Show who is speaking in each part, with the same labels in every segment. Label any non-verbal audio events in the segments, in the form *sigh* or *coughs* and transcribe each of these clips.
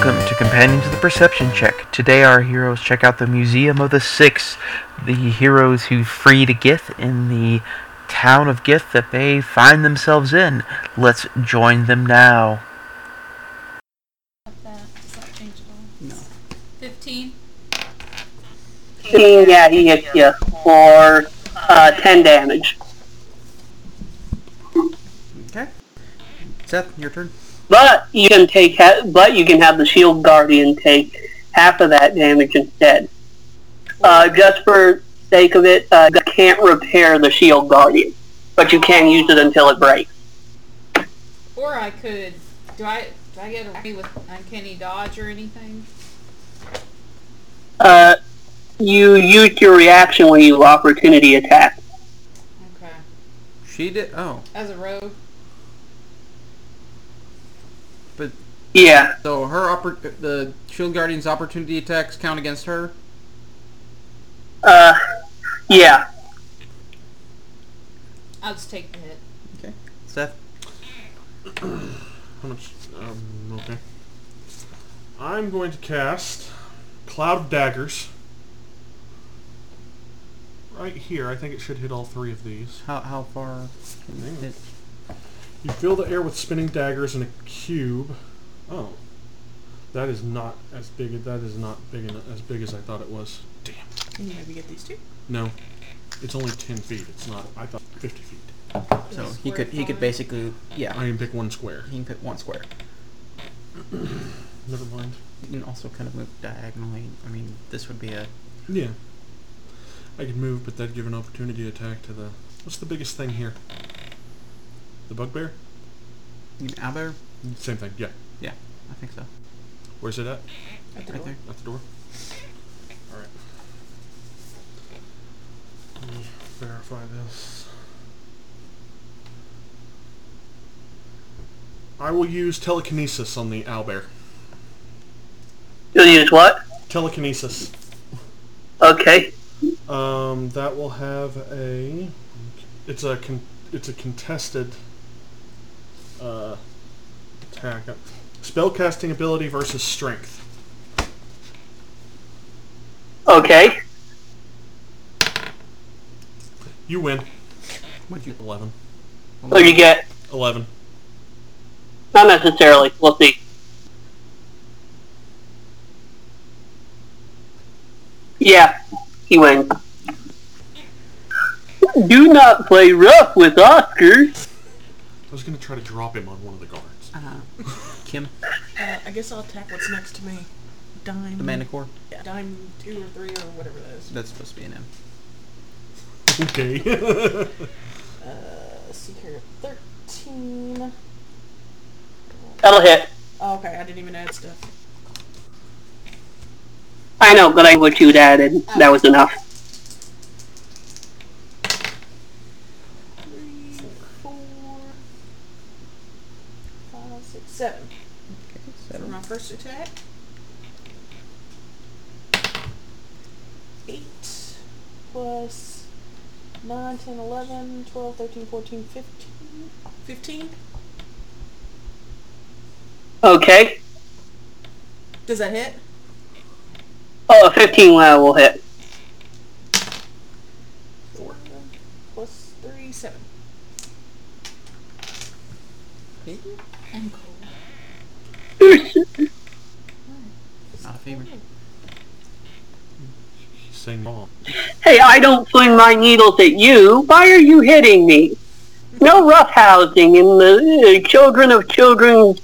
Speaker 1: Companions of the Perception Check. Today, our heroes check out the Museum of the Six, the heroes who freed Gith in the town of Gith that they find themselves in. Let's join them now.
Speaker 2: That, does that change at all?
Speaker 3: No.
Speaker 2: 15?
Speaker 4: Seeing that he hits you for uh, 10 damage.
Speaker 3: Okay. Seth, your turn.
Speaker 4: But you can take, ha- but you can have the shield guardian take half of that damage instead. Uh, just for sake of it, uh, you can't repair the shield guardian, but you can use it until it breaks.
Speaker 2: Or I could, do I, do I get away with uncanny dodge or anything?
Speaker 4: Uh, you used your reaction when you opportunity attack.
Speaker 2: Okay.
Speaker 3: She did. Oh,
Speaker 2: As a rogue?
Speaker 3: but
Speaker 4: Yeah,
Speaker 3: so her oppor- the shield guardian's opportunity attacks count against her.
Speaker 4: uh, yeah.
Speaker 2: I'll just take the hit.
Speaker 3: Okay. Seth.
Speaker 5: How much? Um, okay. I'm going to cast Cloud of Daggers. Right here, I think it should hit all three of these.
Speaker 3: How how far? Can you hit?
Speaker 5: You fill the air with spinning daggers in a cube. Oh, that is not as big. That is not big enough, as big as I thought it was. Damn.
Speaker 6: Can you maybe get these two?
Speaker 5: No, it's only ten feet. It's not. I thought fifty feet.
Speaker 3: So he could he could basically yeah
Speaker 5: I can pick one square.
Speaker 3: he can put one square.
Speaker 5: Never mind.
Speaker 3: You can also kind of move diagonally. I mean, this would be a
Speaker 5: Yeah. I could move, but that'd give an opportunity attack to the. What's the biggest thing here? The bugbear?
Speaker 3: you mean out there.
Speaker 5: Same thing, yeah.
Speaker 3: Yeah, I think so.
Speaker 5: Where's it at?
Speaker 6: At the
Speaker 3: Right
Speaker 6: door.
Speaker 3: there.
Speaker 5: At the door? Alright. Let me verify this. I will use telekinesis on the owlbear.
Speaker 4: You'll use what?
Speaker 5: Telekinesis.
Speaker 4: Okay.
Speaker 5: Um, that will have a. It's a con- it's a contested uh, attack. Spellcasting ability versus strength.
Speaker 4: Okay.
Speaker 5: You win.
Speaker 3: What'd you?
Speaker 5: Eleven.
Speaker 4: So you get,
Speaker 5: Eleven.
Speaker 4: not necessarily, we'll see. Yeah, he wins. Do not play rough with Oscar.
Speaker 5: I was gonna try to drop him on one of the guards.
Speaker 3: Uh, Kim,
Speaker 6: Uh, I guess I'll attack what's next to me. Dime.
Speaker 3: the manticore.
Speaker 6: Yeah, dime two or three or whatever that is.
Speaker 3: That's supposed to be an M.
Speaker 5: *laughs* Okay.
Speaker 6: Let's see here. Uh, Thirteen.
Speaker 4: That'll hit.
Speaker 6: Oh, okay, I didn't even add stuff.
Speaker 4: I know, but I what you'd added. That was enough.
Speaker 6: Three, four, five, six, seven. For my first attack. Eight plus nine, ten, eleven, twelve, thirteen, fourteen, fifteen. Fifteen.
Speaker 4: Okay.
Speaker 6: Does that hit?
Speaker 4: Oh, a 15 uh, will hit.
Speaker 6: Four plus three, seven.
Speaker 2: I'm cold.
Speaker 3: Not a favorite.
Speaker 5: She's saying wrong.
Speaker 4: Hey, I don't swing my needles at you. Why are you hitting me? No roughhousing in the uh, Children of Children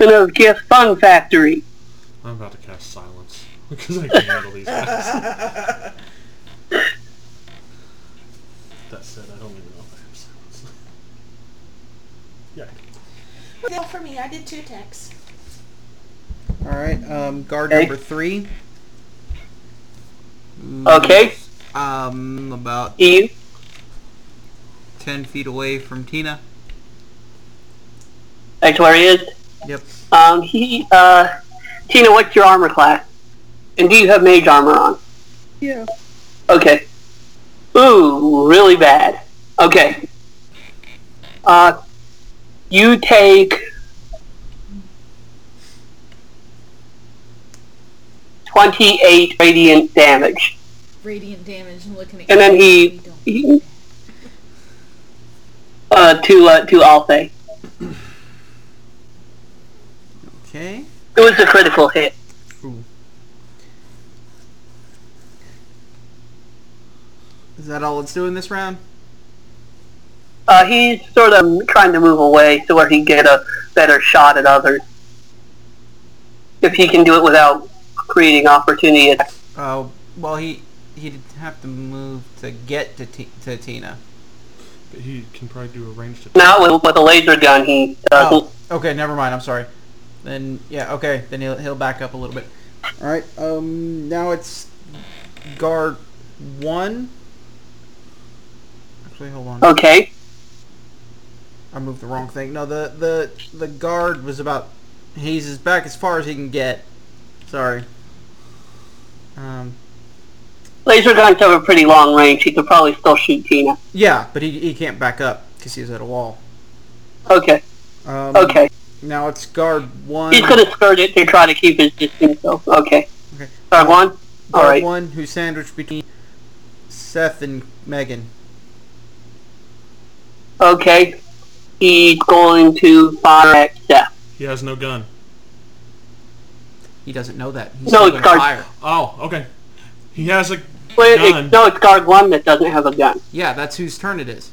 Speaker 4: and of Gift Fun Factory.
Speaker 5: I'm about to cast silence because I can handle
Speaker 6: *laughs*
Speaker 5: these guys. *laughs* that said, I don't even know if I have silence. yeah.
Speaker 6: Well, for me, I did two attacks.
Speaker 3: All right, um, guard
Speaker 4: Okay.
Speaker 3: number three. Ooh,
Speaker 4: Okay.
Speaker 3: Um, about
Speaker 4: Eve?
Speaker 3: ten feet away from Tina.
Speaker 4: That's where he is.
Speaker 3: Yep.
Speaker 4: Um, he, uh, Tina, what's your armor class? And do you have mage armor on?
Speaker 3: Yeah.
Speaker 4: Okay. Ooh, really bad. Okay. Uh, you take 28 radiant damage.
Speaker 2: Radiant damage and looking at
Speaker 4: And then
Speaker 2: you,
Speaker 4: he-
Speaker 2: you don't-
Speaker 4: he- Uh, to uh, to Alfey.
Speaker 7: Okay.
Speaker 4: It was a critical hit.
Speaker 7: Ooh. Is that all it's doing this round?
Speaker 4: Uh, he's sort of trying to move away so where he can get a better shot at others. If he can do it without creating opportunity attacks.
Speaker 7: Uh, well, he he'd have to move to get to T- to Tina.
Speaker 5: But he can probably do a ranged attack.
Speaker 4: Now with, with a laser gun, he doesn't.
Speaker 7: Oh, okay, never mind. I'm sorry. Then yeah, okay. Then he'll he'll back up a little bit. All right. Um, now it's guard one. Actually, hold on.
Speaker 4: Okay.
Speaker 7: I moved the wrong thing. No, the the the guard was about. He's as back as far as he can get. Sorry. Um.
Speaker 4: Laser guns have a pretty long range. He could probably still shoot Tina.
Speaker 7: Yeah, but he he can't back up because he's at a wall.
Speaker 4: Okay.
Speaker 7: Um,
Speaker 4: Okay.
Speaker 7: Now it's guard one.
Speaker 4: He's going to skirt it to try to keep his distance, though. Okay.
Speaker 7: Okay.
Speaker 4: Guard one?
Speaker 7: guard
Speaker 4: Alright.
Speaker 7: one who's sandwiched between Seth and Megan.
Speaker 4: Okay. He's going to fire at Seth.
Speaker 5: He has no gun.
Speaker 7: He doesn't know that. He's
Speaker 4: No,
Speaker 7: still
Speaker 4: it's guard-
Speaker 7: gonna fire.
Speaker 5: Oh, okay. He has a
Speaker 4: Wait,
Speaker 5: Gun.
Speaker 4: it, no, it's guard one that doesn't have a gun.
Speaker 7: Yeah, that's whose turn it is.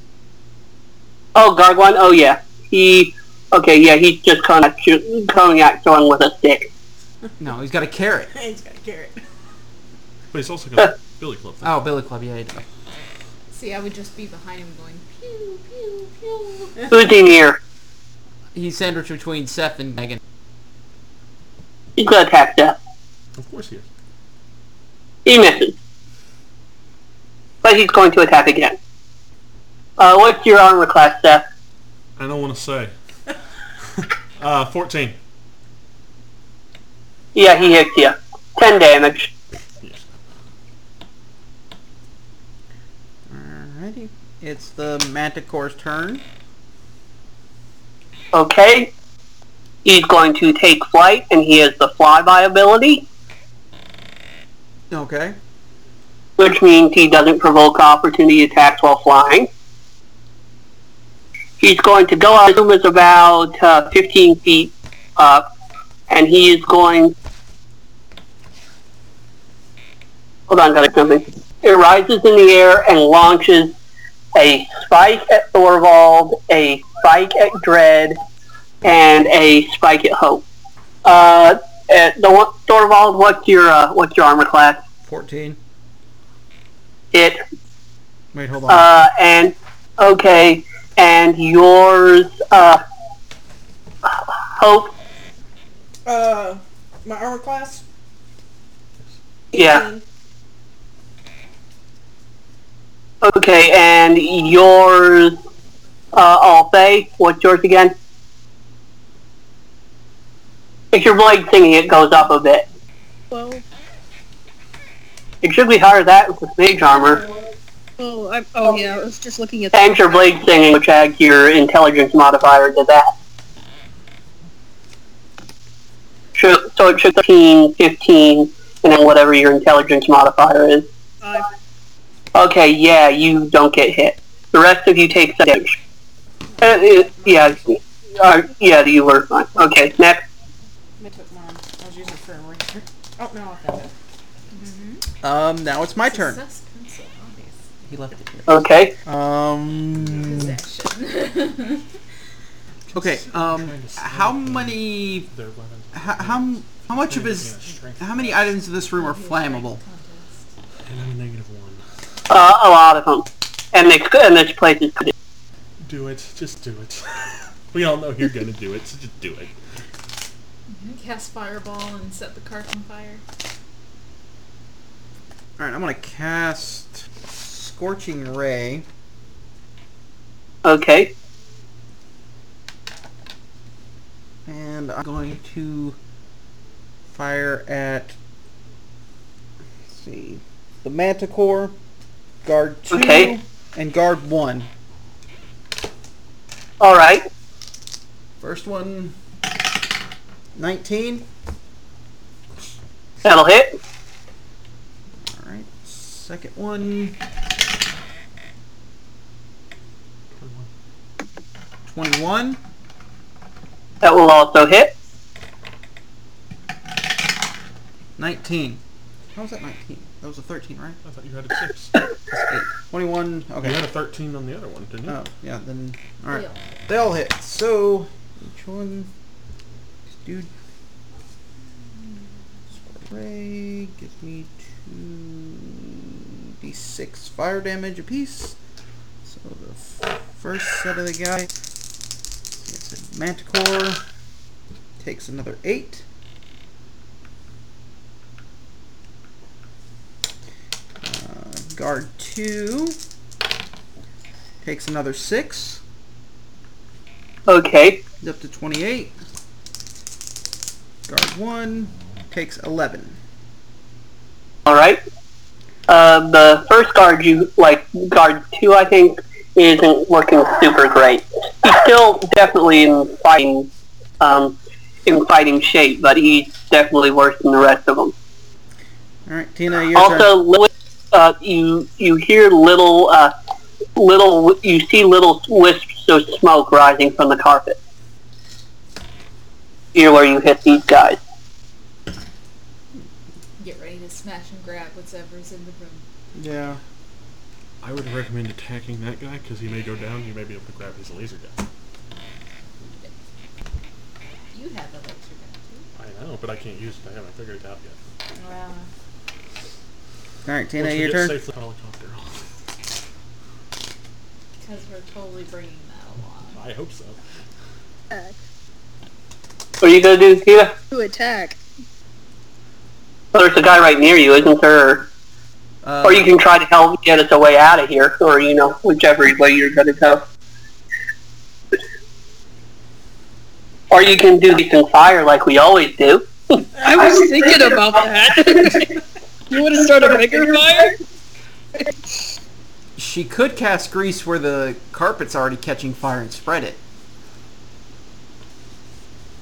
Speaker 4: Oh, guard one? Oh, yeah. He... Okay, yeah, he's just coming at, you- coming at someone with a stick.
Speaker 7: No, he's got a carrot.
Speaker 6: *laughs* He's got a carrot.
Speaker 5: but he's also got a billy club thing.
Speaker 7: Oh, Billy Club, yeah. he does.
Speaker 2: See, I would just be behind him going pew pew pew.
Speaker 4: Who's in here?
Speaker 7: He's sandwiched between Seth and Megan.
Speaker 4: He's going to attack Seth.
Speaker 5: Of course he is.
Speaker 4: He misses. But he's going to attack again. Uh, what's your armor class, Seth?
Speaker 5: I don't want to say. uh, 14.
Speaker 4: Yeah, he hits you. Ten damage.
Speaker 7: Alrighty. It's the Manticore's turn.
Speaker 4: Okay. He's going to take flight, and he has the flyby ability,
Speaker 7: Okay.
Speaker 4: which means he doesn't provoke opportunity attacks while flying. He's going to go, I assume it's about uh, 15 feet up, and he is going... Hold on, gotta something. It rises in the air and launches a spike at Thorvald, a spike at Dread, and a spike at Hope. Uh, at the one- Thorvald, what's your uh, what's your armor class?
Speaker 7: 14.
Speaker 4: It
Speaker 7: Wait, hold on.
Speaker 4: uh, and okay, and yours uh, Hope.
Speaker 6: Uh, my armor class?
Speaker 4: Yeah.
Speaker 6: 18.
Speaker 4: Okay, and yours uh, Alfay. What's yours again? If your blade thingy, it goes up a bit.
Speaker 8: Well,
Speaker 4: It should be higher than that with mage armor.
Speaker 8: oh, I, oh yeah, I was just looking at
Speaker 4: And your blade singing, which adds your intelligence modifier to that. Should, so it should 13, 15, and then whatever your intelligence modifier is.
Speaker 8: five.
Speaker 4: Okay, yeah, you don't get hit. The rest of you take some damage. Uh, uh, yeah, uh, yeah, you were fine. Okay, next.
Speaker 6: I took mine. I was using it for a eraser. Oh, no, I found it.
Speaker 7: um, now it's my turn.
Speaker 2: Suspense of obvious
Speaker 7: He left it here.
Speaker 4: Okay,
Speaker 7: Um.
Speaker 4: *laughs*
Speaker 2: possession.
Speaker 7: Okay. Um. How many?
Speaker 5: Their weapons.
Speaker 7: How how, how much of his? How many items in this room are flammable?
Speaker 5: And I'm a negative one.
Speaker 4: uh, a lot of them. And this, and this place is good.
Speaker 5: Do it. Just do it. *laughs* we all know you're gonna do it, so just do it.
Speaker 2: *laughs* Cast fireball and set the cart on fire.
Speaker 7: All right. I'm gonna cast scorching ray.
Speaker 4: Okay,
Speaker 7: And I'm going to fire at let's see the Manticore, guard two,
Speaker 4: Okay.
Speaker 7: and guard one.
Speaker 4: alright.
Speaker 7: First one, 19.
Speaker 4: That'll hit.
Speaker 7: Second one, 21.
Speaker 4: That will also hit.
Speaker 7: 19. How was that 19? That was a 13, right?
Speaker 5: I thought you had a six.
Speaker 7: That's 8. 21.
Speaker 5: You had
Speaker 7: Okay.
Speaker 5: a thirteen on the other one, didn't you?
Speaker 7: Oh, yeah, then. Alright.
Speaker 2: Deal.
Speaker 7: They all hit. So, each one. This dude. Spray gives me 2d6 fire damage apiece. So, the f- first set of the guy. It's a manticore. Takes another 8. Uh, guard 2 takes another 6.
Speaker 4: Okay.
Speaker 7: He's up to 28. Guard 1 takes 11.
Speaker 4: All right. Uh, the first guard you like, guard two, I think, isn't looking super great. He's still definitely in fighting, um, in fighting shape, but he's definitely worse than the rest of them.
Speaker 7: Alright, Tina, your turn.
Speaker 4: also, little, uh, you you hear little, uh, little, you see little wisps of smoke rising from the carpet. Here, where you hit these guys.
Speaker 2: Get ready to smash and grab whatever's in the room.
Speaker 7: Yeah.
Speaker 5: I would recommend attacking that guy because he may go down. You may be able to grab his laser gun.
Speaker 2: You have a laser gun
Speaker 5: I know, but I can't use it. I haven't figured it out yet.
Speaker 2: too. Well,
Speaker 7: Alright, Tina,
Speaker 5: Once we
Speaker 7: your
Speaker 5: get
Speaker 7: turn.
Speaker 5: safely on the helicopter. *laughs*
Speaker 2: because we're totally bringing that along.
Speaker 5: I hope so.
Speaker 9: Attack.
Speaker 4: What are you gonna do, Tina?
Speaker 9: To attack.
Speaker 4: Well, there's a guy right near you, isn't there?
Speaker 7: Uh,
Speaker 4: Or Oh, you can try to help get us a way out of here, or you know, whichever way you're gonna go. Or you can do this in fire like we always do.
Speaker 9: I was thinking about that. *laughs* you want to start a
Speaker 7: *laughs*
Speaker 9: bigger fire?
Speaker 7: she could cast grease where the carpet's already catching fire and
Speaker 4: *laughs*
Speaker 7: spread it.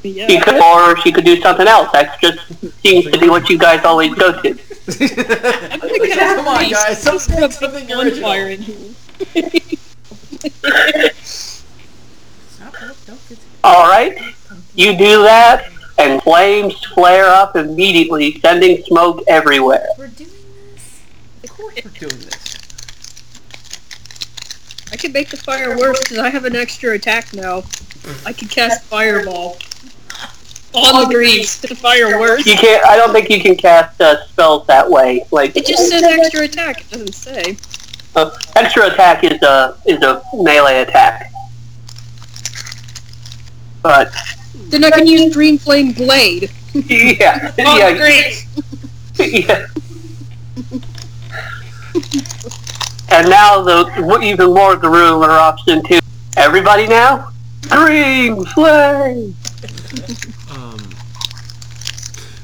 Speaker 4: You
Speaker 9: Yeah.
Speaker 4: could, or she could do something else. That just seems to be what you guys always go to.
Speaker 9: I'm gonna get
Speaker 7: Come on, guys,
Speaker 9: Some
Speaker 7: something-
Speaker 9: sort of
Speaker 7: something
Speaker 9: bonfire in here.
Speaker 4: All right, you do that, and flames flare up immediately, sending smoke everywhere.
Speaker 2: We're doing this.
Speaker 7: We're doing this.
Speaker 9: I can make the fire worse because I have an extra attack now. I can cast fireball on the greaves to fire worse.
Speaker 4: You can't. I don't think you can cast uh, spells that way. Like
Speaker 9: It just says extra attack. It doesn't say.
Speaker 4: Uh, extra attack is a is a melee attack. But *laughs*
Speaker 9: Then I can use Dream Flame Blade
Speaker 4: yeah,
Speaker 9: on the
Speaker 4: yeah,
Speaker 9: greaves.
Speaker 4: *laughs* yeah. and now the even more of the room are opted into everybody now. Green flame.
Speaker 5: Um.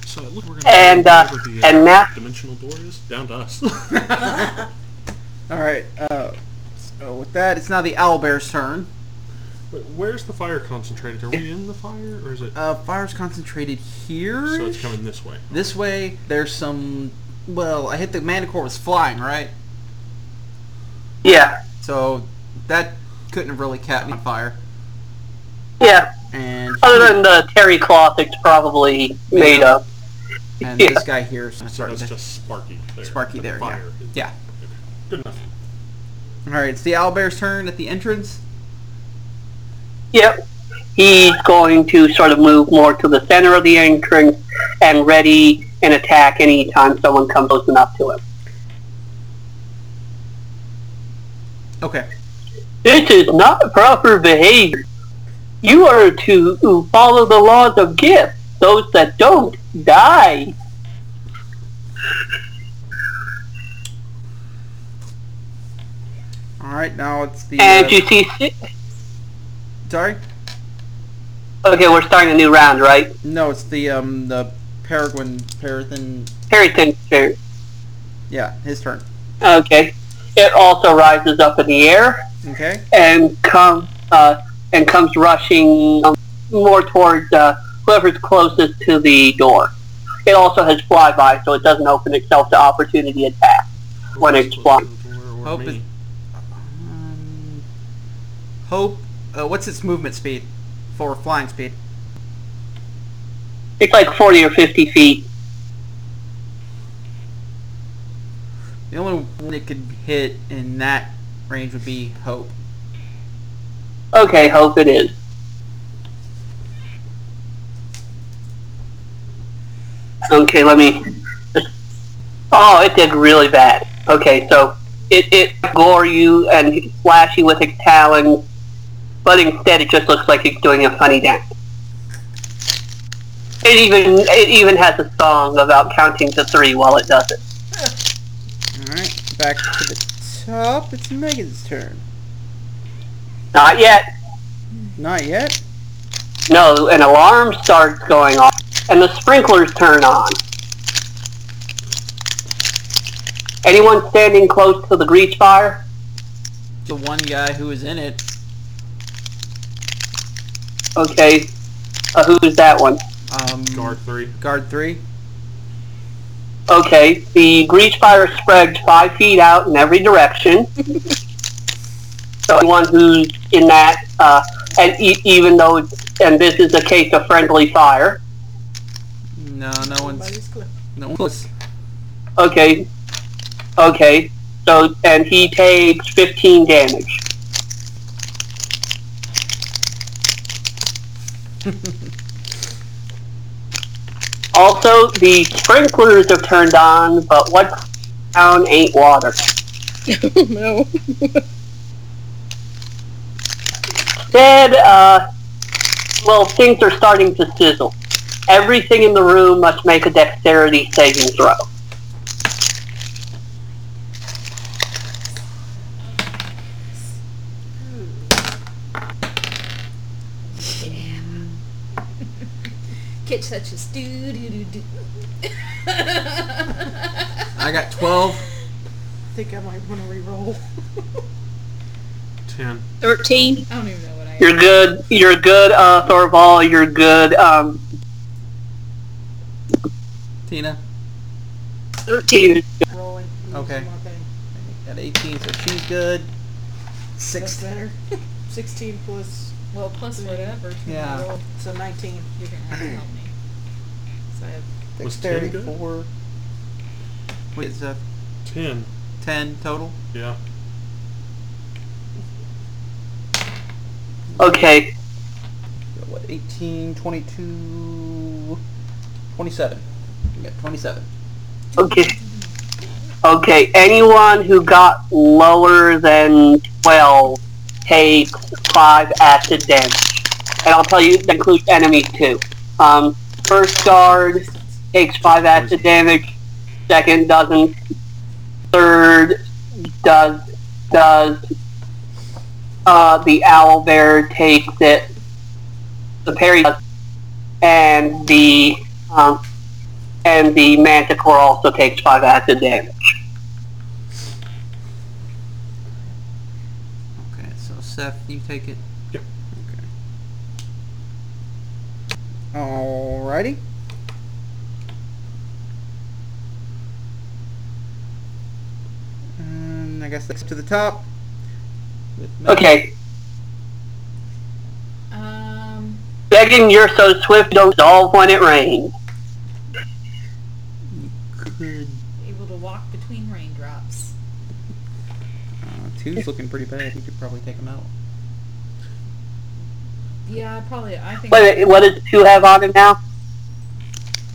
Speaker 5: So it looks we're gonna
Speaker 4: And, uh,
Speaker 5: over the,
Speaker 4: and now-
Speaker 5: dimensional door is down to us. *laughs*
Speaker 7: Alright, uh, so with that, it's now the owlbear's turn.
Speaker 5: Wait, where's the fire concentrated? Are we in the fire, or is it?
Speaker 7: Uh, fire's concentrated here.
Speaker 5: So it's coming this way.
Speaker 7: This way, there's some... Well, I hit the manticore was flying, right?
Speaker 4: Yeah,
Speaker 7: So that couldn't have really caught me fire.
Speaker 4: yeah.
Speaker 7: And,
Speaker 4: Other than the terry cloth, it's probably made up.
Speaker 7: and
Speaker 4: yeah.
Speaker 7: this guy here. So
Speaker 5: So that's just Sparky there.
Speaker 7: Sparky
Speaker 5: but
Speaker 7: there, yeah.
Speaker 5: Fire. is-
Speaker 7: Yeah.
Speaker 5: Okay. Good enough.
Speaker 7: All right, it's the owlbear's turn at the entrance.
Speaker 4: Yep. He's going to sort of move more to the center of the entrance and ready an attack anytime someone comes close enough to him.
Speaker 7: Okay.
Speaker 4: This is not proper behavior. You are to follow the laws of gift. Those that don't die.
Speaker 7: All right, now it's the. uh,
Speaker 4: And you see, si-
Speaker 7: sorry.
Speaker 4: okay, we're starting a new round, right?
Speaker 7: No, it's the um the Peregrine Parathin.
Speaker 4: Harrington, sure.
Speaker 7: Yeah, his turn.
Speaker 4: okay. It also rises up in the air
Speaker 7: Okay.
Speaker 4: and comes uh, and comes rushing um, more towards uh, whoever's closest to the door. It also has flyby, so it doesn't open itself to opportunity attack. when it's blocked.
Speaker 7: Hope
Speaker 5: Hope
Speaker 7: it- Um, hope. Uh, what's its movement speed? For flying speed.
Speaker 4: It's like 40 or 50 feet.
Speaker 7: The only one it could hit in that range would be Hope.
Speaker 4: Okay, hope it is. Okay, let me. Oh, it did really bad. Okay, so it it gore you and slash you with its talons, but instead it just looks like it's doing a funny dance. It even it even has a song about counting to three while it does it.
Speaker 7: Alright, back to the top. It's Megan's turn.
Speaker 4: Not yet.
Speaker 7: Not yet.
Speaker 4: No, an alarm starts going off, and the sprinklers turn on. Anyone standing close to the grease fire?
Speaker 7: The one guy who was in it.
Speaker 4: Okay. Uh, who's that one?
Speaker 7: Um,
Speaker 5: Guard three.
Speaker 7: Guard 3.
Speaker 4: Okay. The grease fire spreads five feet out in every direction. so anyone who's in that, uh, and e- even though, it's, and this is a case of friendly fire.
Speaker 7: No, no one's...
Speaker 6: Everybody's clear.
Speaker 7: No one's...
Speaker 4: Okay. Okay. So, and he takes 15 damage. also, the sprinklers have turned on, but what's down ain't water.
Speaker 9: *laughs* no.
Speaker 4: Instead, uh, well, things are starting to sizzle. Everything in the room must make a dexterity saving throw.
Speaker 2: Catch such a stew doo doo *laughs* doo.
Speaker 7: I got 12.
Speaker 6: I think I might want to re-roll.
Speaker 5: Ten.
Speaker 9: 13.
Speaker 2: I don't even know what I am.
Speaker 4: You're good. You're good, uh, Thorval. You're good. Um,
Speaker 7: Tina.
Speaker 9: 13.
Speaker 6: Rolling.
Speaker 7: Okay.
Speaker 6: More pain.
Speaker 7: Got 18, so she's good.
Speaker 6: That's
Speaker 7: 6.
Speaker 6: *laughs* better. 16 plus,
Speaker 2: Well, plus whatever.
Speaker 7: Yeah.
Speaker 6: roll, so 19.
Speaker 2: You're gonna have to help me.
Speaker 6: So I have
Speaker 5: Was 10 good?
Speaker 7: 34. Wait, is that
Speaker 5: Ten.
Speaker 7: 10 total?
Speaker 5: Yeah.
Speaker 4: okay.
Speaker 7: What, 18, 22, 27. You got 27.
Speaker 4: Okay. Okay. Anyone who got lower than twelve takes five acid damage, and I'll tell you that includes enemies too. Um, first guard takes five acid damage. Second doesn't. Third does does. Uh, the owl bear takes it. The parry does, and the um, and the manticore also takes five acid damage.
Speaker 7: Okay, so Seth, you take it.
Speaker 5: Yep.
Speaker 7: Okay. Alrighty. And I guess that's to the top. With Meg.
Speaker 4: Okay,
Speaker 2: Um,
Speaker 4: Megan, you're so swift, don't dissolve when it rains.
Speaker 7: Good.
Speaker 2: able to walk between raindrops.
Speaker 7: Uh, two's looking pretty bad. You could probably take him out.
Speaker 2: Yeah, I probably. I think.
Speaker 4: What, what does two have on it now?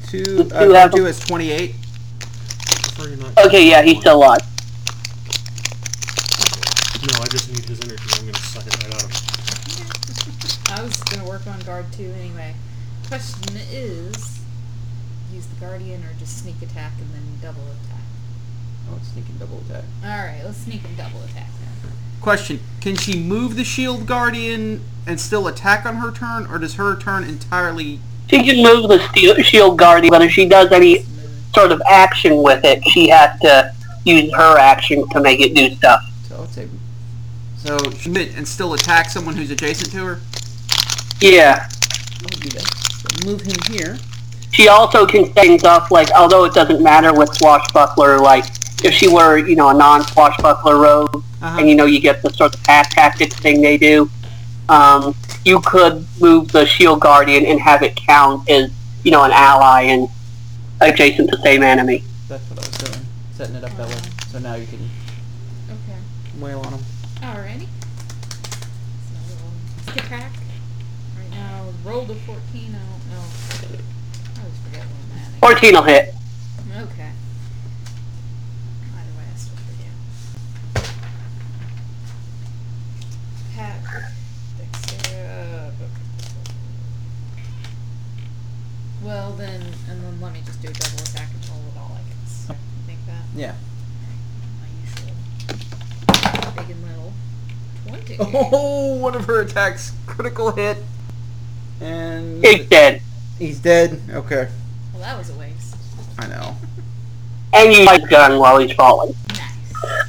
Speaker 7: Two.
Speaker 4: Two
Speaker 7: Uh,
Speaker 4: have-
Speaker 7: two is twenty-eight.
Speaker 5: Prefer you not-
Speaker 4: Okay, yeah, he's still alive.
Speaker 5: No, I just need his energy. I'm gonna suck it right out of him.
Speaker 2: I was gonna work on guard two anyway. Question is, use the guardian or just sneak attack and then double attack?
Speaker 7: Oh, it's sneaking double attack.
Speaker 2: All right, let's sneak and double attack then.
Speaker 7: Question: Can she move the shield guardian and still attack on her turn, or does her turn entirely?
Speaker 4: She can move the steel, shield guardian, but if she does any sort of action with it, she has to use her action to make it do stuff.
Speaker 7: So it's a. So she mid- and still attack someone who's adjacent to her.
Speaker 4: Yeah.
Speaker 7: I'll do that. So move him here.
Speaker 4: She also can set things off, like, although it doesn't matter with Swashbuckler, like, if she were, you know, a non-swashbuckler rogue,
Speaker 7: Uh-huh.
Speaker 4: and you know you get the sort of half tactic thing they do. Um, you could move the shield E guardian and have it count as you know an ally and adjacent to same enemy.
Speaker 7: That's what I was doing. Setting it up that way. So now you can
Speaker 2: Okay.
Speaker 7: wail on them.
Speaker 2: Alrighty. So we'll sneak attack. Right now, roll to 14. I don't know. I always forget when that is.
Speaker 4: Fourteen will hit.
Speaker 2: Okay. Either way, I still forget. Pack. Dexter. Well, then, and then let me just do a double attack and roll it all like it's. Make that
Speaker 7: *laughs* Yeah.
Speaker 2: my usual. Big and little. 20.
Speaker 7: Oh, one of her attacks. Critical hit. And
Speaker 4: It's dead,
Speaker 7: he's dead. Okay.
Speaker 2: Well, that was a waste.
Speaker 7: I know.
Speaker 4: and you use his gun while he's falling.
Speaker 2: Nice.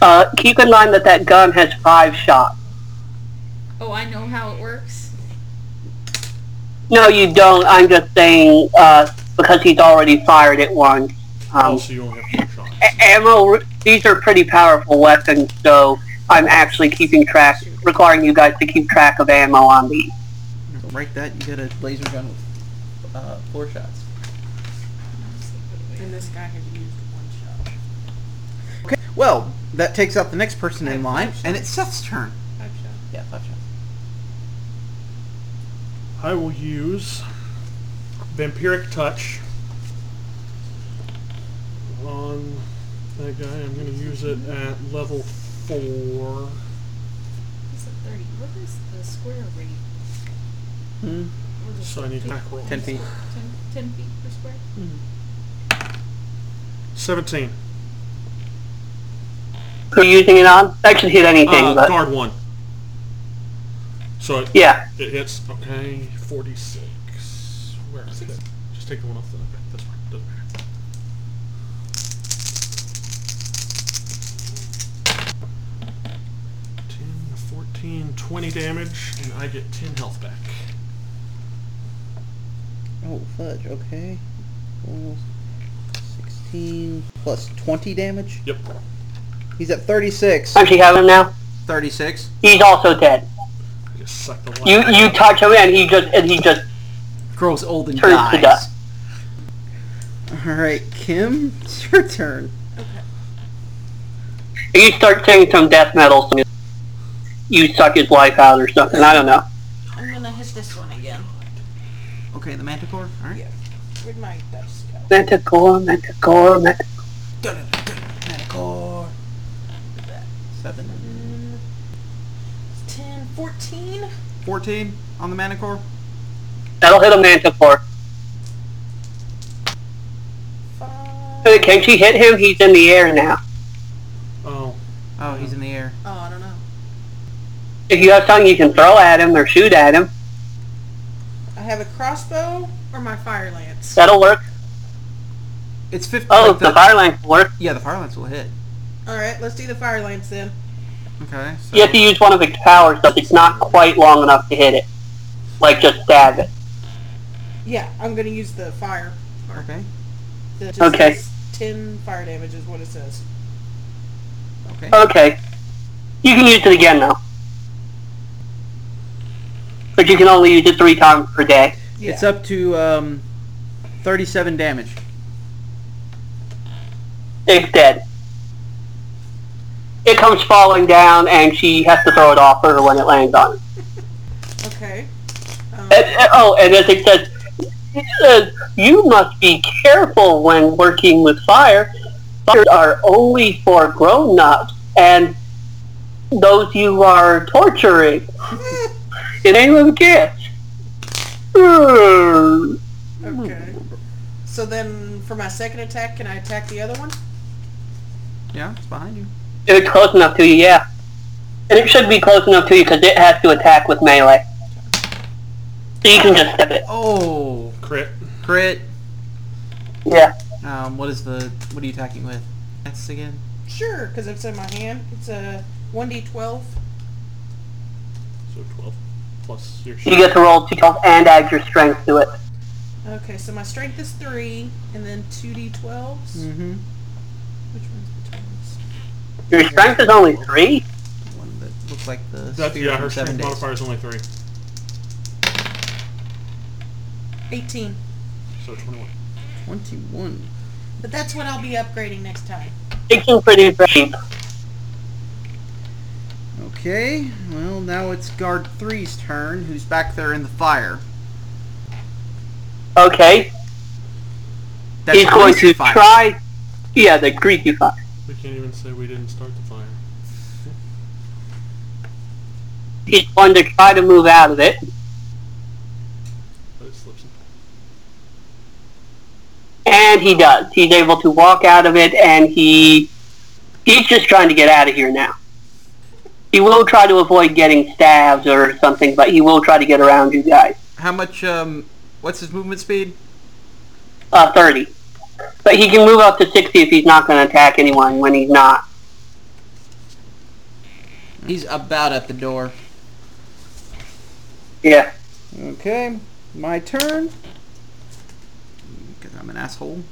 Speaker 4: Uh, keep in mind that that gun has five shots.
Speaker 2: Oh, I know how it works.
Speaker 4: No, you don't. I'm just saying uh, because he's already fired at once. Um,
Speaker 5: also, you only have two shots.
Speaker 4: a- ammo. These are pretty powerful weapons, so I'm actually keeping track, requiring you guys to keep track of ammo on these.
Speaker 7: So right that you get a laser gun with uh, four shots.
Speaker 6: And this guy had used one shot.
Speaker 7: Okay. Well, that takes out the next person in line, and it's Seth's turn.
Speaker 6: Five shot.
Speaker 7: Yeah, five shots.
Speaker 5: I will use Vampiric Touch on that guy. I'm going to use it at level
Speaker 2: He's
Speaker 5: 4.
Speaker 2: at 30. What is the square rate?
Speaker 7: Hmm.
Speaker 2: What is
Speaker 5: So
Speaker 2: it?
Speaker 5: I need to hack roll.
Speaker 7: Ten feet.
Speaker 2: 10, 10 feet per square?
Speaker 5: 17.
Speaker 4: Who are you using it on? That should hit anything,
Speaker 5: Uh,
Speaker 4: but
Speaker 5: guard 1. So it,
Speaker 4: yeah.
Speaker 5: it hits, okay, 46. Where is it? Just take the one off the okay, That's fine. Doesn't matter. Ten, 14, 20 damage, and I get 10 health back.
Speaker 7: Oh, fudge. Okay. Almost 16 plus 20 damage.
Speaker 5: Yep.
Speaker 7: He's at 36.
Speaker 4: Actually, have him now.
Speaker 7: 36.
Speaker 4: He's also dead.
Speaker 5: I just suck the life
Speaker 4: You you touch him and he just and he just
Speaker 7: Grows old and
Speaker 4: Turns to
Speaker 7: dies. All right, Kim, it's your turn.
Speaker 4: you start singing some death metal. Song. You suck his life out or something. I don't know.
Speaker 6: I'm gonna hit this one again.
Speaker 7: Okay, the manticore. All right.
Speaker 6: Yeah. Where'd my dice go?
Speaker 4: Manticore, manticore, manticore.
Speaker 7: Manticore. Seven.
Speaker 6: Mm, 10, 14.
Speaker 7: 14 on the manticore.
Speaker 4: That'll hit a manticore.
Speaker 6: 5.
Speaker 4: Uh, Can she hit him? He's in the air now.
Speaker 5: Oh,
Speaker 7: Oh, he's in the air.
Speaker 6: Oh, I don't know.
Speaker 4: If you have something you can throw at him or shoot at him,
Speaker 6: I have a crossbow or my fire lance.
Speaker 4: that'll work.
Speaker 7: It's 15.
Speaker 4: Oh,
Speaker 7: like
Speaker 4: the fire lance will work.
Speaker 7: Yeah, the fire lance will hit.
Speaker 6: Alright, let's do the fire lance then.
Speaker 7: Okay. So
Speaker 4: You have to use one of its powers, but it's not quite long enough to hit it. Like just stab it.
Speaker 6: Yeah, I'm gonna use the fire.
Speaker 7: Okay.
Speaker 6: The, it
Speaker 4: Okay.
Speaker 6: says 10 fire damage is what it says.
Speaker 7: Okay.
Speaker 4: Okay. You can use it again though. But you can only use it three times per day.
Speaker 6: Yeah.
Speaker 7: It's up to um, 37 damage.
Speaker 4: It's dead. It comes falling down and she has to throw it off her when it lands on it.
Speaker 6: Okay. Um,
Speaker 4: And- and- oh, and as it says, it says, you must be careful when working with fire. Fires are only for grown-ups and those you are torturing. *laughs* it ain't little kids. Hmm.
Speaker 6: okay. So then for my second attack, can I attack the other one?
Speaker 7: Yeah, it's behind you.
Speaker 4: If it's close enough to you, yeah. And it should be close enough to you because it has to attack with melee. So you can just step it.
Speaker 7: Oh,
Speaker 5: crit.
Speaker 7: crit.
Speaker 4: Yeah.
Speaker 7: Um, what is the? What are you attacking with? That's again.
Speaker 6: Sure, because it's in my hand. It's a 1d12.
Speaker 5: So 12 plus your
Speaker 4: You get to roll two d12 and add your strength to it.
Speaker 6: Okay, so my strength is 3, and then 2d12s.
Speaker 7: Mm-hmm.
Speaker 6: Which one's the 12s?
Speaker 4: Your strength is only three?
Speaker 7: One that looks like the
Speaker 5: That's,
Speaker 7: spear
Speaker 5: yeah,
Speaker 7: from
Speaker 5: her
Speaker 7: Seven
Speaker 5: strength
Speaker 7: Days.
Speaker 5: modifier is only three,
Speaker 6: 18.
Speaker 5: so twenty-one.
Speaker 7: Twenty-one.
Speaker 6: But that's what I'll be upgrading next time.
Speaker 4: Taking pretty cheap.
Speaker 7: Okay. Well, now it's guard three's turn. Who's back there in the fire?
Speaker 4: Okay.
Speaker 7: That's
Speaker 4: He's going
Speaker 7: greasy
Speaker 4: to
Speaker 7: fire.
Speaker 4: try. Yeah, the greasy fire.
Speaker 5: We can't even say we didn't start the fire.
Speaker 4: He's going to try to move out of it,
Speaker 5: But it slips and
Speaker 4: and he does. He's able to walk out of it, and he he's just trying to get out of here now. He will try to avoid getting stabbed or something, but he will try to get around you guys.
Speaker 7: How much? Um, what's his movement speed?
Speaker 4: Uh, 30. But he can move up to 60 if he's not going to attack anyone when he's not.
Speaker 7: He's about at the door.
Speaker 4: Yeah.
Speaker 7: Okay, my turn. Because I'm an asshole.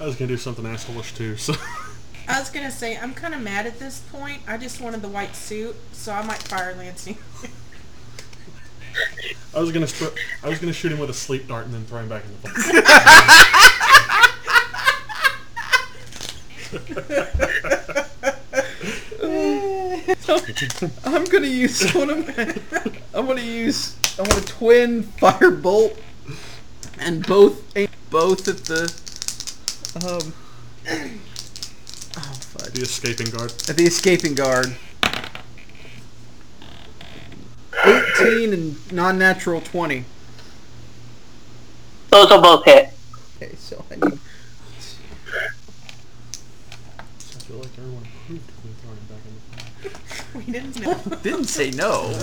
Speaker 5: I was gonna do something assholeish too, so *laughs*
Speaker 6: I was gonna say I'm kind of mad at this point. I just wanted the white suit, so I might fire Lancey.
Speaker 5: I was gonna sp- I was gonna shoot him with a sleep dart and then throw him back in the fire.
Speaker 7: *laughs* I'm gonna use one of my. I'm gonna use. I want to twin firebolt, and both aim both at the. Um. Oh fuck!
Speaker 5: the escaping guard.
Speaker 7: At the escaping guard. Eighteen and non-natural twenty.
Speaker 4: Those will both hit.
Speaker 7: Okay, so I need.
Speaker 5: I feel like everyone approved of me throwing him back in the fire.
Speaker 6: we didn't know.
Speaker 7: *laughs* Didn't say no.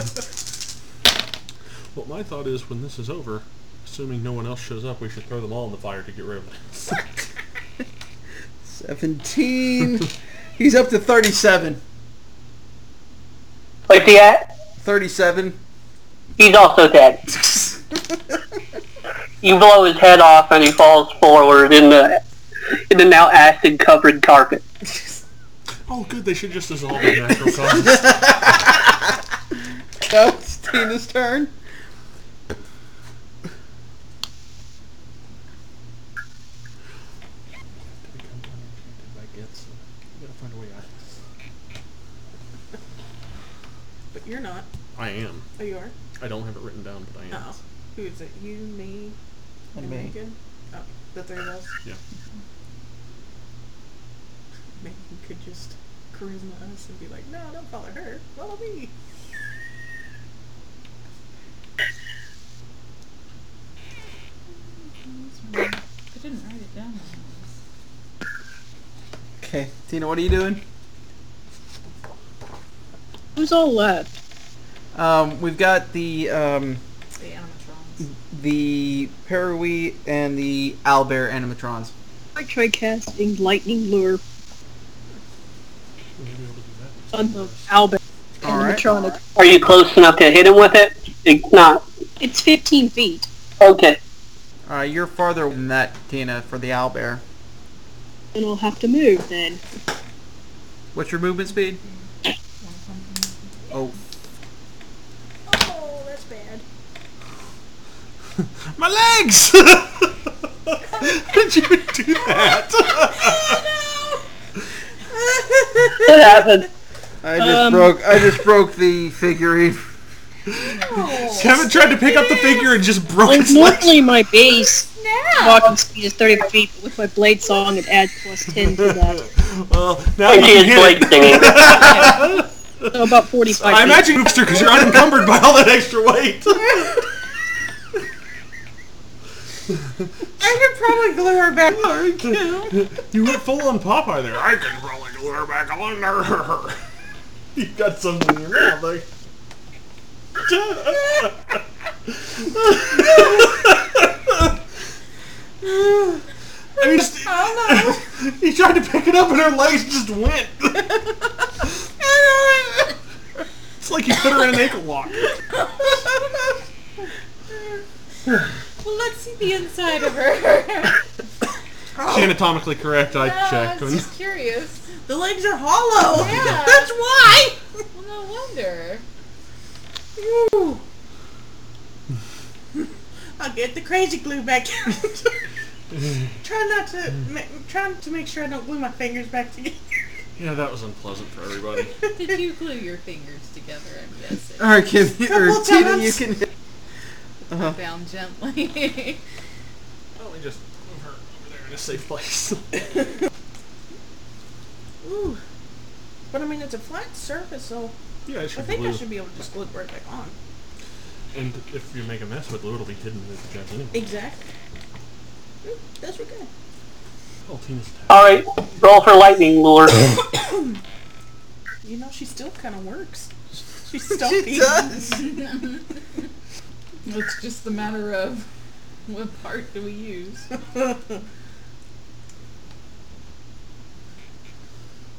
Speaker 5: Well, my thought is when this is over, assuming no one else shows up, we should throw them all in the fire to get rid of them.
Speaker 7: 17. He's up to 37.
Speaker 4: What's he at?
Speaker 7: 37.
Speaker 4: He's also
Speaker 5: *laughs*
Speaker 4: dead. You blow his head off and he falls forward in the in the now acid covered carpet.
Speaker 5: oh, good. They should just dissolve in natural causes.
Speaker 7: Now it's Tina's turn.
Speaker 5: I guess. We gotta find a way out.
Speaker 6: *laughs* But you're not.
Speaker 5: I am.
Speaker 6: Oh, you are.
Speaker 5: I don't have it written down, but I am.
Speaker 6: Oh, who is it? You, me, and Megan. Oh, the three of us.
Speaker 5: Yeah.
Speaker 6: Megan could just charisma us and be like, "No, don't follow her. Follow me."
Speaker 2: I didn't write it down.
Speaker 7: Okay, Tina, what are you doing?
Speaker 9: Who's all left?
Speaker 7: Um, we've got the um,
Speaker 2: It's the
Speaker 7: Mm.
Speaker 2: animatronics.
Speaker 7: the Parawee and the Owlbear animatrons.
Speaker 9: I try casting lightning lure
Speaker 5: We may be able to do that.
Speaker 9: on the Albert
Speaker 7: All right.
Speaker 9: animatronic.
Speaker 4: Are you close enough to hit him with it? It's not.
Speaker 9: It's 15 feet.
Speaker 4: Okay.
Speaker 7: Uh, you're farther than that, Tina, for the Owlbear.
Speaker 9: And I'll have to move then.
Speaker 7: What's your movement speed? Oh.
Speaker 9: Oh, that's bad.
Speaker 5: My legs! *laughs* Did you do that?
Speaker 4: It happens.
Speaker 7: I just
Speaker 9: Um.
Speaker 7: broke. I just broke the figurine. *laughs*
Speaker 5: Kevin tried to pick up the figure and just broke
Speaker 9: Like
Speaker 5: its legs. *laughs*
Speaker 9: normally my base walking speed is 30 feet, but with my blade song it adds plus 10
Speaker 7: *laughs*
Speaker 9: to that.
Speaker 5: Well, now you
Speaker 4: And she
Speaker 5: can
Speaker 4: is
Speaker 5: hit
Speaker 4: blade
Speaker 5: it.
Speaker 4: singing.
Speaker 5: *laughs*
Speaker 9: So about 45
Speaker 5: I
Speaker 9: feet.
Speaker 5: imagine Hoopster, because you're unencumbered by all that extra weight.
Speaker 7: I could probably glue her back.
Speaker 5: *laughs* you went full on Popeye there. I can probably glue her back on *laughs* there. you got something in your mouth, *laughs* like. I mean, just, *laughs* he tried to pick it up and her legs
Speaker 7: *laughs*
Speaker 5: just went. it's like you put her in an
Speaker 4: *laughs*
Speaker 5: ankle lock.
Speaker 7: *laughs*
Speaker 2: Well, let's see the inside of her.
Speaker 5: It's anatomically correct. I
Speaker 2: Yeah,
Speaker 5: checked.
Speaker 2: I was Ah, just curious.
Speaker 6: The legs are hollow.
Speaker 2: Yeah.
Speaker 6: *laughs* That's why.
Speaker 2: Well, no wonder.
Speaker 6: Whew. I'll get the crazy glue back *laughs* out. try not to ma- trying to make sure I don't glue my fingers back together.
Speaker 5: yeah, that was unpleasant for everybody.
Speaker 2: Did you glue your fingers together? I'm guessing.
Speaker 7: Uh-huh.
Speaker 6: All right, Kim. Or
Speaker 10: Couple
Speaker 6: Tina,
Speaker 10: times.
Speaker 6: you can hit. Uh-huh.
Speaker 2: Bound gently.
Speaker 5: Let me just move her over there in a safe *laughs* place.
Speaker 6: Ooh. But I mean, it's a flat surface, so
Speaker 5: yeah, I
Speaker 6: I
Speaker 5: should
Speaker 6: think
Speaker 5: glue.
Speaker 6: I should be able to just glue it right back on.
Speaker 5: And if you make a mess with glue, it'll be hidden in the gems anyway.
Speaker 6: Exactly. Ooh, That's what good.
Speaker 5: Oh, Tina's attack.
Speaker 4: Alright, roll for lightning
Speaker 5: *laughs*
Speaker 4: lure.
Speaker 6: You know, she still kind of works. *laughs* She's stumpy.
Speaker 2: *laughs* it's just a matter of what part do we use?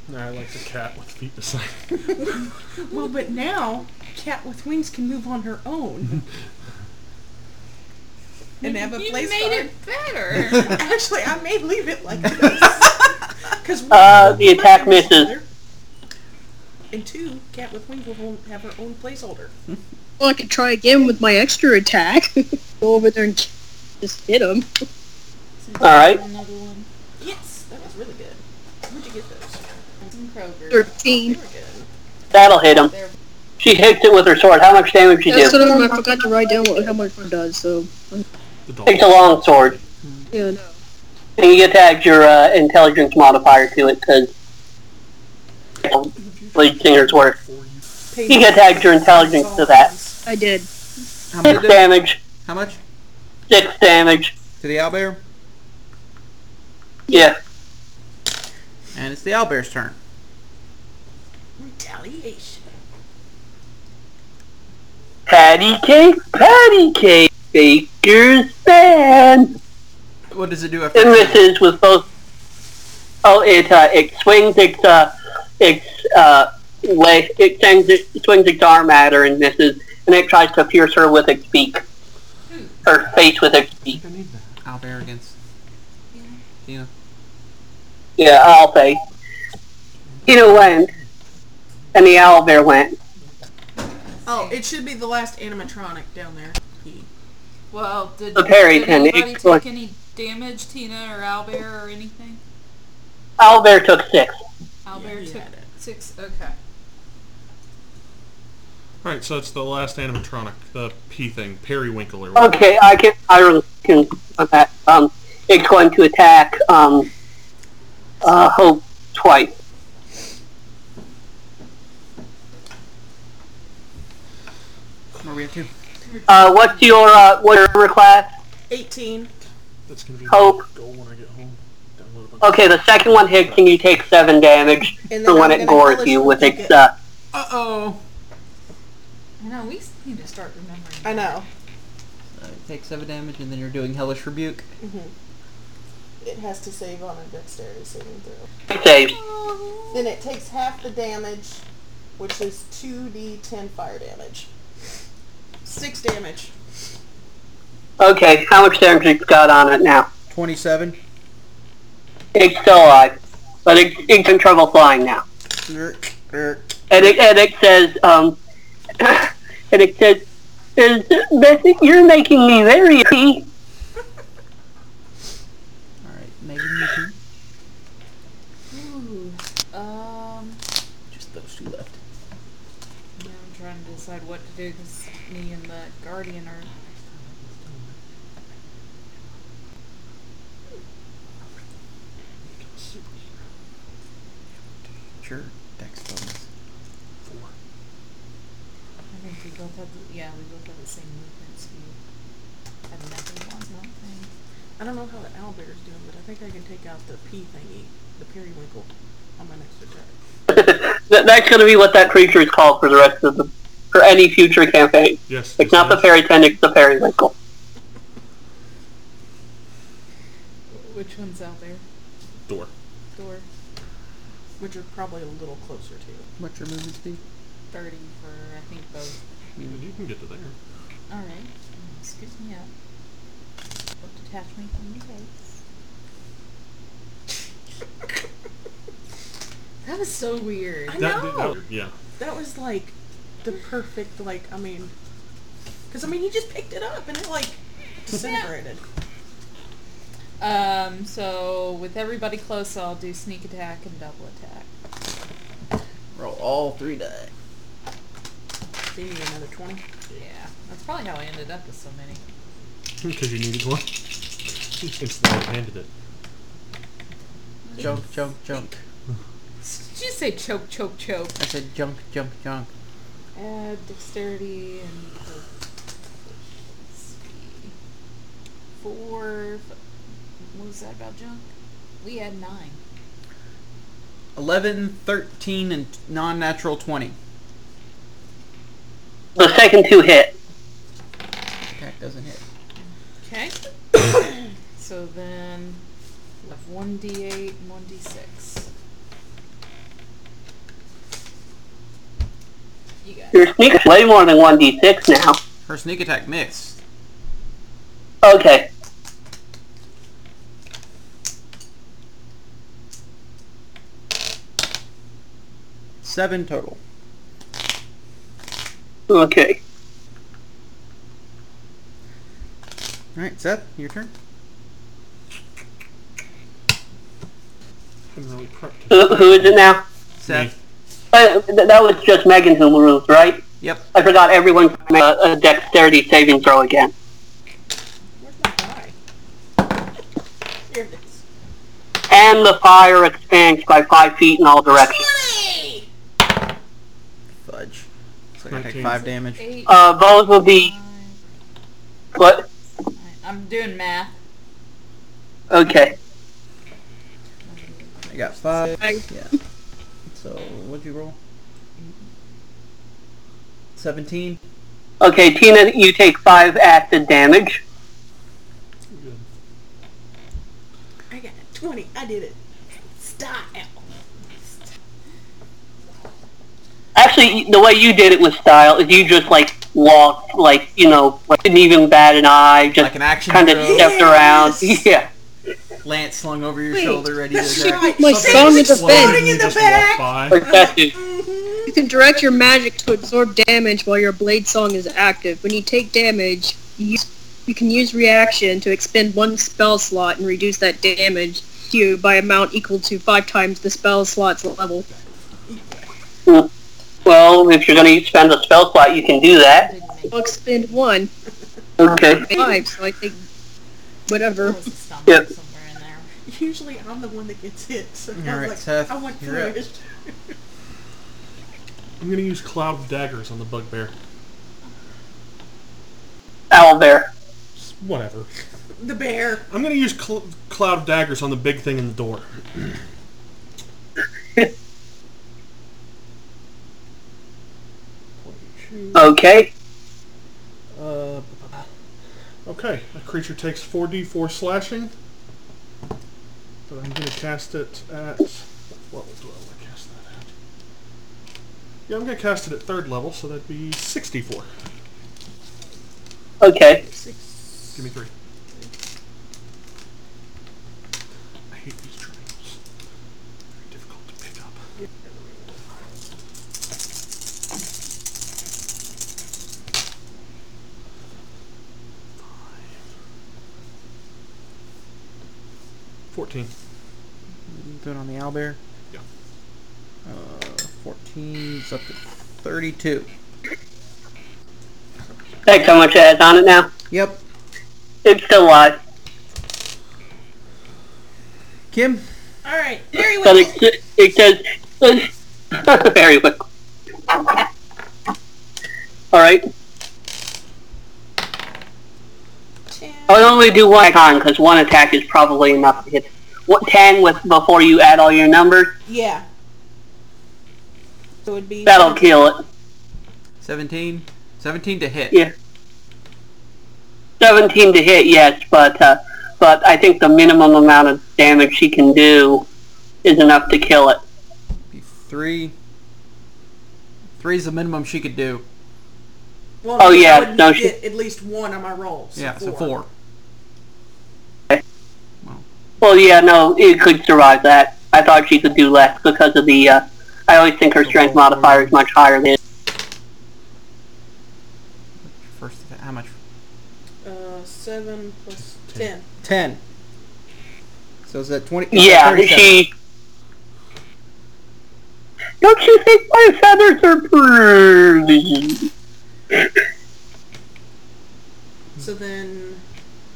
Speaker 5: Nah, I like the cat with feet beside.
Speaker 6: *laughs*
Speaker 4: *laughs*
Speaker 6: well, but now, cat with wings can move on her own. and have a
Speaker 2: you
Speaker 6: place
Speaker 2: made
Speaker 6: card.
Speaker 2: it
Speaker 7: *laughs*
Speaker 2: better.
Speaker 6: Actually, I may leave
Speaker 10: *laughs*
Speaker 6: it like this. Because
Speaker 4: Uh, the attack misses.
Speaker 6: And two, cat with wings will own- have her own placeholder.
Speaker 9: Well, I could try again with my extra attack. *laughs* Go over there and k- just hit him.
Speaker 4: Alright.
Speaker 2: Another one
Speaker 6: Yes, that was really good. Where'd you get those?
Speaker 2: from Kroger.
Speaker 6: They
Speaker 9: 13.
Speaker 6: were good.
Speaker 4: That'll hit him.
Speaker 2: They're
Speaker 4: She hits it with her sword. How much damage she
Speaker 9: That's
Speaker 4: do?
Speaker 9: what I'm, I forgot to write down what, how much one does, so...
Speaker 5: The dog.
Speaker 4: Takes a long sword.
Speaker 9: Yeah, no.
Speaker 4: And you get to add your uh, intelligence modifier to it because lead singer's work. You get to add your intelligence to that.
Speaker 9: I did.
Speaker 6: How
Speaker 4: Six
Speaker 6: much?
Speaker 4: damage.
Speaker 6: How much?
Speaker 4: Six damage.
Speaker 6: To the owlbear?
Speaker 4: Yeah.
Speaker 6: And it's the owlbear's turn. Retaliation.
Speaker 4: Patty cake, patty cake, baker's man.
Speaker 6: What does it do after
Speaker 4: It misses with both. Oh, it uh, it swings its uh, its uh, leg. It sends it swings its arm at her and misses, and it tries to pierce her with its beak, her face with its beak.
Speaker 5: I need that.
Speaker 6: owlbear against? Tina.
Speaker 4: Yeah, I'll say. Tina went, and the owl bear went.
Speaker 6: Oh, it should be the last animatronic down there. He.
Speaker 2: Well, did,
Speaker 4: The parry
Speaker 2: did
Speaker 4: can
Speaker 2: anybody
Speaker 4: exploit-
Speaker 2: take any damage, Tina or Owlbear or anything?
Speaker 4: Owl bear took six.
Speaker 2: Owlbear
Speaker 6: he
Speaker 2: took
Speaker 6: had it.
Speaker 2: six. Okay.
Speaker 5: All right, so it's the last animatronic, the P thing, Periwinkle or whatever.
Speaker 4: Okay, I can I can on that. Um, it's going to attack um, uh, Hope twice.
Speaker 6: Maria too.
Speaker 4: Uh, what's your uh, what's your armor class?
Speaker 6: 18.
Speaker 5: That's gonna be
Speaker 4: Hope.
Speaker 5: my goal when I get home. Download a bunch.
Speaker 4: Okay, the second one hits and you take seven damage
Speaker 6: And
Speaker 4: for
Speaker 6: then
Speaker 4: when
Speaker 6: I'm
Speaker 4: it
Speaker 6: gonna
Speaker 4: gores
Speaker 6: polish
Speaker 4: you
Speaker 6: the
Speaker 4: with its
Speaker 6: ticket.
Speaker 4: uh,
Speaker 6: Uh-oh.
Speaker 2: I know we s- need to start remembering.
Speaker 6: I know.
Speaker 7: Uh, take seven damage, and then you're doing hellish rebuke.
Speaker 10: It has to save on a dexterity saving throw.
Speaker 4: saves.
Speaker 10: Then it takes half the damage, which is 2d10 fire damage.
Speaker 6: 6 damage.
Speaker 4: Okay, how much damage it's got on it now?
Speaker 7: 27.
Speaker 4: It's still alive, but it, it's in trouble flying now. And it, and it says, um, *coughs* and it says, is, Bessie, you're making me very happy. *laughs*
Speaker 7: Alright, Megan, you can.
Speaker 2: Ooh. Um.
Speaker 7: Just those two left.
Speaker 2: Yeah, I'm trying to decide what to do because me and the guardian are.
Speaker 7: Sure. Dex bonus.
Speaker 2: I think we both have. The, yeah, we both have the same movement speed. Have nothing on one thing.
Speaker 6: I don't know how the owlbear's doing, but I think I can take out the pea thingy, the periwinkle, on my next attack.
Speaker 4: That, that's going to be what that creature is called for the rest of the, for any future campaign.
Speaker 5: Yes.
Speaker 4: It's not the
Speaker 5: yes.
Speaker 4: fairy ten, it's the fairy winkle.
Speaker 2: Which one's out there?
Speaker 5: Door.
Speaker 2: Door
Speaker 6: Which you're probably a little closer to.
Speaker 7: What's your movement speed?
Speaker 2: thirty for I think both.
Speaker 5: Yeah, You can get to there.
Speaker 2: All right. Excuse me up. Don't detach me from the base.
Speaker 6: *laughs*
Speaker 2: That was so weird.
Speaker 6: I
Speaker 5: That, that-
Speaker 6: know.
Speaker 5: that- yeah. *laughs*
Speaker 6: That was like the perfect like I mean, because I mean you just picked it up and it like disintegrated.
Speaker 2: Um, so with everybody close, I'll do sneak attack and double attack.
Speaker 3: Roll all three die.
Speaker 6: *laughs* See another twenty.
Speaker 2: Yeah, that's probably how I ended up with so many.
Speaker 5: Because you needed one. *laughs* It's the handed it.
Speaker 7: Junk, junk, junk.
Speaker 2: Did you say choke, choke, choke?
Speaker 7: I said junk, junk, junk.
Speaker 2: Add dexterity and let's see. four. f- What was that about junk? We had nine.
Speaker 7: 11, 13, and non-natural 20.
Speaker 4: The second two hit.
Speaker 7: Attack doesn't hit.
Speaker 2: Okay. *coughs* so then we have one d8 and one d6. You got it.
Speaker 4: Your sneak is way more than 1d6 now.
Speaker 7: Her sneak attack missed.
Speaker 4: Okay.
Speaker 7: Seven total.
Speaker 4: Okay.
Speaker 7: All right, Seth, your turn.
Speaker 5: Couldn't really prep to-
Speaker 4: Who, who is it now?
Speaker 7: Seth.
Speaker 4: Uh, th- that was just Megan who moved, right?
Speaker 7: Yep.
Speaker 4: I forgot everyone can make a, a dexterity saving throw again.
Speaker 6: Where's my die? Here it is.
Speaker 4: And the fire expands by five feet in all directions.
Speaker 7: Fudge. So I gotta take
Speaker 5: Nineteen.
Speaker 7: five damage.
Speaker 2: Eight,
Speaker 4: Uh, those will be
Speaker 2: nine,
Speaker 4: what?
Speaker 2: nine. I'm doing math.
Speaker 4: Okay.
Speaker 7: I got five.
Speaker 9: I-
Speaker 7: Yeah. So what'd you roll? Seventeen.
Speaker 4: Okay, Tina, you take five acid damage.
Speaker 5: Good.
Speaker 6: I got a twenty. I did it. Style.
Speaker 4: Actually, the way you did it with style is you just like walked, like you know, like, didn't even bat an eye, just
Speaker 7: Like an action
Speaker 4: kind of
Speaker 7: hero.
Speaker 4: stepped around. *laughs*
Speaker 6: Yes.
Speaker 4: Yeah.
Speaker 7: Lance slung over your
Speaker 9: Wait.
Speaker 7: shoulder, ready to
Speaker 6: That's
Speaker 7: attack.
Speaker 6: right.
Speaker 9: My
Speaker 6: Something *laughs*
Speaker 9: song
Speaker 6: was
Speaker 9: is a
Speaker 5: Well,
Speaker 6: floating
Speaker 5: you
Speaker 6: in the
Speaker 5: just
Speaker 6: back.
Speaker 5: walk by.
Speaker 4: Perceptive.
Speaker 6: Mhm.
Speaker 9: You can direct your magic to absorb damage while your blade song is active. When you take damage, you, use- you can use reaction to expend one spell slot and reduce that damage to you by amount equal to five times the spell slot's level.
Speaker 4: Well, if you're going to spend a spell slot, you can do that.
Speaker 2: Didn't make
Speaker 9: I'll expend one,
Speaker 4: Okay.
Speaker 9: five, so I think whatever.
Speaker 2: There was a stumble
Speaker 4: Yep.
Speaker 2: somewhere in there.
Speaker 6: Usually I'm the one that gets hit, so I was
Speaker 7: Alright,
Speaker 6: like,
Speaker 7: Seth,
Speaker 6: I went
Speaker 7: you're up.
Speaker 6: first.
Speaker 5: I'm gonna use cloud daggers on the bugbear.
Speaker 4: Owl bear.
Speaker 5: Just Whatever.
Speaker 6: The bear.
Speaker 5: I'm gonna use cl- cloud daggers on the big thing in the door.
Speaker 4: Okay.
Speaker 5: Uh, okay, a creature takes 4d4 slashing, but I'm going to cast it at... What level do I want to cast that at? Yeah, I'm going to cast it at third level, so that'd be 64.
Speaker 4: Okay.
Speaker 5: Give me three. I hate these triangles. Very difficult to pick up. Five. Fourteen.
Speaker 7: Do it on the owlbear.
Speaker 5: Yeah.
Speaker 7: Uh, fourteen is up to thirty-two.
Speaker 4: That's how much it has on it now.
Speaker 7: Yep.
Speaker 4: It's still alive.
Speaker 7: Kim.
Speaker 6: Alright, very
Speaker 4: But
Speaker 6: well.
Speaker 4: it, it says... *laughs* Very quick. Alright. I would only do one icon because one attack is probably enough to hit. What, ten with before you add all your numbers?
Speaker 6: Yeah. So it'd be
Speaker 4: That'll kill it.
Speaker 7: 17. 17 to hit.
Speaker 4: Yeah. Seventeen to hit, yes, but uh, but I think the minimum amount of damage she can do is enough to kill it.
Speaker 7: Be Three. Three is the minimum she could do.
Speaker 6: Well,
Speaker 4: Oh,
Speaker 6: I
Speaker 4: yeah,
Speaker 6: would
Speaker 4: no, she-
Speaker 6: get at least one on my rolls. So
Speaker 7: yeah,
Speaker 6: four.
Speaker 7: so four.
Speaker 4: Well, yeah, no, it could survive that. I thought she could do less because of the. Uh, I always think her strength modifier is much higher than.
Speaker 7: First, of it, how much?
Speaker 6: Uh, 7 plus 10.
Speaker 7: Ten. So is that twenty? Oh, is
Speaker 4: Yeah,
Speaker 7: that 37?
Speaker 4: she. Don't you think my feathers are pretty?
Speaker 6: So
Speaker 7: Mm-hmm.
Speaker 6: then,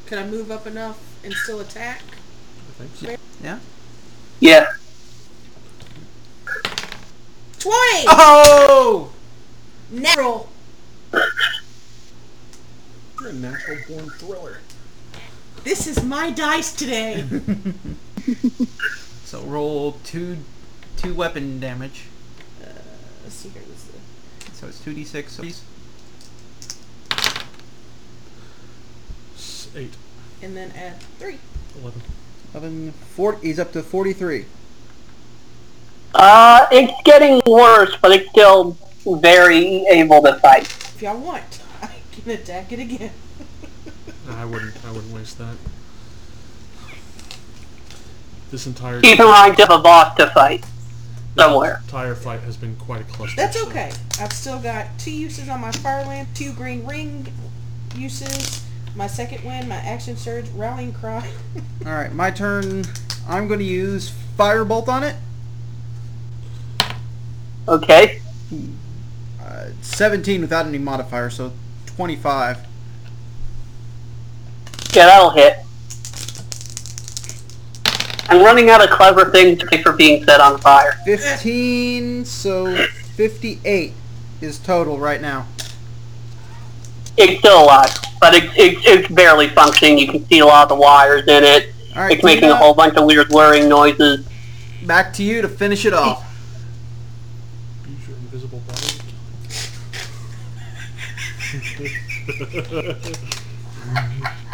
Speaker 6: can I move up enough and still attack?
Speaker 5: I think so.
Speaker 4: Yeah.
Speaker 6: 20!
Speaker 7: Oh!
Speaker 6: Natural!
Speaker 5: You're a natural born thriller.
Speaker 6: This is my dice today!
Speaker 7: So roll two, two weapon damage.
Speaker 6: Let's see here. This is
Speaker 7: So it's two d six. So
Speaker 5: S- Eight.
Speaker 6: the- and then add 3.
Speaker 5: Eleven.
Speaker 7: 11, 40, he's up to forty three.
Speaker 4: Uh, it's getting worse, but it's still very able to fight.
Speaker 6: If y'all want, *laughs* I can attack it again.
Speaker 5: No, I wouldn't. I wouldn't waste that. This entire
Speaker 4: Keep in mind, you have a boss to fight somewhere.
Speaker 5: entire fight has been quite a cluster.
Speaker 6: That's
Speaker 5: so-
Speaker 6: okay. I've still got two uses on my Fireland, two green ring uses, my second win, my action surge, rallying cry. *laughs*
Speaker 7: All right, my turn. I'm going to use firebolt on it.
Speaker 4: Okay.
Speaker 7: Uh, Seventeen without any modifier, so twenty five.
Speaker 4: Yeah, that'll hit. I'm running out of clever things to say for being set on fire.
Speaker 7: 15, so 58 is total right now.
Speaker 4: It's still alive, but it's, it's, it's barely functioning. You can see a lot of the wires in it.
Speaker 7: All right,
Speaker 4: It's making a
Speaker 7: Tina,
Speaker 4: whole bunch of weird whirring noises.
Speaker 7: back to you to finish it off.
Speaker 5: Use your invisible body.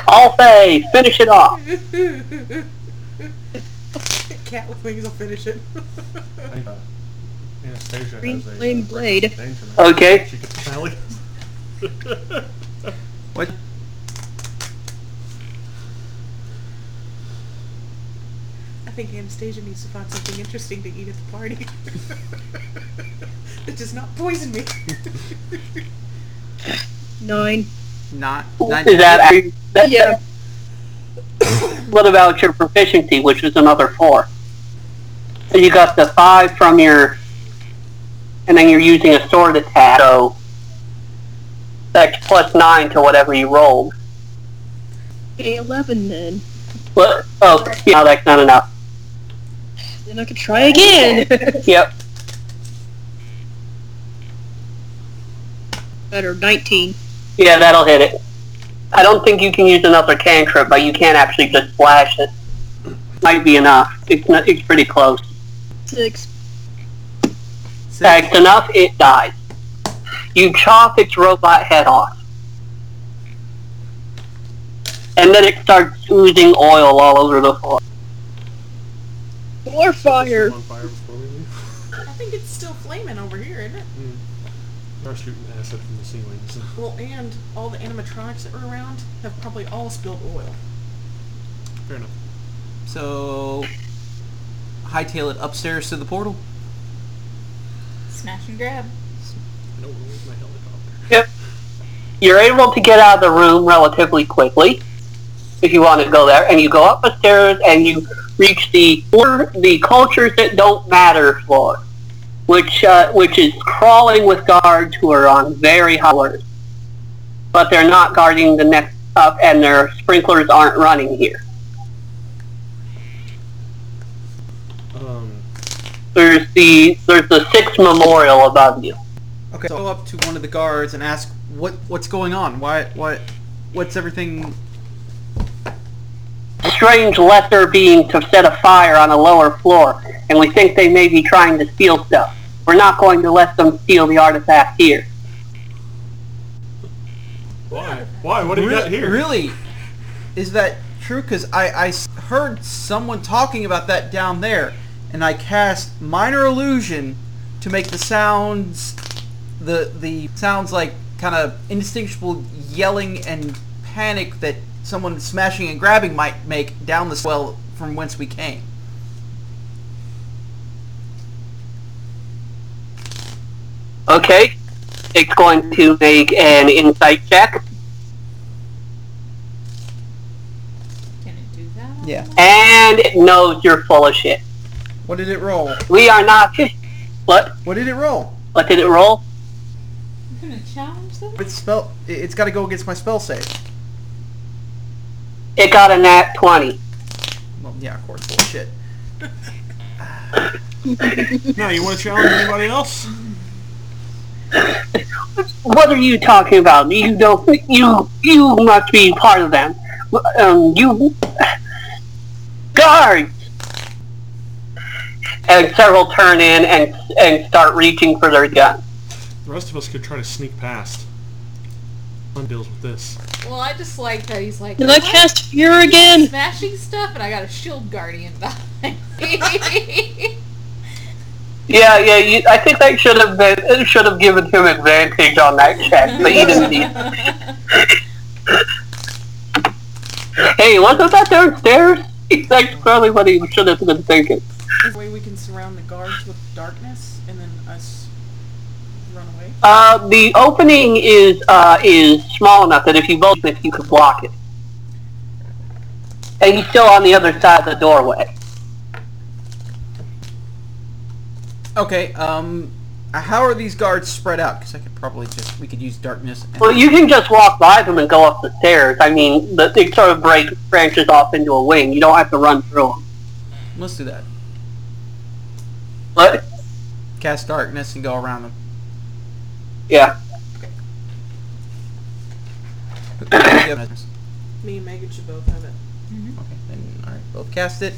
Speaker 4: I'll say, finish it off.
Speaker 6: Cat with wings will finish *laughs* it.
Speaker 5: Anastasia has
Speaker 9: Green
Speaker 5: a, uh,
Speaker 9: flame blade.
Speaker 5: danger knife.
Speaker 4: Okay.
Speaker 5: She could finally.
Speaker 7: What?
Speaker 6: I think Anastasia needs to find something interesting to eat at the party. *laughs* that does not poison me.
Speaker 9: Nine.
Speaker 7: Not.
Speaker 4: Is that, ac- that
Speaker 9: Yeah.
Speaker 4: What about your proficiency, which is another four? So you got the five from your, and then you're using a sword attack, so that's plus nine to whatever you rolled.
Speaker 9: Okay, eleven then.
Speaker 4: But, oh, yeah, that's not enough.
Speaker 9: Then I could try *laughs* again.
Speaker 4: Yep.
Speaker 9: Better. Nineteen.
Speaker 4: Yeah, that'll hit it. I don't think you can use another cantrip, but you can actually just flash it. Might be enough. It's, not, it's pretty close.
Speaker 9: Six.
Speaker 4: That's enough, it dies. You chop its robot head off. And then it starts oozing oil all over the floor.
Speaker 9: More fire.
Speaker 5: Still on fire before we leave.
Speaker 6: I think it's still flaming over here, isn't it?
Speaker 5: They're shooting acid from the ceiling. So.
Speaker 6: Well, and all the animatronics that were around have probably all spilled oil.
Speaker 5: Fair enough.
Speaker 7: So, hightail it upstairs to the portal.
Speaker 2: Smash and grab.
Speaker 5: I don't want to leave my helicopter.
Speaker 4: You're able to get out of the room relatively quickly if you want to go there, and you go up the stairs and you reach the floor, the cultures that don't matter floor, which uh, which is crawling with guards who are on very high alert, but they're not guarding the next up, and their sprinklers aren't running here.
Speaker 5: Um,
Speaker 4: There's the there's the six memorial above you.
Speaker 7: Okay. So go up to one of the guards and ask what what's going on. Why what what's everything?
Speaker 4: A strange lesser being to set a fire on a lower floor, and we think they may be trying to steal stuff. We're not going to let them steal the artifact here.
Speaker 5: why? Why? What do you got
Speaker 7: Re-
Speaker 5: here?
Speaker 7: Really? Is that true? Because I I s- heard someone talking about that down there, and I cast minor illusion to make the sounds the the sounds like kind of indistinguishable yelling and panic that someone smashing and grabbing might make down the swell from whence we came.
Speaker 4: Okay, it's going to make an insight check,
Speaker 2: Can it do that?
Speaker 7: Yeah.
Speaker 4: and it knows you're full of shit.
Speaker 7: What did it roll?
Speaker 4: We are not. What?
Speaker 7: What did it roll?
Speaker 4: What did it roll?
Speaker 2: You're gonna challenge them?
Speaker 7: It's spell. it- It's got to go against my spell save.
Speaker 4: It got a nat twenty.
Speaker 7: Well, yeah, of course, bullshit.
Speaker 5: Now, you want to challenge anybody else?
Speaker 4: What are you talking about? You don't. You you must be part of them. Um, you guard. And several turn in and and start reaching for their guns.
Speaker 5: The rest of us could try to sneak past. One deals with this.
Speaker 2: Well, I just like that he's like,
Speaker 9: Did I
Speaker 2: "I'm
Speaker 9: cast fear again?
Speaker 2: smashing stuff and I got a shield guardian
Speaker 9: *laughs*
Speaker 2: behind me.
Speaker 4: Yeah, yeah. You, I think that should have been it should have given him advantage on that check, but he didn't need. it. hey, wasn't that downstairs? *laughs* That's probably what he should have been thinking.
Speaker 6: Is there a way we can surround the guards with darkness and then us run away?
Speaker 4: Uh, the opening is uh, is small enough that if you both it, you could block it. And he's still on the other side of the doorway.
Speaker 7: Okay. Um, uh, how are these guards spread out? Because I could probably just we could use darkness. And
Speaker 4: Well, you can just walk by them and go up the stairs. I mean, the, they sort of break branches off into a wing. You don't have to run through them.
Speaker 7: Let's do that.
Speaker 4: But
Speaker 7: Cast darkness and go around
Speaker 4: *coughs*
Speaker 7: them.
Speaker 4: yeah,
Speaker 7: okay, then
Speaker 6: Me and Megan should both have it.
Speaker 7: all right, both cast it.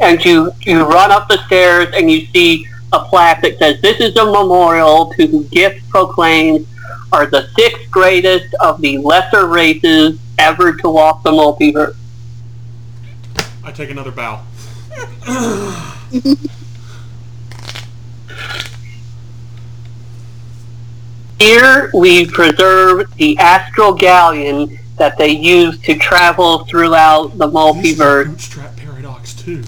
Speaker 4: and you you run up the stairs and you see a plaque that says, "This is a memorial to who gifts proclaimed are the six greatest of the lesser races ever to walk the multiverse."
Speaker 5: I take another bow.
Speaker 4: Here we preserve the astral galleon that they use to travel throughout the
Speaker 5: This is a
Speaker 4: multiverse.
Speaker 5: bootstrap paradox too.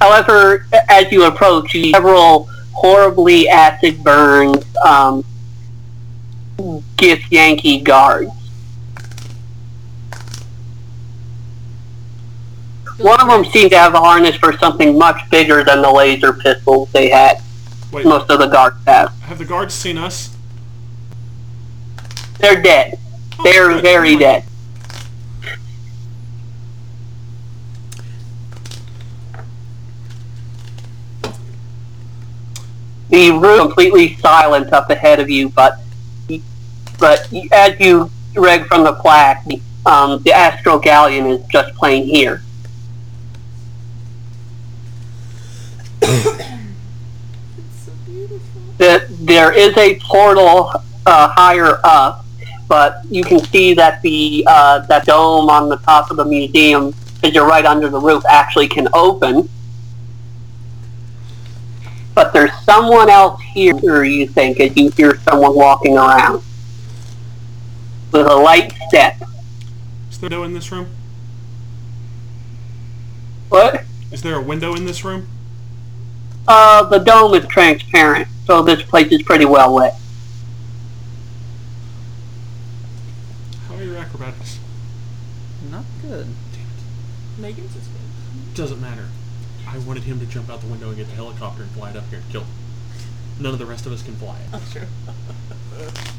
Speaker 4: However, as you approach, you see several horribly acid burns um, Gith Yankee guards. One of them seemed to have a harness for something much bigger than the laser pistols they had.
Speaker 5: Wait,
Speaker 4: Most of the guards have.
Speaker 5: have the guards seen us?
Speaker 4: They're dead. They're very dead. The room is completely silent up ahead of you, but but as you read from the plaque, the, um, the astral galleon is just plain here. that there is a portal uh, higher up, but you can see that the uh, that dome on the top of the museum, because you're right under the roof, actually can open. But there's someone else here, you think, as you hear someone walking around with a light step.
Speaker 5: Is there a window in this room?
Speaker 4: What?
Speaker 5: Is there a window in this room?
Speaker 4: Uh, the dome is transparent, so this place is pretty well lit.
Speaker 5: How are your acrobatics?
Speaker 7: Not good.
Speaker 6: Megan's is good.
Speaker 5: Doesn't matter. I wanted him to jump out the window and get the helicopter and fly it up here and kill him. None of the rest of us can fly it.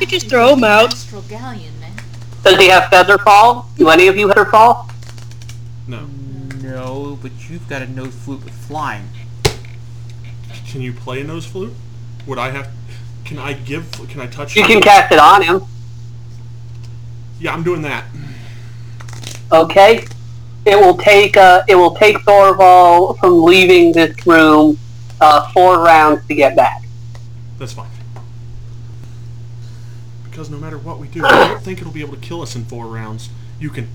Speaker 9: You just throw them out.
Speaker 2: Astral galleon, man.
Speaker 4: Does he have feather fall? Do any of you feather fall?
Speaker 5: No.
Speaker 7: No, but you've got a nose flute with flying.
Speaker 5: Can you play a nose flute? Would I have? Can I give? Can I touch?
Speaker 4: You can cast it on him.
Speaker 5: Yeah, I'm doing that.
Speaker 4: Okay. It will take uh, it will take Thorval from leaving this room uh, four rounds to get back.
Speaker 5: That's fine. Because no matter what we do, I don't think it'll be able to kill us in four rounds. You can.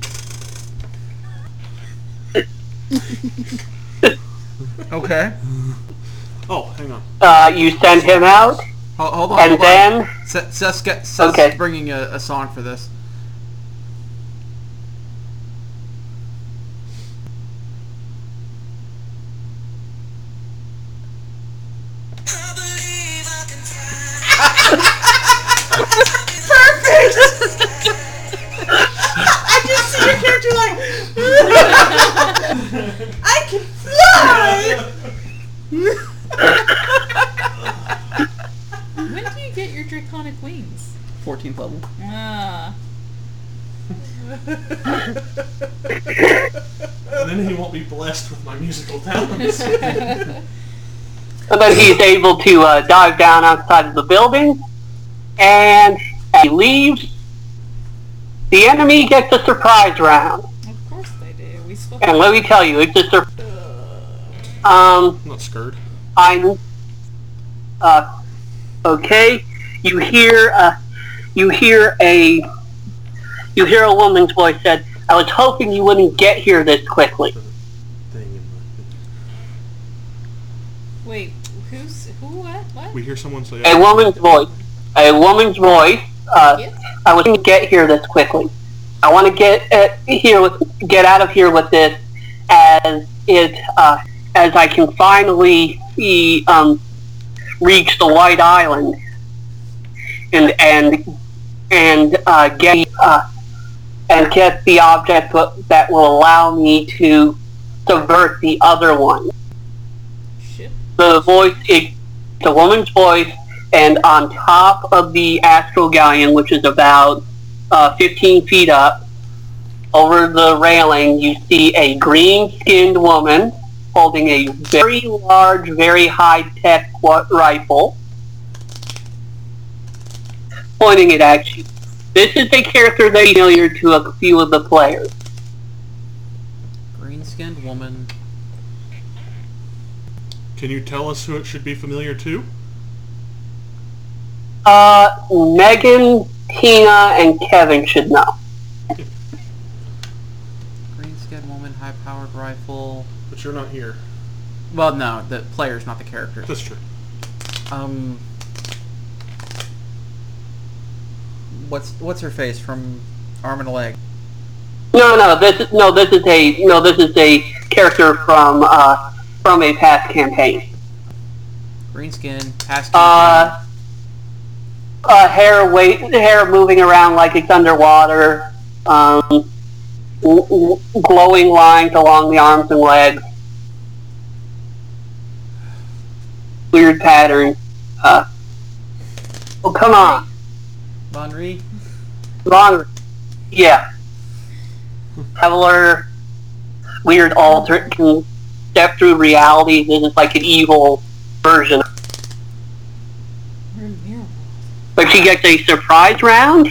Speaker 7: Okay.
Speaker 5: Oh, hang on.
Speaker 4: Uh, you send him out,
Speaker 7: Hold, hold on.
Speaker 4: and
Speaker 7: hold on.
Speaker 4: then
Speaker 7: Se- Seth's, got- Seth's
Speaker 4: Okay.
Speaker 7: bringing a, a song for this.
Speaker 3: 14th level.
Speaker 2: Ah.
Speaker 5: And then he won't be blessed with my musical *laughs* talents.
Speaker 4: And then he's able to uh, dive down outside of the building. And as he leaves, the enemy gets a surprise round.
Speaker 2: Of course they do. We still
Speaker 4: And let me tell you, it's a sur- Um,
Speaker 5: I'm not scared.
Speaker 4: I'm... Uh, okay. You hear, uh, you hear a... You hear a woman's voice said, I was hoping you wouldn't get here this quickly.
Speaker 5: Thing in my-
Speaker 2: wait. Who's who? What? What?
Speaker 5: We hear someone say,
Speaker 4: A woman's voice. A woman's voice. Uh,
Speaker 2: Yes.
Speaker 4: I was going to get here this quickly. I want to get uh, here with get out of here with this as it uh, as I can finally e- um, reach the White Island and and and uh, get uh, and get the object wha- that will allow me to subvert the other one
Speaker 2: Ship.
Speaker 4: the voice is the woman's voice, and on top of the astral galleon, which is about uh, 15 feet up, over the railing, you see a green-skinned woman holding a very large, very high-tech wa- rifle, pointing it at you. This is a character that's familiar to a few of the players.
Speaker 7: Green-skinned woman.
Speaker 5: Can you tell us who it should be familiar to?
Speaker 4: Uh, Megan, Tina, and Kevin should know.
Speaker 7: Green-skinned woman, high-powered rifle.
Speaker 5: But you're not here.
Speaker 7: Well, no, the player's not the character.
Speaker 5: That's true.
Speaker 7: Um, what's what's her face from Arm and a Leg?
Speaker 4: No, no, this is no, this is a no, this is a character from uh, from a past campaign.
Speaker 7: Green skin, past.
Speaker 4: Uh, uh, hair weight, hair moving around like it's underwater. Um, w- w- glowing lines along the arms and legs. Weird pattern. Uh, oh come on,
Speaker 7: Bonry.
Speaker 4: longer. Yeah, traveler. Weird alter can step through reality. This is like an evil version
Speaker 2: We're in the mirror.
Speaker 4: but she gets a surprise round,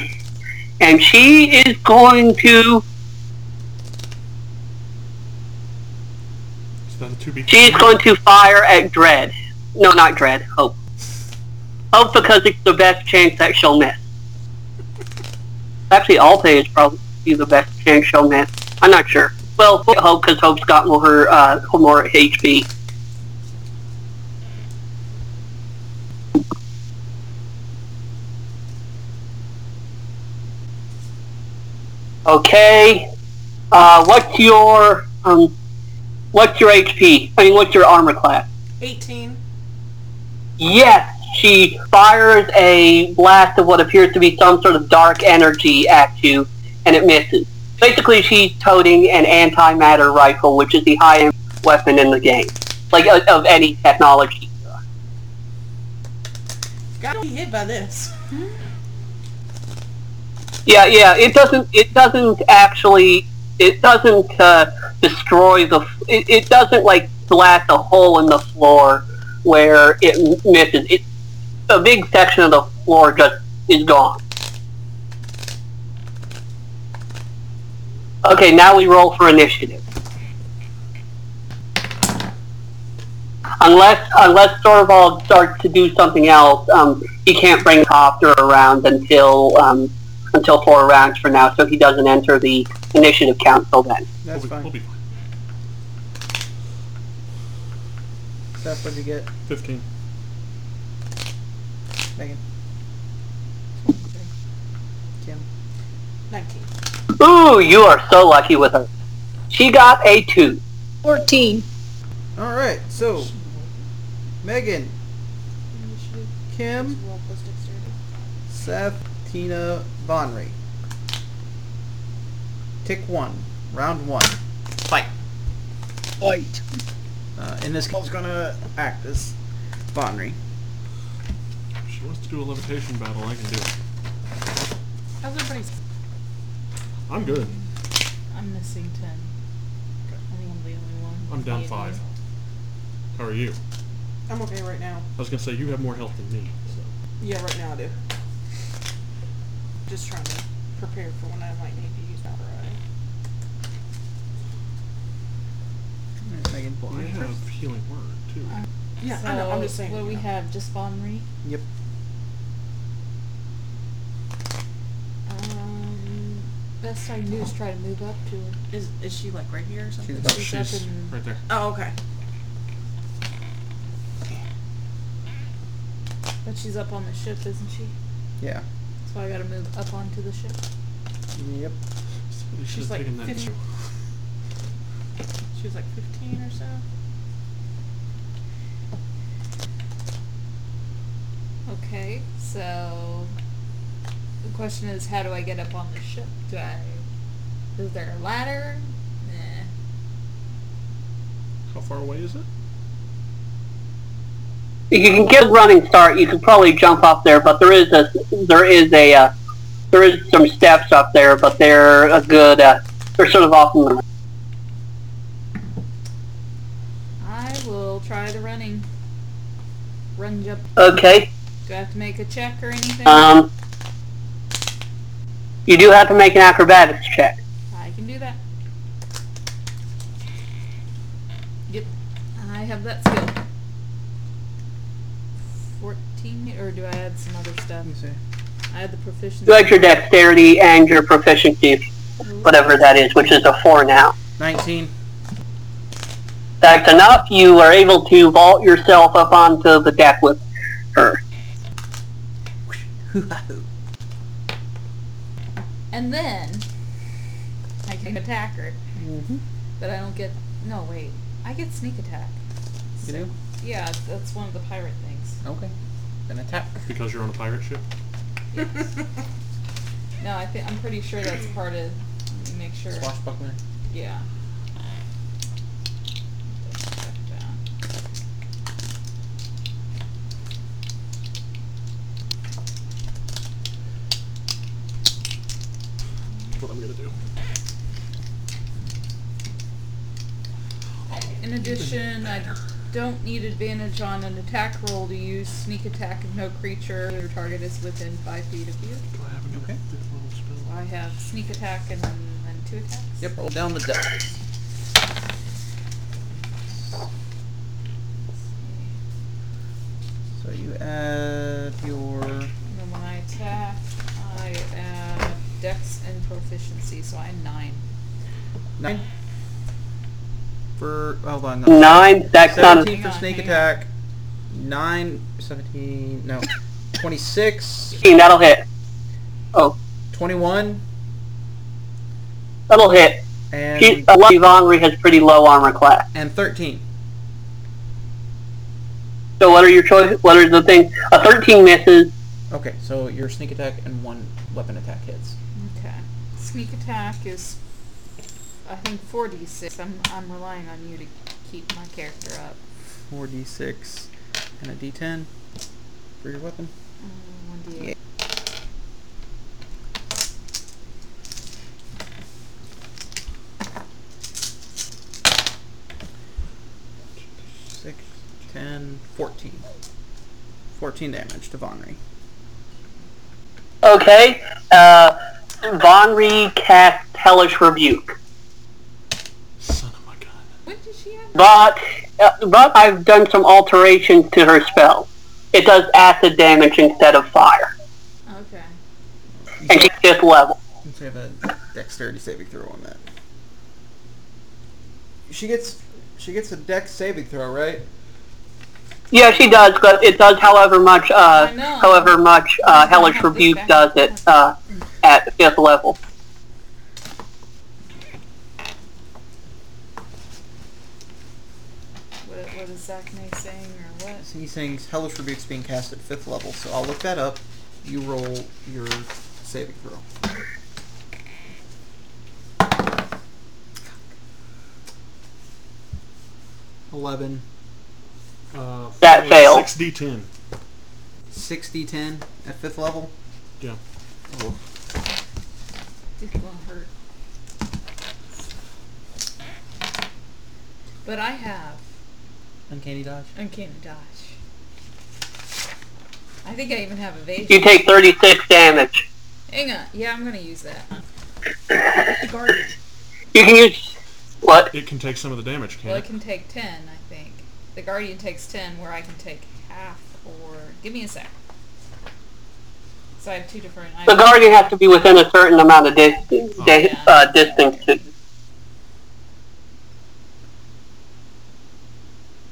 Speaker 4: and she is going to
Speaker 5: Is that a to be
Speaker 4: she is going to fire at Dread. No, not Dread. Hope. Hope because it's the best chance that she'll miss. Actually, Alte is probably the best chance she'll miss. I'm not sure. Well, Hope because Hope's got more uh, more HP. Okay. Uh, what's your um, what's your HP? I mean, what's your armor class?
Speaker 6: 18.
Speaker 4: Yes, she fires a blast of what appears to be some sort of dark energy at you, and it misses. Basically, she's toting an antimatter rifle, which is the highest weapon in the game, like of, of any technology.
Speaker 6: Gotta be hit by this.
Speaker 4: Yeah, yeah. It doesn't. It doesn't actually. It doesn't uh, destroy the. It, it doesn't like blast a hole in the floor where it m- misses. It a big section of the floor just is gone. Okay, now we roll for initiative. Unless unless Storvald starts to do something else, um, he can't bring Copter around until um, until four rounds for now, so he doesn't enter the initiative count till then.
Speaker 5: we'll
Speaker 7: That's
Speaker 5: be, we'll
Speaker 7: fine.
Speaker 5: be fine.
Speaker 7: That's what you get,
Speaker 5: 15.
Speaker 7: Megan. Kim.
Speaker 6: 19.
Speaker 4: Ooh, you are so lucky with her. She got a two.
Speaker 9: 14.
Speaker 7: All right, so Megan,
Speaker 6: Initiative.
Speaker 7: Kim,
Speaker 6: Roll plus dexterity.
Speaker 7: Seth, Tina, Bonry. Tick one, round one. Fight.
Speaker 9: White.
Speaker 7: Uh, in this case, gonna act as Bonry.
Speaker 5: If she wants to do a levitation battle, I can do it.
Speaker 2: Everybody's.
Speaker 5: I'm good.
Speaker 2: I'm missing ten. I think I'm the only one.
Speaker 5: I'm down
Speaker 2: Yeah.
Speaker 5: five. How are you?
Speaker 6: I'm okay right now.
Speaker 5: I was gonna say you have more health than me. So.
Speaker 6: Yeah, right now I do. Just trying to prepare for when I might need to use my variety.
Speaker 7: Megan
Speaker 5: I
Speaker 7: blind.
Speaker 5: have healing word too.
Speaker 2: Uh,
Speaker 6: Yeah, I know. I'm just
Speaker 2: So,
Speaker 6: saying.
Speaker 2: What do we
Speaker 6: you know.
Speaker 2: have? Just Von Marie?
Speaker 7: Yep.
Speaker 2: Um, best I knew is try to move up to her.
Speaker 6: Is, is she like right here or something?
Speaker 4: Oh,
Speaker 7: She's about
Speaker 2: She's up
Speaker 5: She's
Speaker 2: in-
Speaker 5: right there.
Speaker 6: Oh, okay.
Speaker 2: But she's up on the ship, isn't she?
Speaker 7: Yeah.
Speaker 2: So I gotta move up onto the ship.
Speaker 7: Yep.
Speaker 5: You should have
Speaker 6: like
Speaker 5: taken that
Speaker 6: 50.
Speaker 5: too.
Speaker 6: She was like 15 *laughs* or so.
Speaker 2: Okay, so the question is, how do I get up on the ship? Do I? Is there a ladder? Nah.
Speaker 5: How far away is it?
Speaker 4: If you can get a running start, you could probably jump up there, but there is a there is a uh, there is some steps up there, but they're a good uh, they're sort of off. in the-
Speaker 2: I will try the running. Run jump.
Speaker 4: Okay,
Speaker 2: Do I have to make a check or anything?
Speaker 4: um, you do have to make an acrobatics check.
Speaker 2: I can do that. Yep, I have that skill. 14, or do I add some other stuff?
Speaker 7: Let me see.
Speaker 2: I add the proficiency.
Speaker 4: You add your dexterity and your proficiency, whatever that is, which is a four now.
Speaker 7: 19.
Speaker 4: That's enough. You are able to vault yourself up onto the deck with her.
Speaker 2: And then I Mm-hmm. can attack her. But I don't get. No, wait. I get sneak attack.
Speaker 7: You do?
Speaker 2: Yeah, that's one of the pirate things.
Speaker 7: Okay. Then attack.
Speaker 5: Because you're on a pirate ship.
Speaker 2: No, I think I'm pretty sure that's part of. Let me make sure.
Speaker 7: Swashbuckler.
Speaker 2: Yeah.
Speaker 5: That's what I'm gonna do.
Speaker 2: In addition, I don't need advantage on an attack roll to use sneak attack if no creature or target is within five feet of you.
Speaker 5: Do I have another
Speaker 7: Okay.
Speaker 5: fifth level spell?
Speaker 2: I have sneak attack and then two attacks.
Speaker 7: Yep, roll down the deck. So you add your.
Speaker 2: And then when I attack, I add dex and proficiency, so I'm nine.
Speaker 7: 9. For. Hold on. No.
Speaker 4: Nine. That's not. A,
Speaker 7: 17 for sneak attack. 9. 17. No. 26.
Speaker 4: 16, that'll hit. Oh,
Speaker 7: 21.
Speaker 4: that'll hit. She,
Speaker 7: And,
Speaker 4: uh, Yvonne has pretty low armor class.
Speaker 7: and 13.
Speaker 4: So what are your choices? What are the things? A 13 misses.
Speaker 7: Okay, so your sneak attack and one weapon attack hits.
Speaker 2: Okay. Sneak attack is, I think, 46. I'm, I'm relying on you to keep my character up.
Speaker 7: 4d6 and a d10 for your weapon.
Speaker 2: Mm, 1d8.
Speaker 7: Yeah. Six, ten, fourteen. Fourteen damage to Vonry.
Speaker 4: Okay. Uh, Vonri cast Hellish Rebuke.
Speaker 5: Son of a gun.
Speaker 2: When did she have?
Speaker 4: But, uh, but I've done some alterations to her spell. It does acid damage instead of fire.
Speaker 2: Okay.
Speaker 4: And she's fifth level.
Speaker 7: And So you have a dexterity saving throw on that. She gets she gets a dex saving throw, right?
Speaker 4: Yeah, she does, but it does however much,
Speaker 2: I
Speaker 4: uh,
Speaker 2: know.
Speaker 4: however much uh, Hellish
Speaker 2: have to
Speaker 4: Rebuke
Speaker 2: back
Speaker 4: does it uh, at fifth level.
Speaker 2: What, what is Zach May saying or what?
Speaker 7: So he's saying Hellish Rebuke's being cast at fifth level, so I'll look that up. You roll your saving throw. Eleven.
Speaker 5: Uh,
Speaker 4: That failed.
Speaker 5: Six D10.
Speaker 7: 60 10 at fifth level.
Speaker 5: Yeah.
Speaker 7: Oh.
Speaker 2: Didn't want to hurt. But I have
Speaker 7: Uncanny dodge.
Speaker 2: uncanny dodge. I think I even have evasion.
Speaker 4: You take 36 damage.
Speaker 2: Hang on. Yeah, I'm gonna use that.
Speaker 6: The guardian.
Speaker 4: You can use what?
Speaker 5: It can take some of the damage,
Speaker 2: Well, it can
Speaker 5: can't it?
Speaker 2: take ten, I think. The guardian takes ten, where I can take half. Or give me a sec. So I have two different.
Speaker 4: The
Speaker 2: items.
Speaker 4: guardian has to be within a certain amount of dis- di-
Speaker 2: Oh, Yeah.
Speaker 4: uh, distance. To-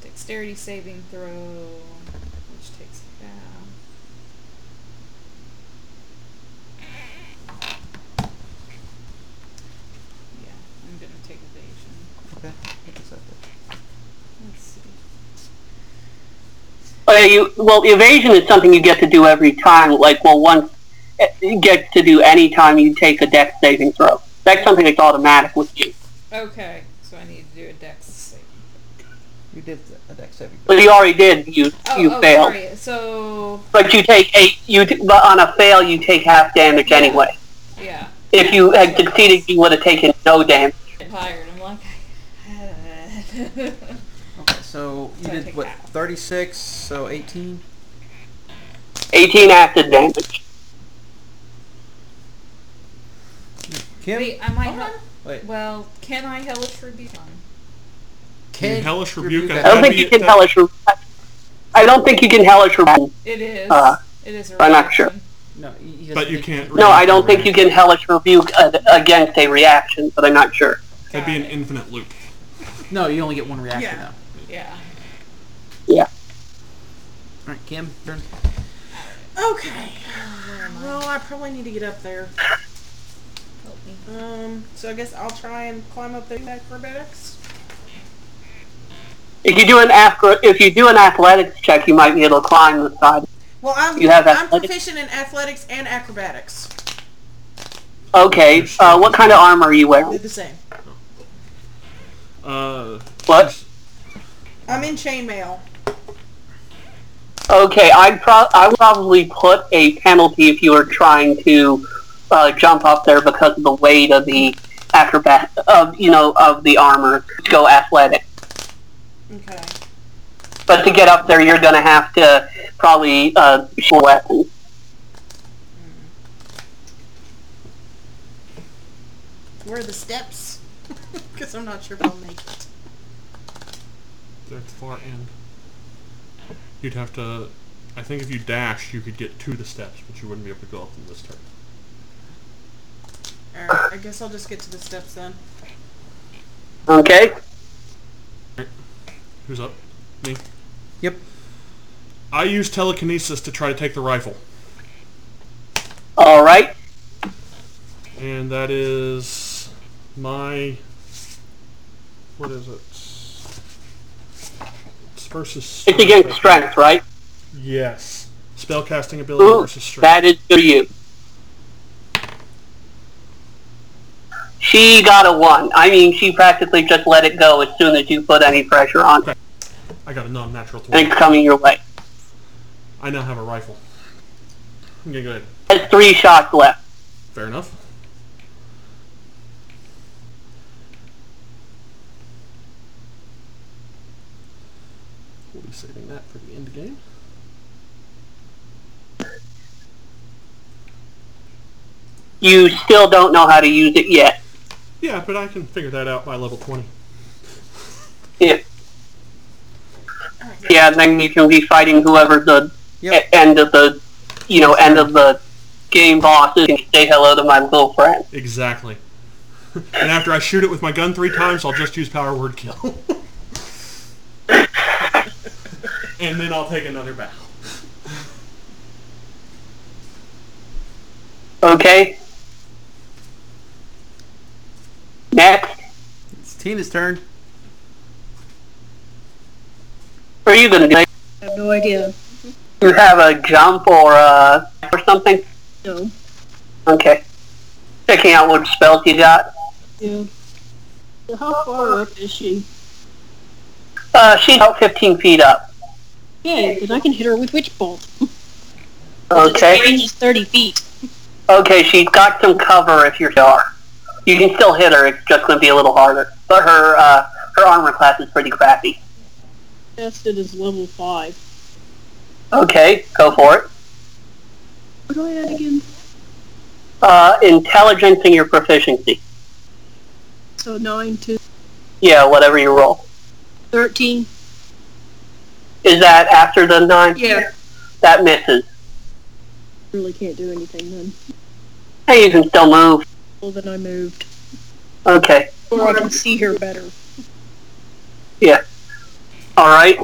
Speaker 2: Dexterity saving throw, which takes half. Yeah, I'm gonna take evasion.
Speaker 7: Okay. I guess that's it.
Speaker 2: Let's see.
Speaker 4: Okay, oh, you, well, evasion is something you get to do every time. Like, well, once eh, you get to do any time you take a dex saving throw. That's something that's automatic with you.
Speaker 2: Okay, so I need to do a dex saving.
Speaker 7: You did a dex saving.
Speaker 4: But you already did. You
Speaker 2: Oh,
Speaker 4: you
Speaker 2: oh
Speaker 4: failed.
Speaker 2: sorry. So
Speaker 4: But you take eight. You t- but on a fail, you take half damage anyway.
Speaker 2: yeah,
Speaker 4: If you had succeeded, you would have taken no damage.
Speaker 2: I'm tired. I'm like. *laughs*
Speaker 7: Okay, so you
Speaker 2: So I
Speaker 7: did
Speaker 2: take
Speaker 7: what?
Speaker 2: half.
Speaker 7: 36, so 18?
Speaker 4: 18 acid damage.
Speaker 7: Kim?
Speaker 2: Wait, I might not.
Speaker 7: Wait.
Speaker 2: Well, can I hellish rebuke on?
Speaker 7: Can
Speaker 5: Hellish
Speaker 7: rebuke
Speaker 5: Rebuke, I
Speaker 7: that.
Speaker 4: I don't think
Speaker 5: That'd
Speaker 4: you
Speaker 5: be-
Speaker 4: can hellish. Re- I don't think you can hellish. Re-
Speaker 2: It is.
Speaker 4: Uh,
Speaker 2: it is. A
Speaker 4: I'm not sure.
Speaker 2: reaction.
Speaker 7: No, he- he doesn't
Speaker 5: But you
Speaker 7: think-
Speaker 5: can't.
Speaker 4: no, I don't think
Speaker 5: react.
Speaker 4: you can hellish rebuke a- against a reaction, but I'm not sure.
Speaker 5: That'd be an infinite loop.
Speaker 7: No, you only get one reaction
Speaker 6: Yeah.
Speaker 7: though.
Speaker 2: Yeah.
Speaker 7: Alright, Kim, turn.
Speaker 6: Okay. Well, Oh, I probably need to get up there.
Speaker 2: Help me.
Speaker 6: Um, so I guess I'll try and climb up there with acrobatics.
Speaker 4: If you do an acro- if you do an athletics check, you might be able to climb the side.
Speaker 6: Well, I'm
Speaker 4: You have
Speaker 6: I'm
Speaker 4: athletics?
Speaker 6: proficient in athletics and acrobatics.
Speaker 4: Okay. Uh, what kind of armor are you
Speaker 6: They're
Speaker 4: wearing?
Speaker 6: the same.
Speaker 5: Uh,
Speaker 4: What?
Speaker 6: I'm in chainmail.
Speaker 4: Okay, I'd pro- I would probably put a penalty if you were trying to uh, jump up there because of the weight of the acrobat of you know of the armor. Go athletic,
Speaker 6: Okay.
Speaker 4: but to get up there, you're going to have to probably uh, shoot a weapon.
Speaker 6: Where are the steps? *laughs* Because I'm not sure if I'll make it.
Speaker 5: they're at the far end. You'd have to. I think if you dashed, you could get to the steps, but you wouldn't be able to go up them this turn.
Speaker 6: Alright, I guess I'll just get to the steps then.
Speaker 4: Okay.
Speaker 5: Who's up? Me.
Speaker 7: Yep.
Speaker 5: I use telekinesis to try to take the rifle,
Speaker 4: All right.
Speaker 5: and that is my. What is it? It's versus.
Speaker 4: It's against strength, right?
Speaker 5: Yes. Spellcasting ability
Speaker 4: Ooh,
Speaker 5: versus strength.
Speaker 4: that is for you. She got a one. I mean, she practically just let it go as soon as you put any pressure on, it,
Speaker 5: I got a non-natural
Speaker 4: and it's
Speaker 5: 20.
Speaker 4: coming your way.
Speaker 5: I now have a rifle. I'm gonna go ahead.
Speaker 4: Has three shots left.
Speaker 5: Fair enough. We'll be saving that for the end game.
Speaker 4: You still don't know how to use it yet.
Speaker 5: Yeah, but I can figure that out by level 20.
Speaker 4: Yeah. Yeah, then you can be fighting whoever the
Speaker 7: Yep.
Speaker 4: e- end of the, you know, end of the game boss is. Can you say hello to my little friend?
Speaker 5: Exactly. and after I shoot it with my gun three times, I'll just use power word kill. and then I'll take another bow.
Speaker 4: Okay. Next,
Speaker 7: It's Tina's turn.
Speaker 4: what are you gonna do?
Speaker 9: I have no idea.
Speaker 4: You have a jump or a or something?
Speaker 9: No.
Speaker 4: Okay. Checking out what spells you got.
Speaker 9: Yeah. How far up is she?
Speaker 4: Uh, she's about 15 feet up.
Speaker 9: Yeah, then I can hit her with Witch Bolt.
Speaker 4: Okay.
Speaker 9: range is 30 feet.
Speaker 4: Okay, she's got some cover if you're are. You can still hit her. It's just going to be a little harder. But her uh, her armor class is pretty crappy.
Speaker 9: Tested as level 5.
Speaker 4: Okay, go for it.
Speaker 9: What do I add again?
Speaker 4: Uh, intelligence and your proficiency.
Speaker 9: So 9 to
Speaker 4: Yeah, whatever you roll.
Speaker 9: 13.
Speaker 4: Is that after the nine?
Speaker 9: Yeah.
Speaker 4: That misses.
Speaker 9: Really can't do anything then.
Speaker 4: Hey, you can still move.
Speaker 9: Well, then I moved.
Speaker 4: Okay.
Speaker 9: Or I can see her better.
Speaker 4: All right.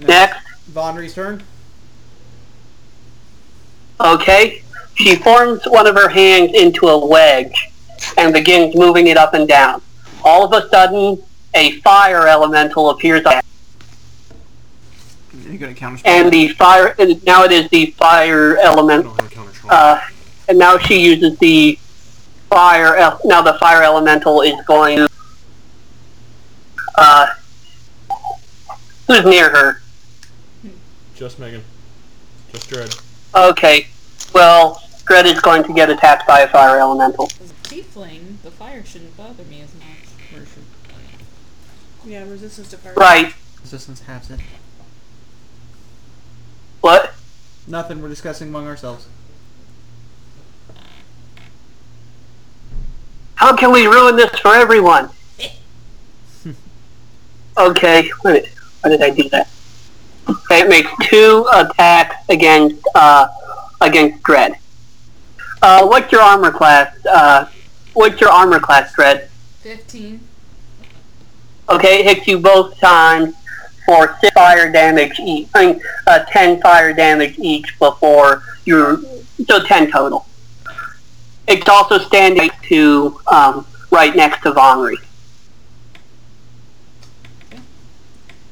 Speaker 4: Next.
Speaker 7: Vonry's turn.
Speaker 4: Okay. She forms one of her hands into a wedge and begins moving it up and down. All of a sudden, a fire elemental appears, on-
Speaker 7: You're gonna counter.
Speaker 4: and the fire and now it is the fire
Speaker 5: I
Speaker 4: element.
Speaker 5: don't have counter charm.
Speaker 4: Uh, and now she uses the fire. el- Now the fire elemental is going. to, Uh, who's near her?
Speaker 5: Just Megan. Just Dread.
Speaker 4: Okay. Well, Dread is going to get attacked by a fire elemental.
Speaker 2: As a tiefling, the fire shouldn't bother me as much.
Speaker 6: Yeah, resistance to fire.
Speaker 4: Right.
Speaker 7: Resistance halves it.
Speaker 4: What?
Speaker 7: Nothing. We're discussing among ourselves.
Speaker 4: How can we ruin this for everyone? okay, wait. Why did I do that? Okay, it makes two attacks against uh, against Dread. Uh, what's your armor class? Uh, what's your armor class, Dread?
Speaker 2: 15.
Speaker 4: Okay, it hits you both times for six fire damage each. I mean, uh, ten fire damage each before your so ten total. It's also standing to um, right next to Vonri.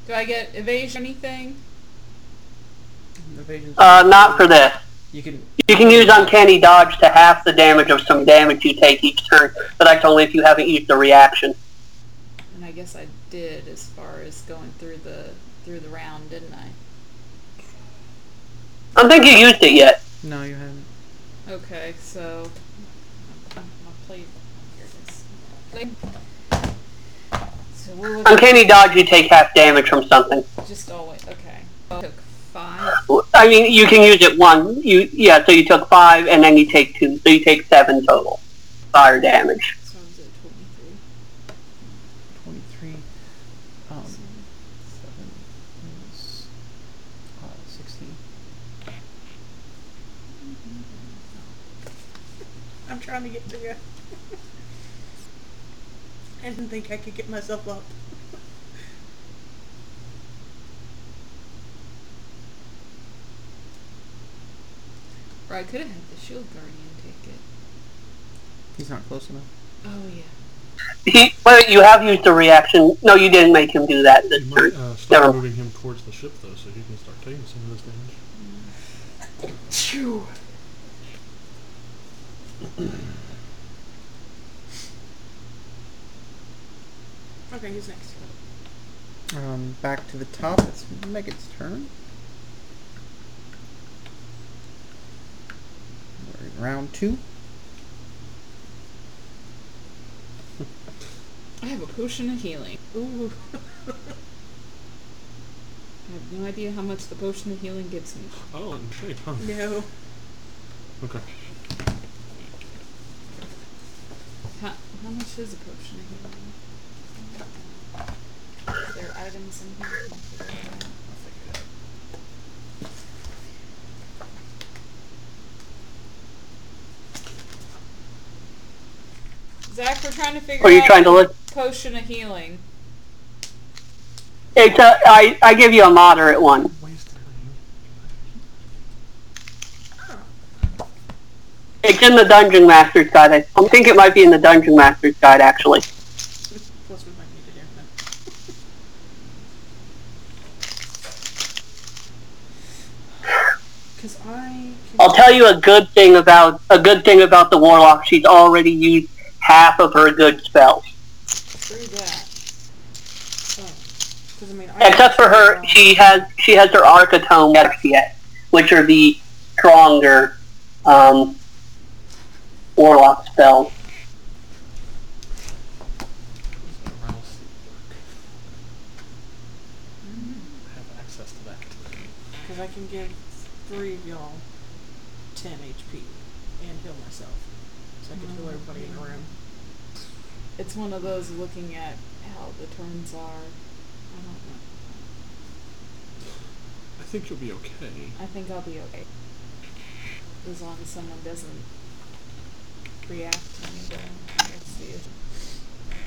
Speaker 2: Do I get evasion or anything?
Speaker 7: Evasion.
Speaker 4: Uh, not for this.
Speaker 7: You can.
Speaker 4: You can use uncanny dodge to half the damage of some damage you take each turn, but that's only if you haven't used the reaction.
Speaker 2: And I guess I did as far as going through the through the round, didn't I?
Speaker 4: I don't think you used it yet.
Speaker 7: No, you haven't.
Speaker 2: Okay, so my plate here it is. So we will
Speaker 4: Uncanny dodge, you take half damage from something.
Speaker 2: just always okay. Took five.
Speaker 4: I mean, you can use it one. You yeah, so you took five, and then you take two, so you take seven total fire damage.
Speaker 2: So I was at twenty-three.
Speaker 7: Twenty-three. Um, seven is uh, sixteen.
Speaker 6: I'm trying to get to you. *laughs* I didn't think I could get myself up.
Speaker 2: Or I could have had the shield guardian take it.
Speaker 7: He's not close enough.
Speaker 2: Oh yeah.
Speaker 4: He, well, you have used the reaction. No, you didn't make him do that
Speaker 5: You
Speaker 4: this
Speaker 5: might
Speaker 4: turn.
Speaker 5: uh, start
Speaker 4: Never.
Speaker 5: moving him towards the ship, though, so he can start taking some of this damage.
Speaker 2: Chew.
Speaker 6: Okay, who's next?
Speaker 7: Um, back to the top. It's Megan's turn. We're in round two.
Speaker 2: I have a potion of healing.
Speaker 6: Ooh.
Speaker 2: I have no idea how much the potion of healing gives me.
Speaker 5: Oh, in shape, huh?
Speaker 6: *laughs* no.
Speaker 5: Okay.
Speaker 2: How, how much is a potion of healing? Are there items in here? Zach, we're trying to figure
Speaker 4: Are you
Speaker 2: out
Speaker 4: trying to look?
Speaker 2: potion of healing.
Speaker 4: It's a, I, I give you a moderate one. It's in the Dungeon Master's Guide. I I think it might be in the Dungeon Master's Guide, actually.
Speaker 6: Plus, we might need to do that. *sighs* Because I can.
Speaker 4: I'll tell you a good thing about a good thing about the Warlock. She's already used half of her good spells.
Speaker 2: Through that.
Speaker 6: Because Oh, I mean, I
Speaker 4: Except for her, she has she has her Arcatome yet, which are the stronger um, warlock spells.
Speaker 5: Have access to that.
Speaker 6: Because I can give three of y'all 10 HP and heal myself. So I can heal everybody in the room.
Speaker 2: It's one of those looking at how the turns are. I don't
Speaker 5: I think you'll be okay.
Speaker 2: know. I think I'll be okay. As long as someone doesn't react to me, then that's the issue.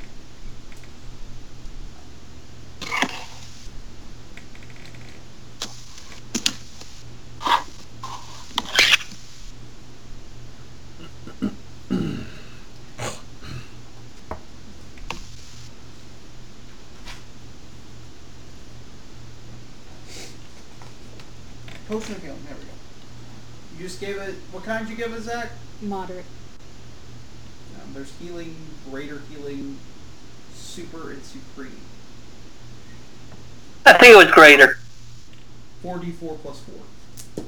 Speaker 7: Potion of healing. There we go. You just gave it. What kind did you give it, Zach?
Speaker 2: Moderate.
Speaker 7: Um, there's healing, greater healing, super, and supreme.
Speaker 4: I think it was greater.
Speaker 7: 4d4 plus 4.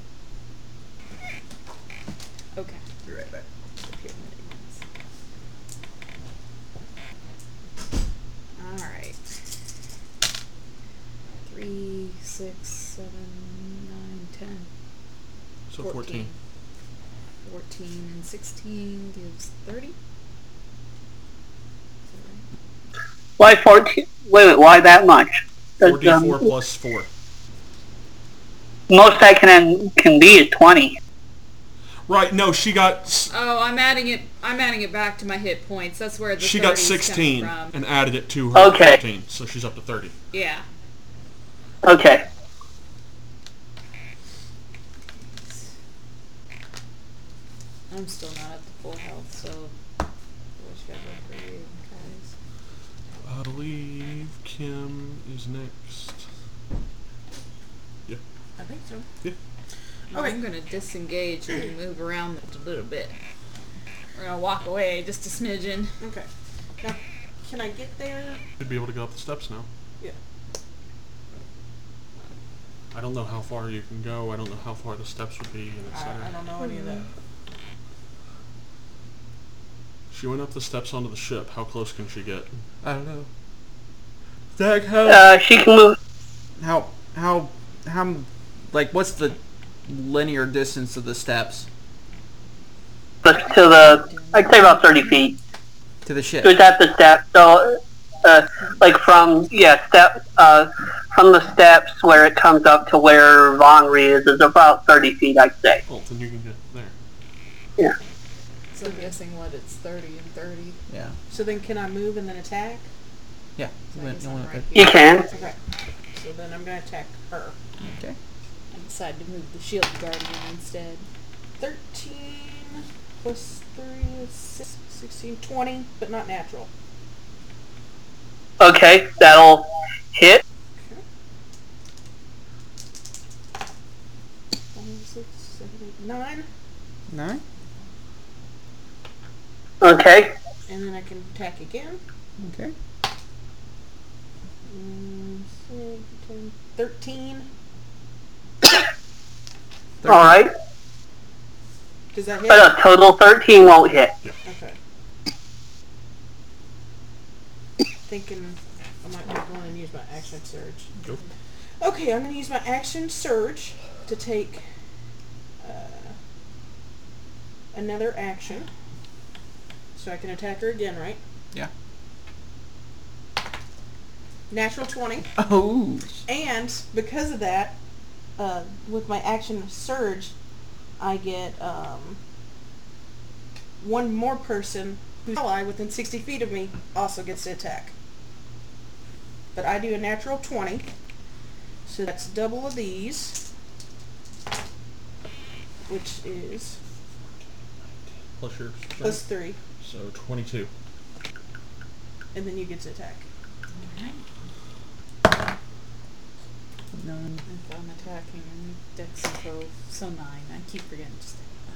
Speaker 2: Okay.
Speaker 7: Be right back.
Speaker 2: Alright. Three, six, seven, nine, ten.
Speaker 5: So 14.
Speaker 2: 14 and 16 gives 30. Is that
Speaker 4: Why 14? Wait a minute, why that much? 'Cause, um,
Speaker 5: 4d4 plus 4.
Speaker 4: most I can can be is 20.
Speaker 5: Right, no, she got s-
Speaker 2: right? Oh, I'm adding it. I'm adding it back to my hit points. That's where the
Speaker 5: she got
Speaker 2: 30s come
Speaker 5: 16
Speaker 2: from.
Speaker 5: and added it to her
Speaker 4: Okay.
Speaker 5: 14, so she's up to 30.
Speaker 2: Yeah.
Speaker 4: Okay.
Speaker 2: I'm still not at the full health, so whichever for you guys.
Speaker 5: I believe Kim is next. Yeah.
Speaker 6: I think so.
Speaker 2: Okay. I'm gonna disengage and move around a little bit. We're gonna walk away just a smidgen.
Speaker 6: Okay. Now, can I get there?
Speaker 5: Should be able to go up the steps now.
Speaker 6: Yeah.
Speaker 5: I don't know how far you can go. I don't know how far the steps would be, and
Speaker 6: I, I
Speaker 5: etc.
Speaker 6: don't know any of that.
Speaker 5: She went up the steps onto the ship. How close can she get?
Speaker 7: I don't know. Zach, how,
Speaker 4: Uh, she can move.
Speaker 7: how, how, how, m- like, what's the linear distance of the steps
Speaker 4: but to the I'd say about thirty feet.
Speaker 7: to the
Speaker 4: It was
Speaker 7: ship?
Speaker 4: at the step, so uh, like from yeah step uh, from the steps where it comes up to where Vonri is is about thirty feet, I'd say.
Speaker 5: Well, then you can get there.
Speaker 2: So I'm guessing what it's 30 and 30.
Speaker 7: Yeah.
Speaker 6: So then can I move and then attack?
Speaker 7: Yeah.
Speaker 2: So I
Speaker 7: Wait,
Speaker 2: guess
Speaker 7: no
Speaker 2: I'm
Speaker 7: one-
Speaker 2: right
Speaker 4: You
Speaker 2: here.
Speaker 4: can.
Speaker 6: Okay. So then I'm going to attack her.
Speaker 7: Okay.
Speaker 2: I decided to move the shield guardian instead.
Speaker 6: 13 plus 3 is six- 16, 20, but not natural.
Speaker 4: Okay, that'll hit.
Speaker 6: Okay. 5, six, seven, eight, nine,
Speaker 7: Nine.
Speaker 4: Okay,
Speaker 6: and then I can attack again.
Speaker 7: Okay.
Speaker 6: Mm, seven, 10, 13.
Speaker 4: all right.
Speaker 6: Does that hit?
Speaker 4: But a total thirteen won't hit.
Speaker 6: Okay. Thinking I might not want to use my action surge.
Speaker 5: Go.
Speaker 6: Okay, I'm going to use my action surge to take uh, another action. So I can attack her again, right?
Speaker 7: Yeah.
Speaker 6: Natural 20.
Speaker 7: Oh.
Speaker 6: And because of that, uh, with my action surge, I get um, one more person who's ally within 60 feet of me also gets to attack. But I do a natural 20, so that's double of these, which is
Speaker 5: Plus your
Speaker 6: plus 3,
Speaker 5: So 22.
Speaker 6: and then you get to attack.
Speaker 7: Nine.
Speaker 2: If I'm attacking Dex and Cove, so 9. I keep forgetting just that.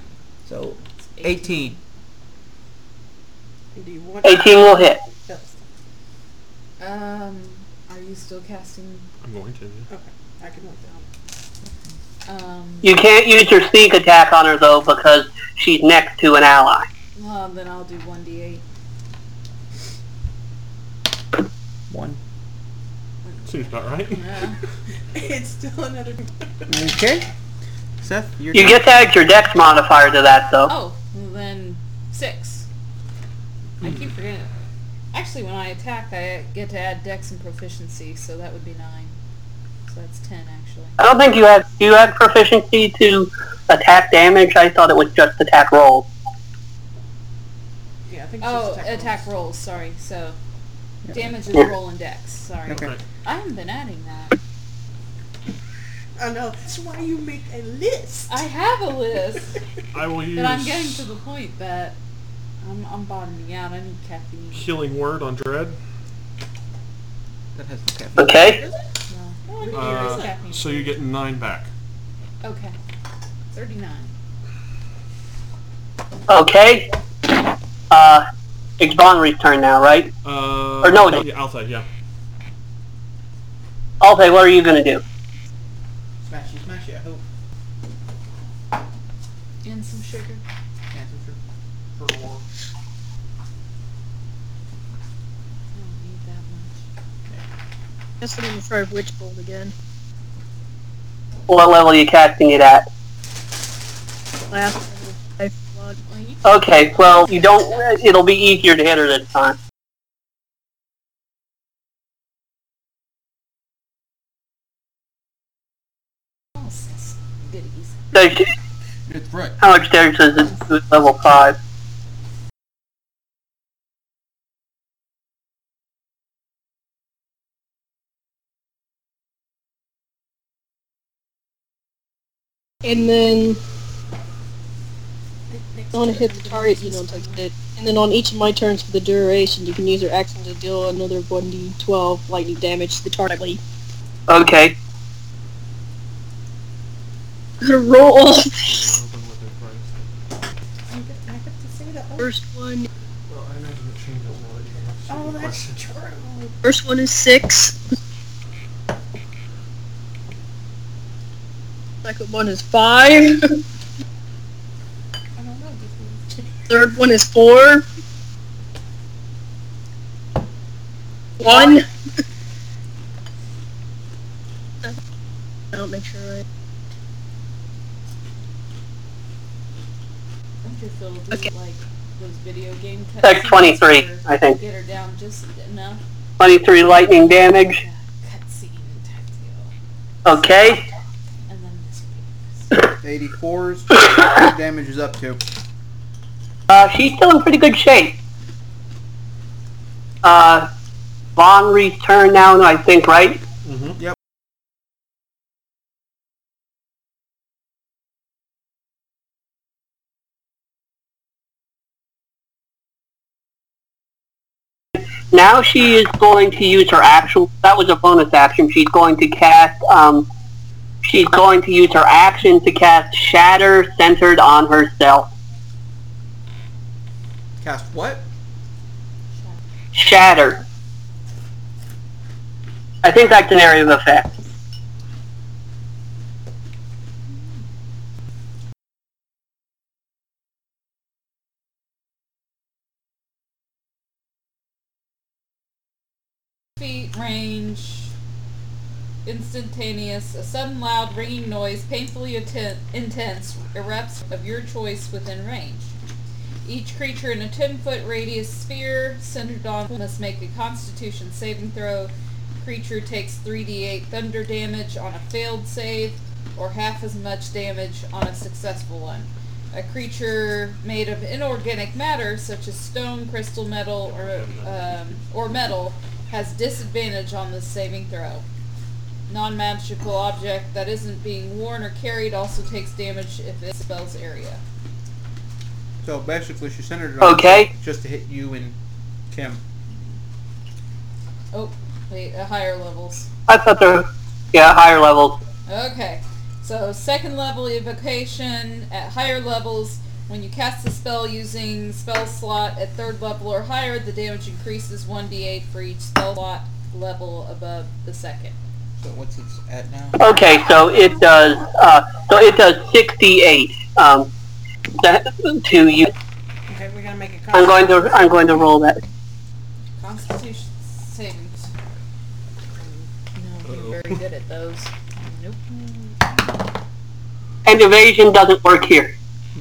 Speaker 7: So
Speaker 2: It's
Speaker 7: 18.
Speaker 6: And do you want Oh,
Speaker 4: Eighteen will hit.
Speaker 6: Yes.
Speaker 2: Um, are you still casting?
Speaker 5: I'm going to. yeah.
Speaker 6: Okay, I can look down.
Speaker 2: Um,
Speaker 4: You can't use your sneak attack on her though because she's next to an ally.
Speaker 2: well, then I'll do 1d8.
Speaker 7: One.
Speaker 5: Seems about right.
Speaker 2: Yeah.
Speaker 6: *laughs* It's still another.
Speaker 7: Okay. Seth, you're
Speaker 4: You get to add your dex modifier to that though.
Speaker 2: *laughs* Oh, well then 6. I keep forgetting. Actually, when I attack, I get to add dex and proficiency, so that would be 9. So that's 10, actually.
Speaker 4: I don't think you have do you have proficiency to attack damage. I thought it was just attack roll.
Speaker 6: Yeah, I think it's
Speaker 2: Oh,
Speaker 6: just
Speaker 2: attack, rolls. sorry. So damage is
Speaker 4: Yeah.
Speaker 2: roll and dex, sorry.
Speaker 7: Okay.
Speaker 2: I haven't been adding that.
Speaker 6: I know. That's why you make a list.
Speaker 2: I have a list,
Speaker 5: I will use
Speaker 2: but I'm getting to the point that I'm, I'm bottoming out. I need caffeine.
Speaker 5: healing word on dread.
Speaker 7: That has no caffeine.
Speaker 4: Okay.
Speaker 2: No. I need
Speaker 5: Uh,
Speaker 2: this caffeine.
Speaker 5: so you get nine back.
Speaker 2: Okay. 39.
Speaker 4: Okay. Uh, it's Bonry's turn now, right?
Speaker 5: Uh,
Speaker 4: Or no, no.
Speaker 5: yeah, Alta, yeah.
Speaker 4: Okay, what are you gonna do?
Speaker 7: Smash it, smash it, I hope.
Speaker 2: And some sugar.
Speaker 7: Yeah, for sure. For war.
Speaker 2: I don't need that much.
Speaker 9: That's the one in front of Witch Bolt again.
Speaker 4: What level are you casting it at?
Speaker 9: Last I fought.
Speaker 2: Well, you
Speaker 4: Okay, well you don't. It'll be easier to hit her this time.
Speaker 2: analysis goodies.
Speaker 4: Does she-
Speaker 7: It's right.
Speaker 4: How much damage does it do at level five?
Speaker 9: And then on a hit the target, you don't take it. And then on each of my turns for the duration, you can use your action to deal another 1d12 lightning damage to the target.
Speaker 4: Okay.
Speaker 9: Roll.
Speaker 6: I get- I have to say that. Oh,
Speaker 9: First one,
Speaker 5: Well, I imagine it changes now that you have
Speaker 6: oh, that's true.
Speaker 9: first one is six. Second one is five. *laughs*
Speaker 2: I don't know.
Speaker 9: Third one is four. One. *laughs* I don't make sure I
Speaker 2: Don't you feel just
Speaker 9: Okay.
Speaker 2: like those video game cutscenes?
Speaker 4: That's 23,
Speaker 2: where
Speaker 4: I think.
Speaker 2: you Get her down just enough.
Speaker 4: Twenty-three lightning damage.
Speaker 2: Yeah, cutscene type deal.
Speaker 4: Okay.
Speaker 2: And then this week.
Speaker 4: *coughs*
Speaker 7: 84 is what damage is up to.
Speaker 4: Uh, she's still in pretty good shape. Uh, Von return now, I think, right?
Speaker 5: Mm-hmm.
Speaker 4: Now she is going to use her actual. That was a bonus action. She's going to cast. Um, she's going to use her action to cast Shatter centered on herself.
Speaker 7: Cast what?
Speaker 4: Shatter. I think that's an area of effect.
Speaker 2: feet range instantaneous a sudden loud ringing noise painfully atten- intense erupts of your choice within range each creature in a 10 foot radius sphere centered on must make a constitution saving throw creature takes 3d8 thunder damage on a failed save or half as much damage on a successful one a creature made of inorganic matter such as stone crystal metal or um, or metal has disadvantage on this saving throw. Non-magical object that isn't being worn or carried also takes damage if it spells area.
Speaker 7: So basically, she centered it on
Speaker 4: Okay.
Speaker 7: just to hit you and Kim.
Speaker 2: Oh, wait, uh, higher levels.
Speaker 4: I thought there. Yeah, higher levels.
Speaker 2: Okay, so second level evocation at higher levels. When you cast a spell using spell slot at third level or higher, the damage increases 1d8 for each spell slot level above the second.
Speaker 3: So what's it's at now?
Speaker 4: Okay, so it does. Uh, so it does sixty-eight. Um, that, to you,
Speaker 6: Okay, we're gonna make it.
Speaker 4: I'm going to I'm going to roll that.
Speaker 2: Constitution savings. No, you're very good at those. Nope.
Speaker 4: And evasion doesn't work here.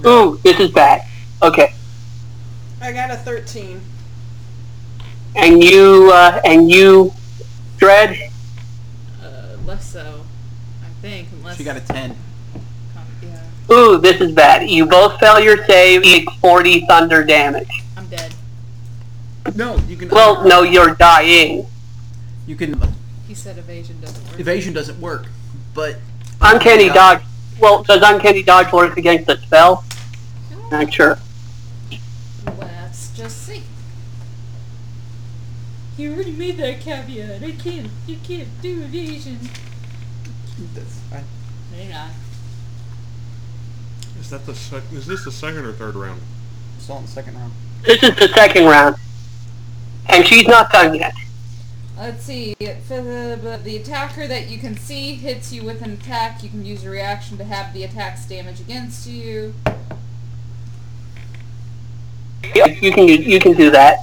Speaker 4: Ooh, this is bad. Okay,
Speaker 6: I got a thirteen.
Speaker 4: and you uh, and you, dread.
Speaker 2: Uh, less so, I think, unless.
Speaker 7: She got a 10.
Speaker 2: Con- yeah,
Speaker 4: Ooh, this is bad. You both fail your save. You take forty thunder damage.
Speaker 2: I'm dead.
Speaker 7: No, you can.
Speaker 4: Well, no, you're dying.
Speaker 7: You can.
Speaker 2: He said evasion doesn't work.
Speaker 7: Evasion doesn't work, but
Speaker 4: Uncanny dodge. Well, does uncanny dodge work against a spell? Not sure.
Speaker 2: Let's just see. You already made that caveat. I can't. You can't do evasion.
Speaker 3: That's fine.
Speaker 2: No, you're not.
Speaker 5: Is that the sec- is this the second or third round?
Speaker 3: Still in the second round.
Speaker 4: This is the second round, and she's not done yet.
Speaker 2: Let's see. If the, the attacker that you can see hits you with an attack, you can use a reaction to have the attack's damage against you.
Speaker 4: Yeah, You can you can do that.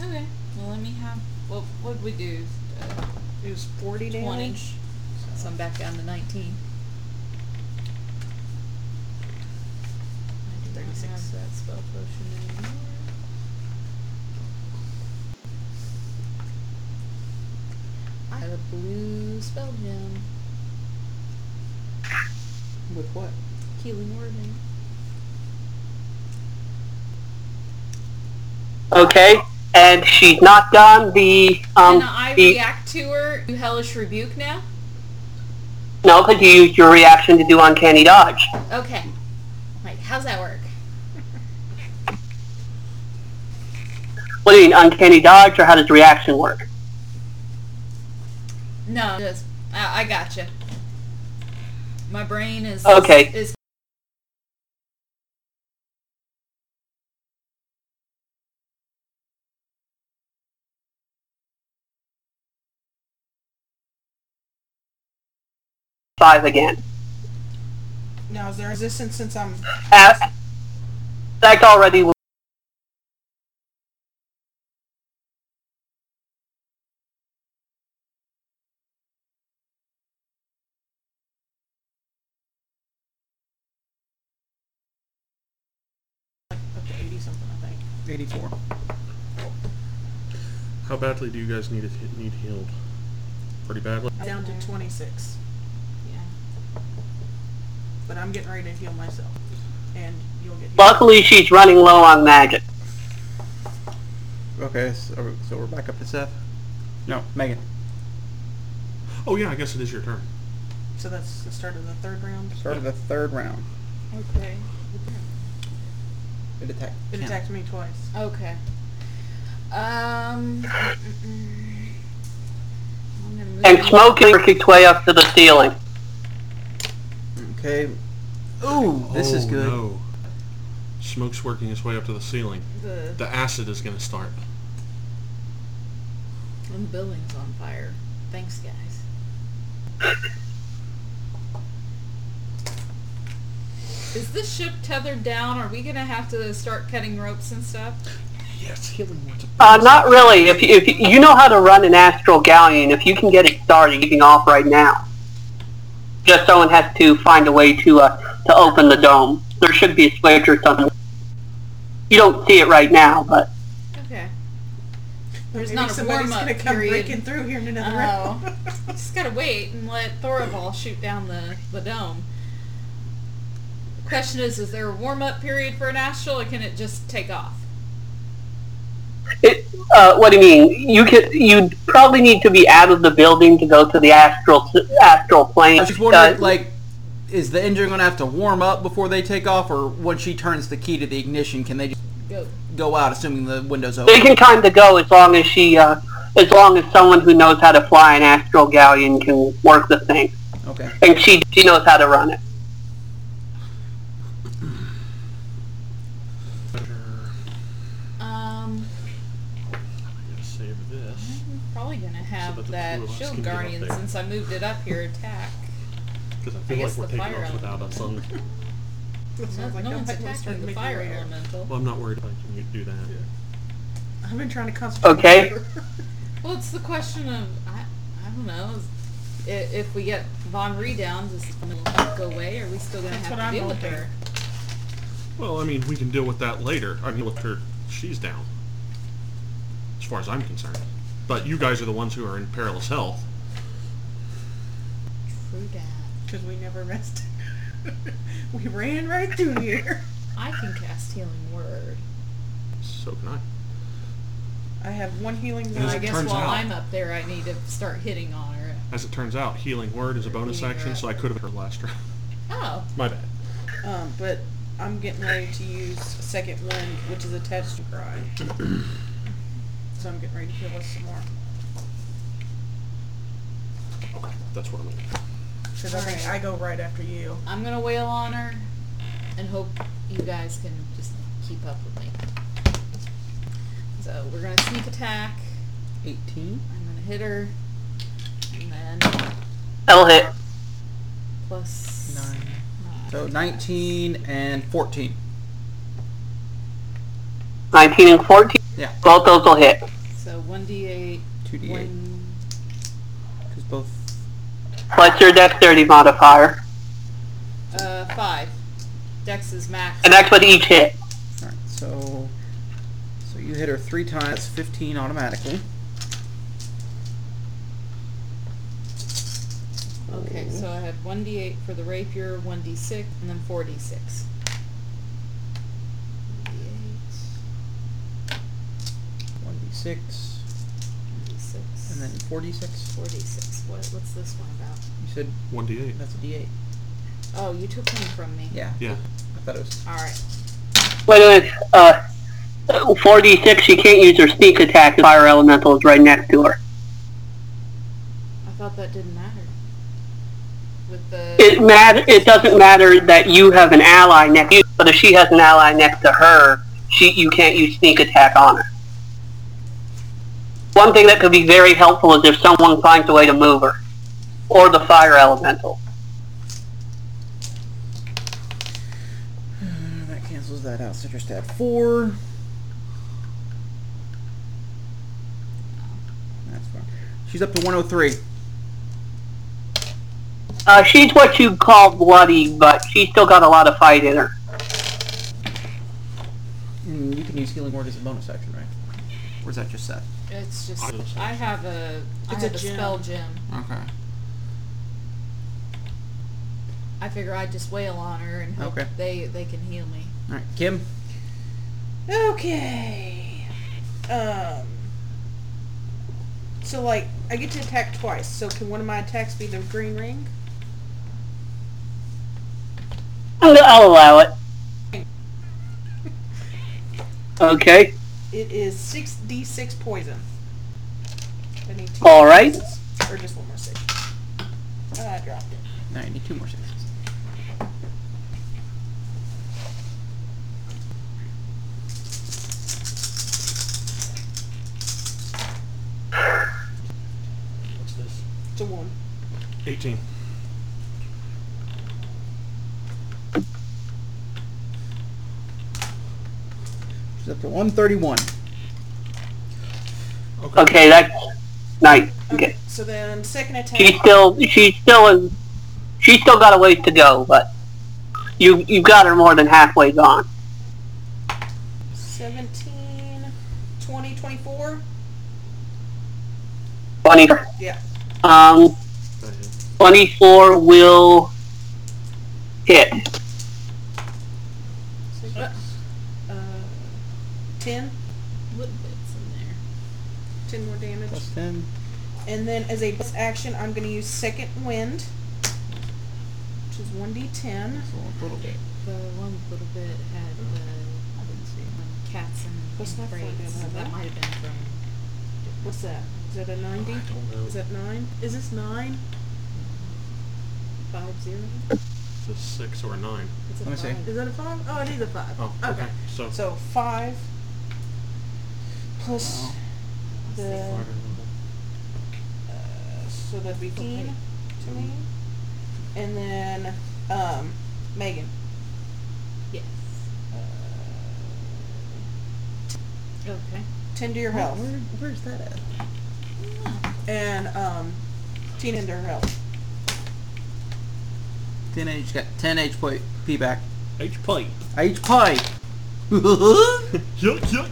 Speaker 2: Okay. Well, let me have. What would we do? Uh,
Speaker 6: It was forty
Speaker 2: 20.
Speaker 6: damage.
Speaker 2: So I'm back down to 19. I do not have that spell potion anymore. I have a blue spell gem.
Speaker 3: With what?
Speaker 2: Healing word in it.
Speaker 4: Okay, and she's not done the um
Speaker 2: Can I
Speaker 4: the,
Speaker 2: react to her? Do hellish rebuke now?
Speaker 4: no because you used your reaction to do uncanny dodge.
Speaker 2: Okay. Like, how's that work?
Speaker 4: What do you mean uncanny dodge or how does reaction work?
Speaker 2: No, just I, I gotcha. My brain is
Speaker 4: Okay.
Speaker 2: Is
Speaker 4: Five again.
Speaker 6: Now is there resistance since I'm?
Speaker 4: Uh, that's already
Speaker 6: Up to eighty something, I think.
Speaker 3: 84.
Speaker 5: How badly do you guys need it need healed? Pretty badly.
Speaker 6: I'm down to twenty six,
Speaker 2: yeah.
Speaker 6: but I'm getting ready to heal myself, and you'll get. Healed.
Speaker 4: luckily she's running low on magic.
Speaker 3: Okay, so, so we're back up to Seth. No, Megan.
Speaker 5: Oh yeah, I guess it is your turn.
Speaker 6: So that's the start of the third round.
Speaker 3: Start of the third round.
Speaker 6: Okay.
Speaker 3: It attacked.
Speaker 6: It
Speaker 3: Ken.
Speaker 6: attacked me twice.
Speaker 2: Okay. Um. I'm gonna move
Speaker 4: And smoking worked its way up to the ceiling.
Speaker 3: Okay,
Speaker 7: ooh, this is
Speaker 5: Oh,
Speaker 7: good.
Speaker 5: No. Smoke's working its way up to the ceiling.
Speaker 2: the
Speaker 5: The acid is gonna start.
Speaker 2: the building's on fire. Thanks, guys. Is this ship tethered down? Are we gonna have to start cutting ropes and stuff?
Speaker 5: Yes, healing words.
Speaker 4: Uh, not really. If, if you know how to run an astral galleon, if you can get it started, you can off right now. Just someone has to find a way to uh, to open the dome. There should be a switch or something. You don't see it right now, but
Speaker 2: Okay. There's
Speaker 6: Maybe
Speaker 2: not a
Speaker 6: somebody's
Speaker 2: warm-up
Speaker 6: gonna come
Speaker 2: period.
Speaker 6: breaking through here in another
Speaker 2: Oh.
Speaker 6: round. *laughs*
Speaker 2: *laughs* Just gotta wait and let Thoroball shoot down the, the dome. Question is, is there a warm-up period for an astral, or can it just take off?
Speaker 4: it, uh, what do you mean? You can you probably need to be out of the building to go to the astral astral plane.
Speaker 7: I was just wondering,
Speaker 4: Uh,
Speaker 7: like, is the engine going to have to warm up before they take off, or once she turns the key to the ignition, can they just
Speaker 2: Go.
Speaker 7: go out, assuming the window's
Speaker 4: They
Speaker 7: open?
Speaker 4: can kind of go as long as she, uh, as long as someone who knows how to fly an astral galleon can work the thing,
Speaker 7: Okay.
Speaker 4: and she she knows how to run it.
Speaker 5: Better.
Speaker 2: Um, Um,
Speaker 5: I'm gonna save this. Mm-hmm.
Speaker 2: probably go gonna
Speaker 5: but
Speaker 2: have
Speaker 5: the
Speaker 2: that
Speaker 5: two of us
Speaker 2: shield
Speaker 5: can get up
Speaker 2: guardian
Speaker 5: there.
Speaker 2: since I moved it up here. Attack.
Speaker 5: Because I
Speaker 2: I
Speaker 5: feel
Speaker 2: guess
Speaker 5: like we're
Speaker 2: the
Speaker 5: taking
Speaker 2: fire
Speaker 5: off without us on.
Speaker 6: That
Speaker 2: No,
Speaker 6: sounds like
Speaker 2: no one's
Speaker 6: that's what we're starting
Speaker 2: attacking the
Speaker 6: making
Speaker 2: fire
Speaker 6: aware.
Speaker 2: elemental.
Speaker 5: Well, I'm not worried about you do that.
Speaker 6: I've been trying to concentrate.
Speaker 4: Okay.
Speaker 6: *laughs*
Speaker 2: Well, it's the question of I, I don't know is i- if we get Von Ree down, does it go away? Or are we still gonna
Speaker 6: That's
Speaker 2: have
Speaker 6: what
Speaker 2: to
Speaker 6: I'm
Speaker 2: deal with
Speaker 6: hoping.
Speaker 2: her?
Speaker 5: Well, I mean, we can deal with that later. I mean, with her, she's down. As far as I'm concerned. But you guys are the ones who are in perilous health.
Speaker 2: True dat.
Speaker 6: Because we never rested. *laughs* we ran right through here.
Speaker 2: I can cast healing word.
Speaker 5: So can I.
Speaker 6: I have one healing
Speaker 5: As
Speaker 2: Well,
Speaker 5: it
Speaker 2: I
Speaker 6: word.
Speaker 2: guess
Speaker 5: turns
Speaker 2: while
Speaker 5: out-
Speaker 2: I'm up there, I need to start hitting on her.
Speaker 5: As it turns out, healing word is a bonus
Speaker 2: Healing
Speaker 5: action,
Speaker 2: word.
Speaker 5: so I could have her last round. *laughs*
Speaker 2: Oh,
Speaker 5: My bad.
Speaker 6: Um, but I'm getting ready to use a second one, which is attached to cry. so I'm getting ready to heal us some more.
Speaker 5: Okay, that's what I'm gonna do.
Speaker 6: Because I think
Speaker 2: Alright.
Speaker 6: I go right after you.
Speaker 2: I'm gonna wail on her, and hope you guys can just keep up with me. So we're gonna sneak attack.
Speaker 3: 18.
Speaker 2: I'm gonna hit her, and then
Speaker 4: That'll hit.
Speaker 2: plus
Speaker 7: Nine.
Speaker 2: nine.
Speaker 7: So 19 and 14.
Speaker 4: 19 and 14.
Speaker 7: Yeah.
Speaker 4: Both those will hit.
Speaker 2: So one d8,
Speaker 7: 2d8.
Speaker 2: one
Speaker 7: Because both.
Speaker 4: Plus your dexterity modifier.
Speaker 2: uh five. Dex is max.
Speaker 4: And that's with each hit.
Speaker 7: Alright, so. So you hit her three times. That's 15 automatically.
Speaker 2: Okay, so I had one d8 for the rapier, one d6, and then four d6. D8,
Speaker 7: 1d6.
Speaker 2: d6,
Speaker 7: And then 4d6.
Speaker 2: four d6. What? What's this one about?
Speaker 7: You said
Speaker 5: 1d8.
Speaker 7: that's a d8.
Speaker 2: Oh, you took one from me.
Speaker 7: Yeah.
Speaker 5: Yeah.
Speaker 7: I thought it was.
Speaker 2: All right.
Speaker 4: Wait, wait, uh, 4d6, she can't use her sneak attack. if Fire elemental is right next to her.
Speaker 2: I thought that didn't matter. With the
Speaker 4: It matter. It doesn't matter that you have an ally next to you, but if she has an ally next to her, she you can't use sneak attack on her. One thing that could be very helpful is if someone finds a way to move her, or the fire elemental.
Speaker 7: Uh, That cancels that out. So just add 4. That's fine. She's up to 103.
Speaker 4: Uh, she's what you call bloody, but she's still got a lot of fight in her.
Speaker 7: And you can use healing word as a bonus action, right? Or is that just set?
Speaker 2: it's just
Speaker 5: I don't
Speaker 2: I have a I
Speaker 6: It's a
Speaker 2: have a
Speaker 6: gem.
Speaker 2: spell gem.
Speaker 7: Okay.
Speaker 2: I figure I'd just wail on her and hope
Speaker 7: Okay.
Speaker 2: they they can heal me.
Speaker 7: Alright, Kim.
Speaker 6: Okay. Um. So like, I get to attack twice. So can one of my attacks be the green ring?
Speaker 4: I'll, I'll allow it. Okay.
Speaker 6: It is six d six poison. I need two.
Speaker 4: All right.
Speaker 6: sixes. Or just one more six. I dropped it.
Speaker 7: Now you need two more sixes.
Speaker 5: What's this?
Speaker 6: It's a one.
Speaker 5: 18.
Speaker 7: She's up to 131.
Speaker 5: Okay.
Speaker 4: Okay, that's nice. Okay.
Speaker 6: So then second
Speaker 4: She's
Speaker 6: attack.
Speaker 4: still she's still in she's still got a ways to go, but you you've got her more than halfway gone.
Speaker 6: 17, 20, 24.
Speaker 4: Twenty
Speaker 6: Yeah.
Speaker 4: um
Speaker 5: That hit.
Speaker 4: twenty four will hit.
Speaker 6: Six. Uh, ten.
Speaker 2: Little bits in there.
Speaker 6: Ten more damage.
Speaker 7: Plus 10.
Speaker 6: And then as a bonus action, I'm going to use Second Wind, which is 1d10.
Speaker 7: So a little bit.
Speaker 2: The one little bit had the I didn't see when cats and,
Speaker 6: What's
Speaker 2: and
Speaker 6: that for?
Speaker 2: braids.
Speaker 6: Did I have
Speaker 2: that
Speaker 6: that?
Speaker 2: might have been from
Speaker 6: What's that? Is that a
Speaker 5: I
Speaker 6: 9d?
Speaker 5: don't know.
Speaker 6: Is that 9? Is this 9?
Speaker 2: five zero.
Speaker 5: It's a 6 or a 9.
Speaker 2: It's a
Speaker 7: Let me see.
Speaker 2: five.
Speaker 6: Is that a 5? Oh, it is a 5.
Speaker 5: Oh, okay.
Speaker 6: okay.
Speaker 5: So,
Speaker 6: So 5 plus
Speaker 7: Wow.
Speaker 6: the uh,
Speaker 5: fire level.
Speaker 6: so that's 18 to me. And then um, Megan.
Speaker 11: Yes. Okay.
Speaker 6: 10 to your health.
Speaker 11: Where, where's that at?
Speaker 6: And um, Tina to her health.
Speaker 7: 10 H, got 10 H play, P back.
Speaker 5: H plate.
Speaker 7: H play. *laughs*
Speaker 5: Yuck, yuck,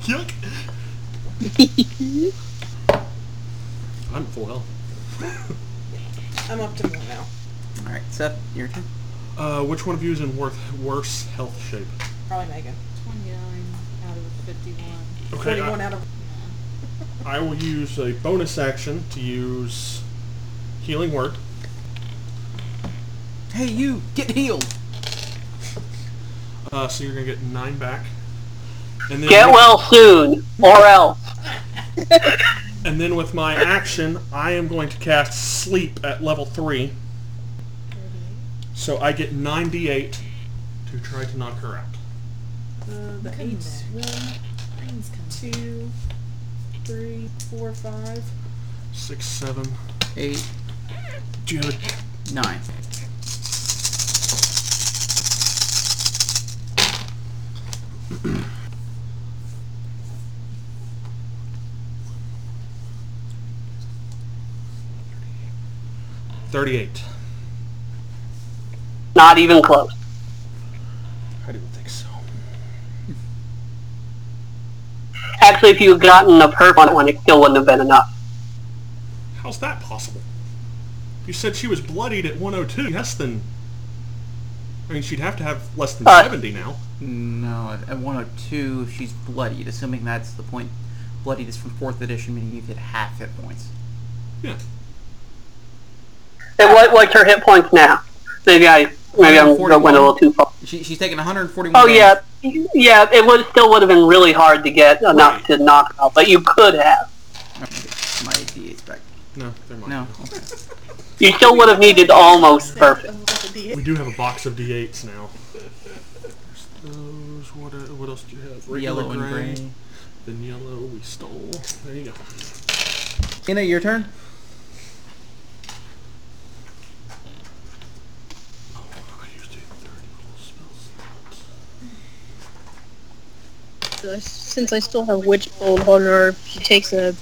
Speaker 5: yuck. *laughs* I'm full health.
Speaker 6: I'm up to one now.
Speaker 7: Alright, Seth, your turn.
Speaker 5: Uh, which one of you is in worth, worse health shape?
Speaker 6: Probably Megan.
Speaker 2: 29 out of 51.
Speaker 5: Okay,
Speaker 6: 41
Speaker 5: I,
Speaker 6: out of...
Speaker 5: I will use a bonus action to use healing word.
Speaker 7: Hey, you, get healed.
Speaker 5: Uh, so you're gonna get nine back. And then
Speaker 4: Get well soon, or else.
Speaker 5: And then with my action, I am going to cast Sleep at level 3. So I get 9d8 to try to knock her out.
Speaker 6: Uh, the
Speaker 11: Come
Speaker 6: eights.
Speaker 11: back. Brains come.
Speaker 6: two, three, four, five.
Speaker 5: 6, 7,
Speaker 7: 8,
Speaker 5: dude.
Speaker 7: 9.
Speaker 5: Thirty-eight.
Speaker 4: Not even close.
Speaker 5: I didn't think so.
Speaker 4: Actually, if you'd gotten a perk on it one, it still wouldn't have been enough.
Speaker 5: How's that possible? You said she was bloodied at 102. Less than. I mean, she'd have to have less than
Speaker 4: Uh,
Speaker 5: 70 now.
Speaker 7: No, at- at 102, if she's bloodied, assuming that's the point. Bloodied is from 4th edition, meaning you get half hit points.
Speaker 5: Yeah.
Speaker 4: And what, what's her hit points now? Maybe I maybe I'm going a
Speaker 7: 141.
Speaker 4: little too far.
Speaker 7: She, she's taking 141
Speaker 4: Oh
Speaker 7: damage.
Speaker 4: yeah, yeah. It would still would have been really hard to get enough to knock out, but you could have.
Speaker 7: Okay, my D8's back.
Speaker 5: No, never mind.
Speaker 7: No. okay.
Speaker 4: You still would have needed almost perfect.
Speaker 5: We do have a box of D8s now. There's those. What, uh, what else do you have? Regular
Speaker 7: Yellow and gray.
Speaker 5: Then yellow we stole. There you go.
Speaker 7: Tina, your turn.
Speaker 5: Oh, I used a 30 little spell
Speaker 9: Uh, Since I still have Witch Bolt on her, she takes a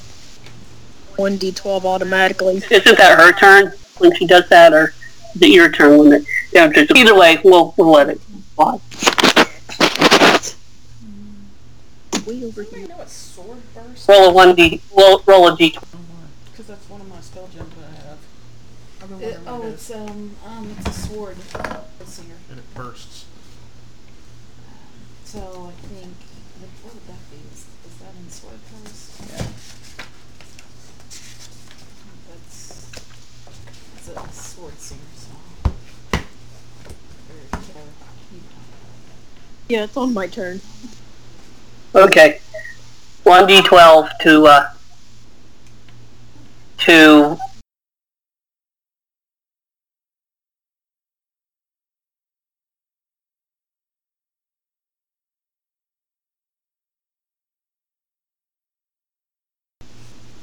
Speaker 9: 1d12 automatically.
Speaker 4: Isn't that her turn when she does that, or is it your turn when it? Yeah, just, either way, we'll we'll let it. fly.
Speaker 9: Way over here.
Speaker 6: You know what sword burst?
Speaker 4: Roll a one d. Roll, roll a d.
Speaker 6: Because that's one of my spell gems that I have. I've been
Speaker 11: It,
Speaker 6: wondering
Speaker 11: oh,
Speaker 6: what it
Speaker 11: it's
Speaker 6: is.
Speaker 11: um, um, it's a sword. Let's see here.
Speaker 5: and it bursts.
Speaker 11: So I think what what would that be? Is, is that in sword first? That's that's a sword singer song. Or whatever. You know.
Speaker 9: Yeah, it's on my turn.
Speaker 4: Okay, one d twelve to uh to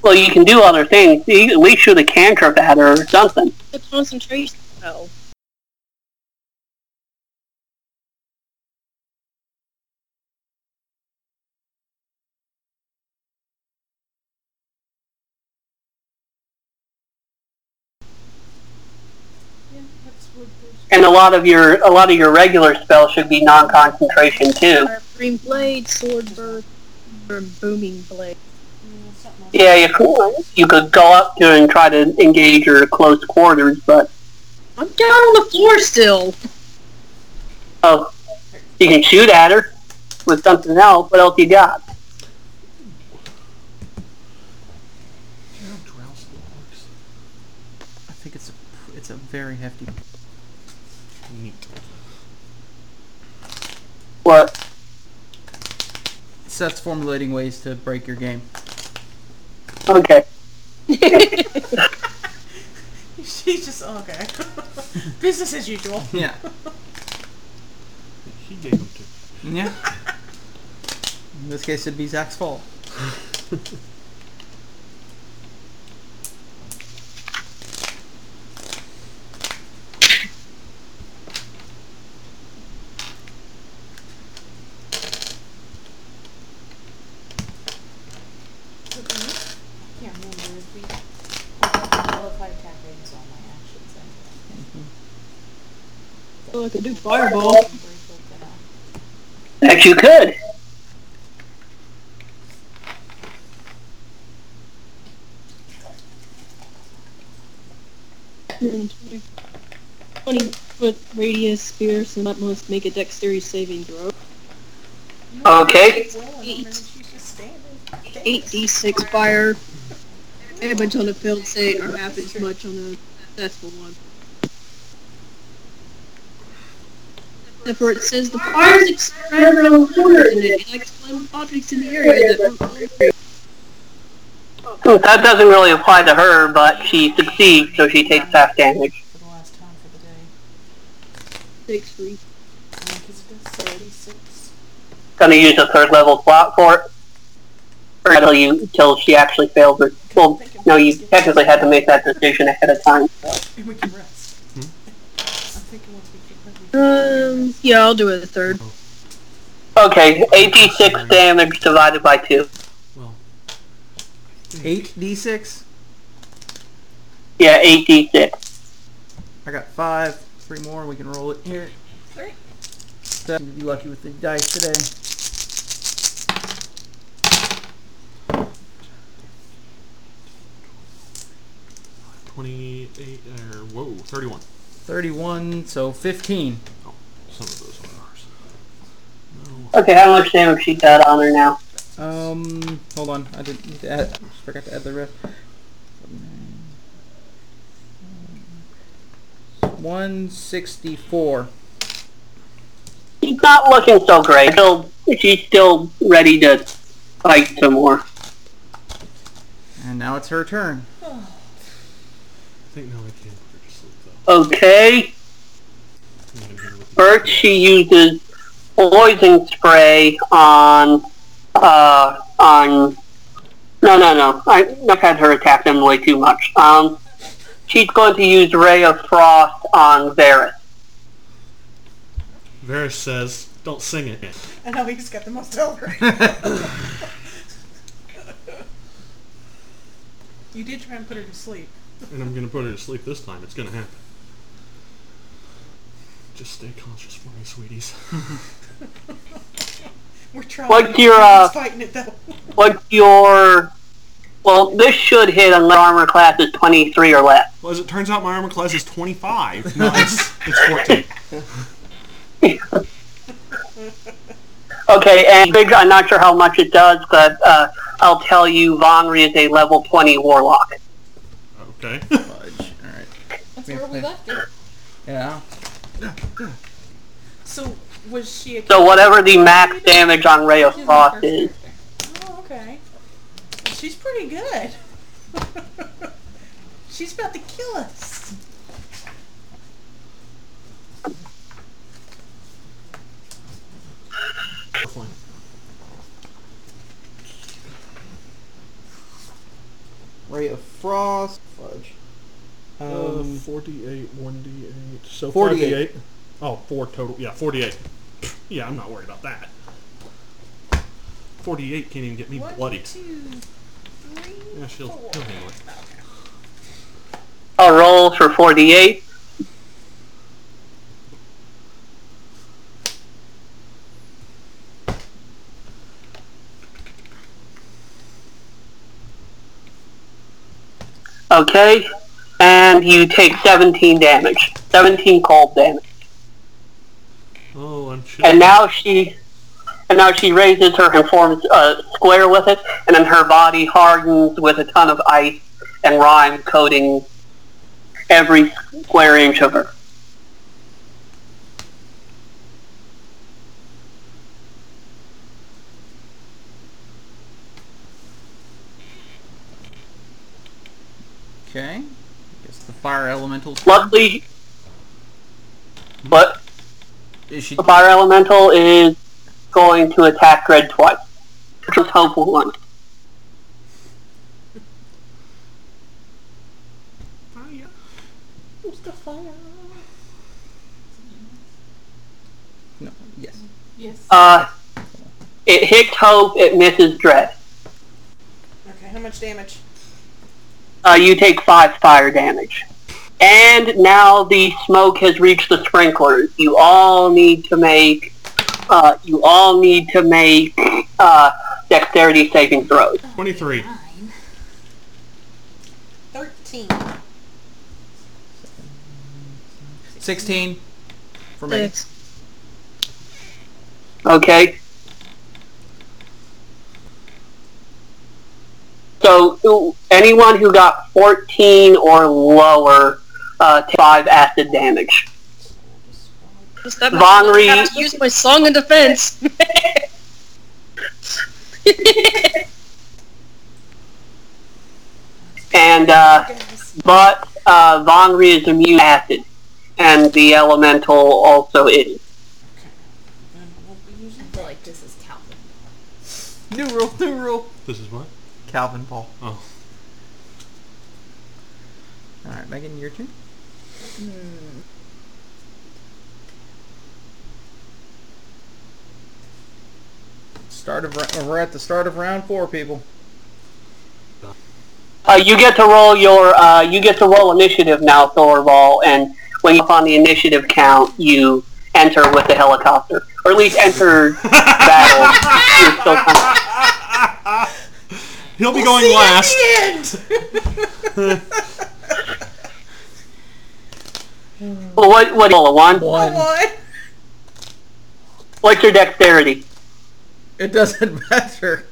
Speaker 4: Well, you can do other things. You- At least shoot a cantrip at her or something.
Speaker 9: The concentration oh. spell.
Speaker 4: And a lot of your a lot of your regular spells should be non-concentration too.
Speaker 9: Fire Green blade, sword burst, or booming blade.
Speaker 4: Yeah, you could, you could go up to and try to engage her close quarters, but
Speaker 9: I'm down on the floor still. *laughs*
Speaker 4: oh, you can shoot at her with something else. What else you got?
Speaker 5: Do you know how drowsy works?
Speaker 7: I think it's a, it's a very hefty.
Speaker 5: Neat.
Speaker 4: What?
Speaker 7: Seth's formulating ways to break your game.
Speaker 4: Okay.
Speaker 6: *laughs* She's just oh, okay. *laughs* Business as usual.
Speaker 7: *laughs* Yeah.
Speaker 5: He gave him to
Speaker 7: Yeah. *laughs* In this case, it'd be Zach's fault.
Speaker 5: *laughs*
Speaker 11: feet. I've got the qualified attack ratings on my actions anyway.
Speaker 9: Well, I could do fireball.
Speaker 11: I'm grateful for that.
Speaker 4: That you could.
Speaker 9: Twenty foot radius sphere, so that must make a dexterity saving throw.
Speaker 4: Okay.
Speaker 9: Eight d six fire damage on a failed save, or half as much on a successful one. Except for it says the fire is spread around the corner and it can explode objects in the area that
Speaker 4: That doesn't really apply to her, but she succeeds, so she takes half damage.
Speaker 11: For the last time for the day.
Speaker 9: takes three.
Speaker 11: Because it does thirty-six.
Speaker 4: Gonna use a third level slot for it. Or until you, until she actually fails her. Well, no, you technically had to make that decision ahead of time.
Speaker 11: And we can rest. I'm thinking once we can rest. we can-
Speaker 9: Um, yeah, I'll do it a third.
Speaker 4: Okay, 86 damage divided by 2.
Speaker 7: Eight d six.
Speaker 4: Yeah, 86.
Speaker 7: I got five. Three more. We can roll it here.
Speaker 11: Three.
Speaker 7: So, you be lucky with the dice today.
Speaker 5: Twenty-eight or whoa, thirty-one.
Speaker 7: Thirty-one. So fifteen.
Speaker 5: Some of those are ours. No.
Speaker 4: Okay, how much damage she got on her now?
Speaker 7: Um, hold on. I didn't need to add. Forgot to add the rest. One sixty-four.
Speaker 4: She's not looking so great. Still, she's still ready to fight some more.
Speaker 7: And now it's her turn.
Speaker 5: I think now I can put her to sleep though.
Speaker 4: Okay,
Speaker 5: I'm gonna hit her with the-
Speaker 4: first she uses poison spray on, uh, on, no, no, no. I, I've had her attack them way too much. Um, she's going to use Ray of Frost on Varus.
Speaker 5: Varys says, "Don't sing it."
Speaker 6: I know he's got the most health right.
Speaker 11: You did try and put her to sleep.
Speaker 5: And I'm gonna put her to sleep this time. It's gonna happen. Just stay conscious for me, sweeties. *laughs*
Speaker 6: We're trying.
Speaker 4: What's your, uh,
Speaker 6: He's fighting it though.
Speaker 4: What's your... Well, this should hit unless armor class is 23 or less.
Speaker 5: Well, as it turns out, my armor class
Speaker 11: *laughs*
Speaker 5: is 25. No, it's, it's 14.
Speaker 4: Okay, and big, I'm not sure how much it does, but uh, I'll tell you, Vonri is a level 20 warlock.
Speaker 5: Okay.
Speaker 7: Fudge. All right.
Speaker 11: That's
Speaker 7: Yeah,
Speaker 11: where we
Speaker 7: yeah.
Speaker 11: left it.
Speaker 7: Yeah.
Speaker 6: So was she a?
Speaker 4: So whatever the max damage on Ray of
Speaker 11: She's my
Speaker 4: Frost
Speaker 11: first
Speaker 4: is,
Speaker 11: character.
Speaker 6: Oh, okay. She's pretty good. *laughs* She's about to kill us. *laughs*
Speaker 5: Fine.
Speaker 7: Ray of frost. Fudge.
Speaker 5: Uh,
Speaker 7: Um,
Speaker 5: 48, 1d8. So
Speaker 7: 48.
Speaker 5: 48. Oh, four total. Yeah, 48. Yeah, I'm not worried about that. 48 can't even get me bloodied.
Speaker 11: Two, three.
Speaker 5: Yeah, she'll, she'll handle it.
Speaker 4: I'll roll for 48. Okay, and you take 17 damage. 17 cold damage.
Speaker 5: Oh, I'm chilling.
Speaker 4: and now she and now she raises her and forms a square with it, and then her body hardens with a ton of ice and rime coating every square inch of her.
Speaker 7: Okay. Guess the fire elemental.
Speaker 4: Luckily, but
Speaker 7: Is she?
Speaker 4: the fire elemental is going to attack Dread twice. Just hopeful one.
Speaker 5: Fire.
Speaker 7: No. Yes.
Speaker 11: Yes.
Speaker 4: Uh, it hits Hope, it misses Dread.
Speaker 6: Okay, how much damage?
Speaker 4: Uh, you take five fire damage. And now the smoke has reached the sprinklers. You all need to make. Uh, you all need to make uh, dexterity saving throws.
Speaker 5: 23.
Speaker 2: Nine.
Speaker 6: 13.
Speaker 7: 16 for me.
Speaker 9: Six.
Speaker 4: Okay. So ooh, anyone who got 14 or lower, uh, take 5 acid damage.
Speaker 9: Just that much-
Speaker 4: Von Reed.
Speaker 9: I have to use my song in defense. *laughs*
Speaker 4: And, uh, but uh, Vongri is immune to acid, and the elemental also is.
Speaker 11: I feel like this is Calvin.
Speaker 7: New rule, *laughs* new rule.
Speaker 5: This is what?
Speaker 7: Calvin Paul.
Speaker 5: Oh.
Speaker 7: All right, Megan, your turn. Start of ra- we're at the start of round four, people.
Speaker 4: Uh, you get to roll your, uh, you get to roll initiative now, Thorval, and when you're up on the initiative count, you enter with the helicopter. Or at least enter battle. You're still kind of-
Speaker 5: He'll be going last.
Speaker 4: Well, what, what do you roll, a one?
Speaker 3: One.
Speaker 4: What's your dexterity?
Speaker 3: It
Speaker 7: *laughs*
Speaker 3: doesn't matter.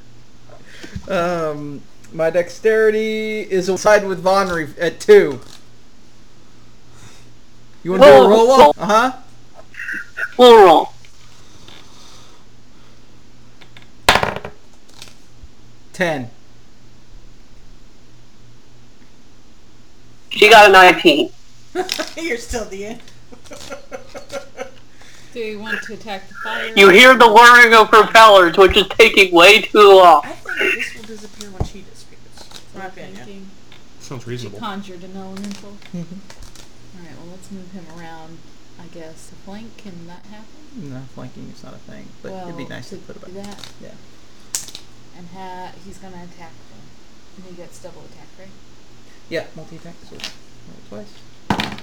Speaker 3: Um, my dexterity is a side with Vonry at two. You want to do
Speaker 4: Whoa.
Speaker 3: a roll up? Uh huh.
Speaker 7: Uh-huh.
Speaker 4: We'll roll.
Speaker 3: Ten.
Speaker 4: She got a 19.
Speaker 6: You're still the end.
Speaker 2: Do you want to attack the fire?
Speaker 4: You hear the whirring of propellers, which is taking way too long.
Speaker 6: I think this will disappear when she disappears. My opinion.
Speaker 2: Thinking
Speaker 5: Sounds
Speaker 2: She
Speaker 5: reasonable.
Speaker 2: conjured an elemental. Alright, well, let's move him around, I guess. The flank, can that happen?
Speaker 7: No, flanking is not a thing, but
Speaker 2: well,
Speaker 7: it'd be nice to
Speaker 2: to
Speaker 7: put it
Speaker 2: do
Speaker 7: back.
Speaker 2: that.
Speaker 7: Yeah.
Speaker 2: And ha- he's going to attack them. And he gets double attack, right?
Speaker 7: Yeah, multi attack. So roll twice.
Speaker 2: I don't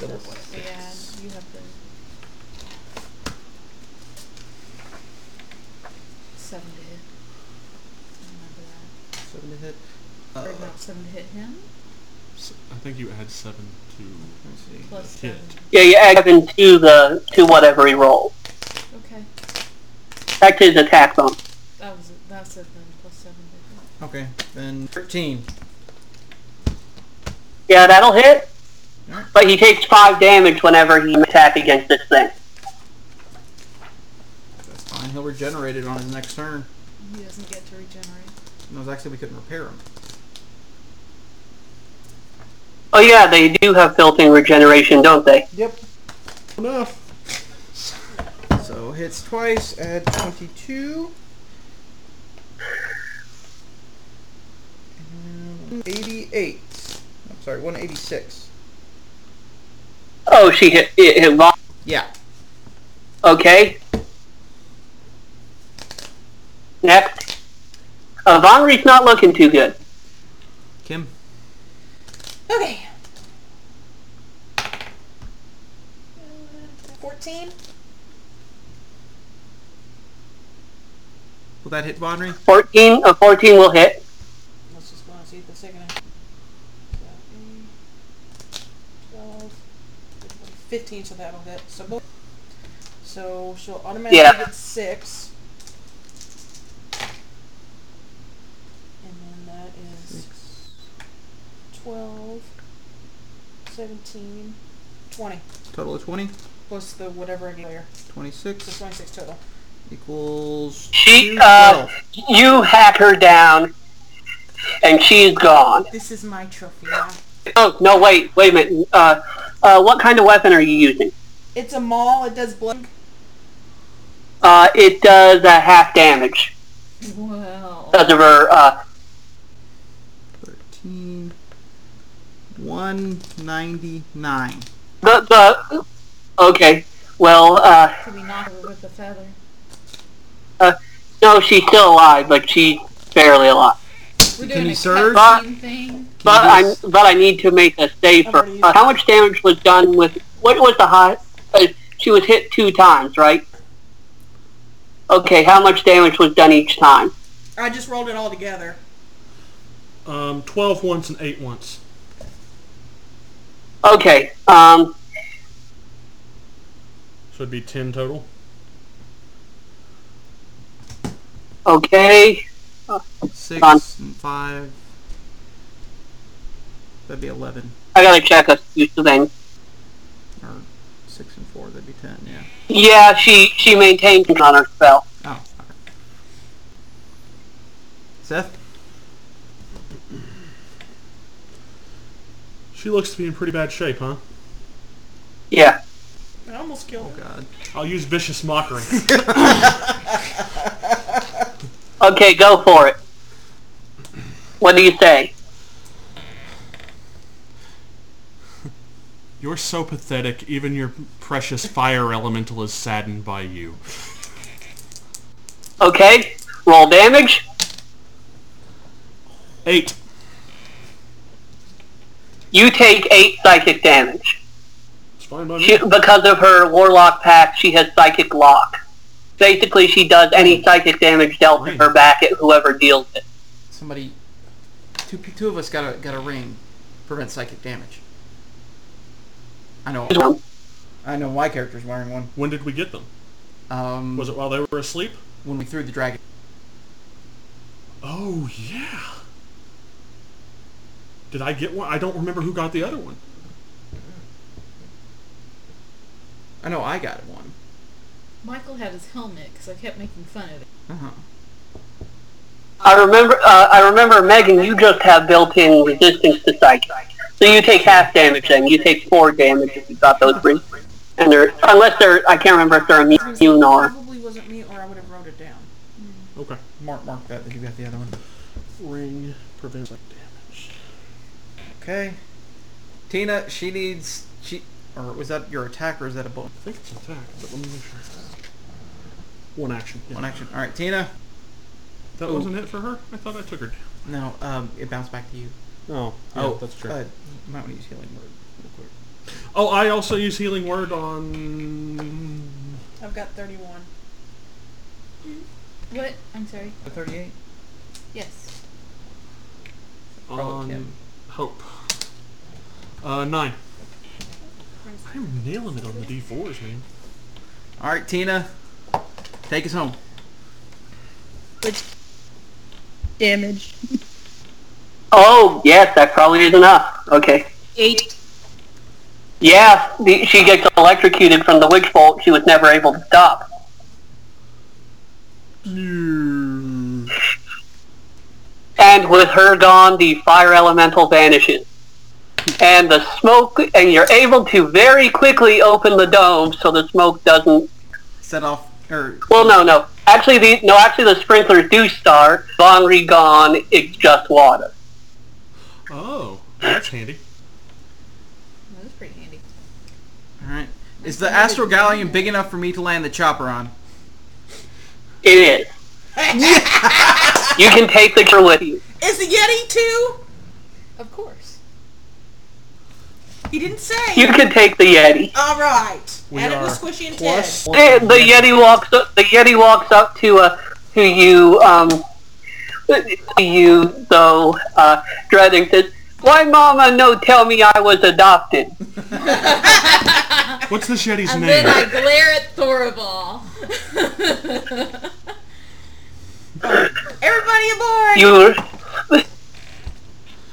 Speaker 7: Double
Speaker 2: remember what. Yeah, you have the. Seven to hit. I
Speaker 7: Seven to hit. Uh,
Speaker 2: remember that. Or not seven to hit him,
Speaker 5: S- I think you add 7 to
Speaker 7: let's see.
Speaker 2: plus
Speaker 5: hit.
Speaker 2: seven.
Speaker 4: Yeah, you add him to the to whatever he rolls.
Speaker 2: Okay,
Speaker 4: That's his attack bonus.
Speaker 2: that was, it. that's it then, plus seven to hit.
Speaker 7: Okay, then thirteen.
Speaker 4: Yeah, that'll hit.
Speaker 7: Alright.
Speaker 4: But he takes five damage whenever he attack against this thing.
Speaker 7: That's fine. He'll regenerate it on his next turn.
Speaker 2: He doesn't get to regenerate.
Speaker 7: No, it's actually we couldn't repair him.
Speaker 4: Oh yeah, they do have built-in regeneration, don't they?
Speaker 5: Enough.
Speaker 7: So hits twice at 22. And 88. I'm sorry, 186.
Speaker 4: Oh, she hit it hit wrong.
Speaker 7: Yeah.
Speaker 4: Okay. Next. Uh, Vonri's not looking too good.
Speaker 7: Kim?
Speaker 6: Okay. 14?
Speaker 7: Will that hit Bonnery?
Speaker 4: 14, a 14 uh, will hit.
Speaker 6: Let's just go and see if the second. one- Twelve, Fifteen, so that'll hit. So both. So she'll automatically
Speaker 4: Yeah.
Speaker 6: get six. And then that is twelve, seventeen, twenty.
Speaker 7: Total of 20.
Speaker 6: Plus the whatever I get here. So
Speaker 7: 26
Speaker 6: twenty-six total.
Speaker 7: equals
Speaker 4: She,
Speaker 7: 2,
Speaker 4: uh,
Speaker 7: 12.
Speaker 4: You hack her down, and she's gone.
Speaker 6: This is my trophy.
Speaker 4: Oh, no, wait, wait a minute. Uh, uh, what kind of weapon are you using?
Speaker 6: It's a maul. It does blink.
Speaker 4: Uh, it does uh, half damage
Speaker 2: Well,
Speaker 4: because of her, uh,
Speaker 7: 13. 199.
Speaker 4: the, the, okay, well, uh,
Speaker 2: could we knock her with a feather?
Speaker 4: no, she's still alive, but she's barely alive.
Speaker 2: We're
Speaker 7: Can
Speaker 2: doing
Speaker 7: you
Speaker 2: a
Speaker 7: surge?
Speaker 2: cutscene thing.
Speaker 4: But I but I need to make a save for.
Speaker 6: Already.
Speaker 4: Uh, how much damage was done with? What was the high? Uh, she was hit two times, right? Okay, how much damage was done each time?
Speaker 6: I just rolled it all together.
Speaker 5: Um, 12 once and 8 once.
Speaker 4: Okay, um,
Speaker 5: So it'd be 10 total.
Speaker 4: okay,
Speaker 7: Six,
Speaker 4: Done.
Speaker 7: five. That'd be eleven,
Speaker 4: I gotta check a few things.
Speaker 7: or six and four. That'd be ten. Yeah.
Speaker 4: Yeah, she she maintained control on her spell.
Speaker 7: Oh. okay. Seth.
Speaker 5: She looks to be in pretty bad shape, huh?
Speaker 4: Yeah.
Speaker 6: I almost killed
Speaker 7: Oh God.
Speaker 5: I'll use
Speaker 7: *laughs*
Speaker 5: vicious mockery.
Speaker 4: Okay, go for it. What do you say?
Speaker 5: You're so pathetic, even your precious fire elemental is saddened by you.
Speaker 4: Okay, roll damage.
Speaker 5: Eight.
Speaker 4: You take eight psychic damage.
Speaker 5: It's fine by
Speaker 4: She,
Speaker 5: me.
Speaker 4: because of her warlock pact, she has psychic lock. Basically, she does any psychic damage dealt to her back at whoever deals it.
Speaker 7: Somebody. Two pe- two of us got a got a ring, prevent psychic damage. I know. I know my character's wearing one.
Speaker 5: When did we get them?
Speaker 7: Um.
Speaker 5: Was it while they were asleep?
Speaker 7: when we threw the dragon?
Speaker 5: Oh, yeah. Did I get one? I don't remember who got the other one.
Speaker 7: I know I got one.
Speaker 2: Michael had his helmet because I kept making fun of it.
Speaker 7: Uh
Speaker 5: Uh-huh.
Speaker 7: huh.
Speaker 4: I remember. Uh, I remember, Megan. You just have built-in resistance to psychic, so you take half damage. Then you take four damage if you got those rings. And they're unless they're. I can't remember if they're immune or.
Speaker 6: Probably wasn't me, or I would have wrote it down.
Speaker 5: Okay.
Speaker 7: Mark mark that that you got the other one.
Speaker 5: Ring prevents damage.
Speaker 7: Okay. Tina, she needs she or was that your attack or is that a bonus?
Speaker 5: I think it's an attack, but let me make sure. One action. yeah.
Speaker 7: One action. All right, Tina.
Speaker 5: That
Speaker 7: Ooh.
Speaker 5: wasn't it for her? I thought I took her down.
Speaker 7: No, um, it bounced back to you.
Speaker 5: Oh,
Speaker 7: oh,
Speaker 5: that's true.
Speaker 7: Uh, you might want to use healing word real quick.
Speaker 5: oh, I also use healing word on.
Speaker 6: I've got 31.
Speaker 2: What? I'm sorry.
Speaker 7: The Thirty-eight.
Speaker 2: Yes.
Speaker 5: on
Speaker 7: Kim.
Speaker 5: hope. Uh, nine. I'm nailing it on the D4s, man.
Speaker 7: All right, Tina. Take us home.
Speaker 9: Damage.
Speaker 4: Oh yes, that probably is enough. Okay.
Speaker 9: Eight.
Speaker 4: Yeah, the, she gets electrocuted from the witch bolt. She was never able to stop. And with her gone, the fire elemental vanishes. And the smoke, and you're able to very quickly open the dome so the smoke doesn't.
Speaker 7: Set off er, or
Speaker 4: Well, no, no. Actually, the no. Actually, the sprinklers do start. Bonri gone. It's just water.
Speaker 5: Oh, that's handy.
Speaker 2: That was pretty handy.
Speaker 7: all right. Is the Astro Galleon big enough for me to land the chopper on?
Speaker 4: It is. you can take the girl with you.
Speaker 6: Is the Yeti too?
Speaker 2: Of course.
Speaker 6: He didn't say.
Speaker 4: You can take the yeti.
Speaker 6: all right.
Speaker 5: We
Speaker 6: and it
Speaker 5: are
Speaker 6: was Squishy and
Speaker 5: plus-
Speaker 4: The, the yeti walks up. The yeti walks up to uh, to you. Um, to you though, uh, Dread and says, "Why, Mama? No, tell me I was adopted."
Speaker 5: What's the
Speaker 6: *laughs*
Speaker 5: Yeti's
Speaker 2: And
Speaker 5: name?
Speaker 2: then I glare at Thorobal.
Speaker 6: Ted. Everybody aboard!
Speaker 4: you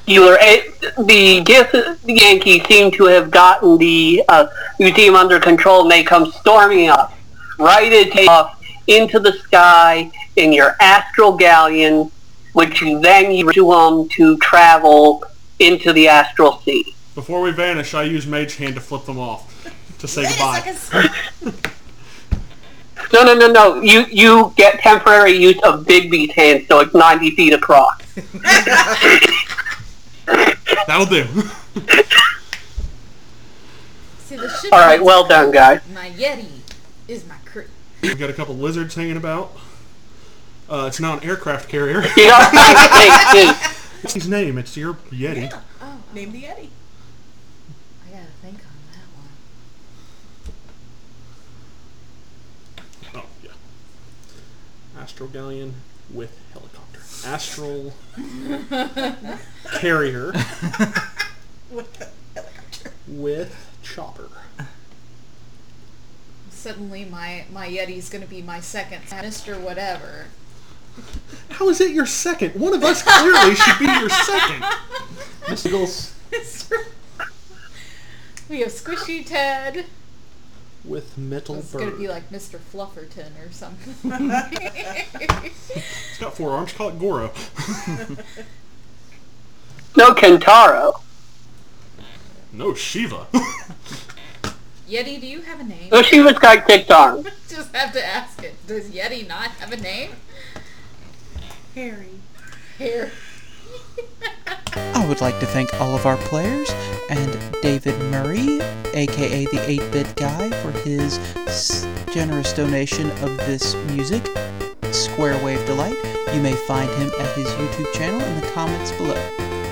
Speaker 4: you were a- eh, the gift the Yankees seem to have gotten the uh, museum under control and they come storming up right as take off into the sky in your astral galleon which you then use to, um, to travel into the astral sea
Speaker 5: Before we vanish, I use Mage Hand to flip them off to say
Speaker 6: Wait a
Speaker 5: goodbye.
Speaker 6: second.
Speaker 4: no no no no you you get temporary use of Bigby's hand so it's 90 feet across
Speaker 5: That'll
Speaker 2: *laughs*
Speaker 5: do. *laughs*
Speaker 2: See, this should
Speaker 4: all
Speaker 2: be
Speaker 4: right well done guys
Speaker 2: my Yeti is my crew.
Speaker 5: We've got a couple lizards hanging about. Uh, it's not an aircraft carrier.
Speaker 4: *laughs* you know, I think, too.
Speaker 5: his name. It's your Yeti.
Speaker 6: Yeah.
Speaker 11: Oh, oh,
Speaker 6: Name the Yeti.
Speaker 11: I gotta think on that one.
Speaker 5: Oh, yeah. Astral Galleon with helicopter. Astral
Speaker 2: *laughs*
Speaker 5: Carrier
Speaker 6: What the helicopter?
Speaker 5: with chopper.
Speaker 2: Suddenly, my my Yeti's gonna be my second, Mister Whatever. *laughs*
Speaker 5: How is it your second? One of us clearly should be your second. Mr. Eagles
Speaker 2: we have Squishy Ted.
Speaker 5: with metal
Speaker 2: It's gonna
Speaker 5: bird.
Speaker 2: be like Mister Flufferton or something.
Speaker 5: it's got four arms. Call it Goro. *laughs*
Speaker 4: No, Kentaro.
Speaker 5: No, Shiva. *laughs*
Speaker 2: Yeti, do you have a
Speaker 4: *laughs*
Speaker 2: name?
Speaker 4: No, she was got kicked arm.
Speaker 2: Just have to ask it. Does Yeti not have a name?
Speaker 6: Harry.
Speaker 2: Here.
Speaker 3: I would like to thank all of our players and David Murray, aka the 8 bit guy, for his s- generous donation of this music, Square Wave Delight. You may find him at his YouTube channel in the comments below.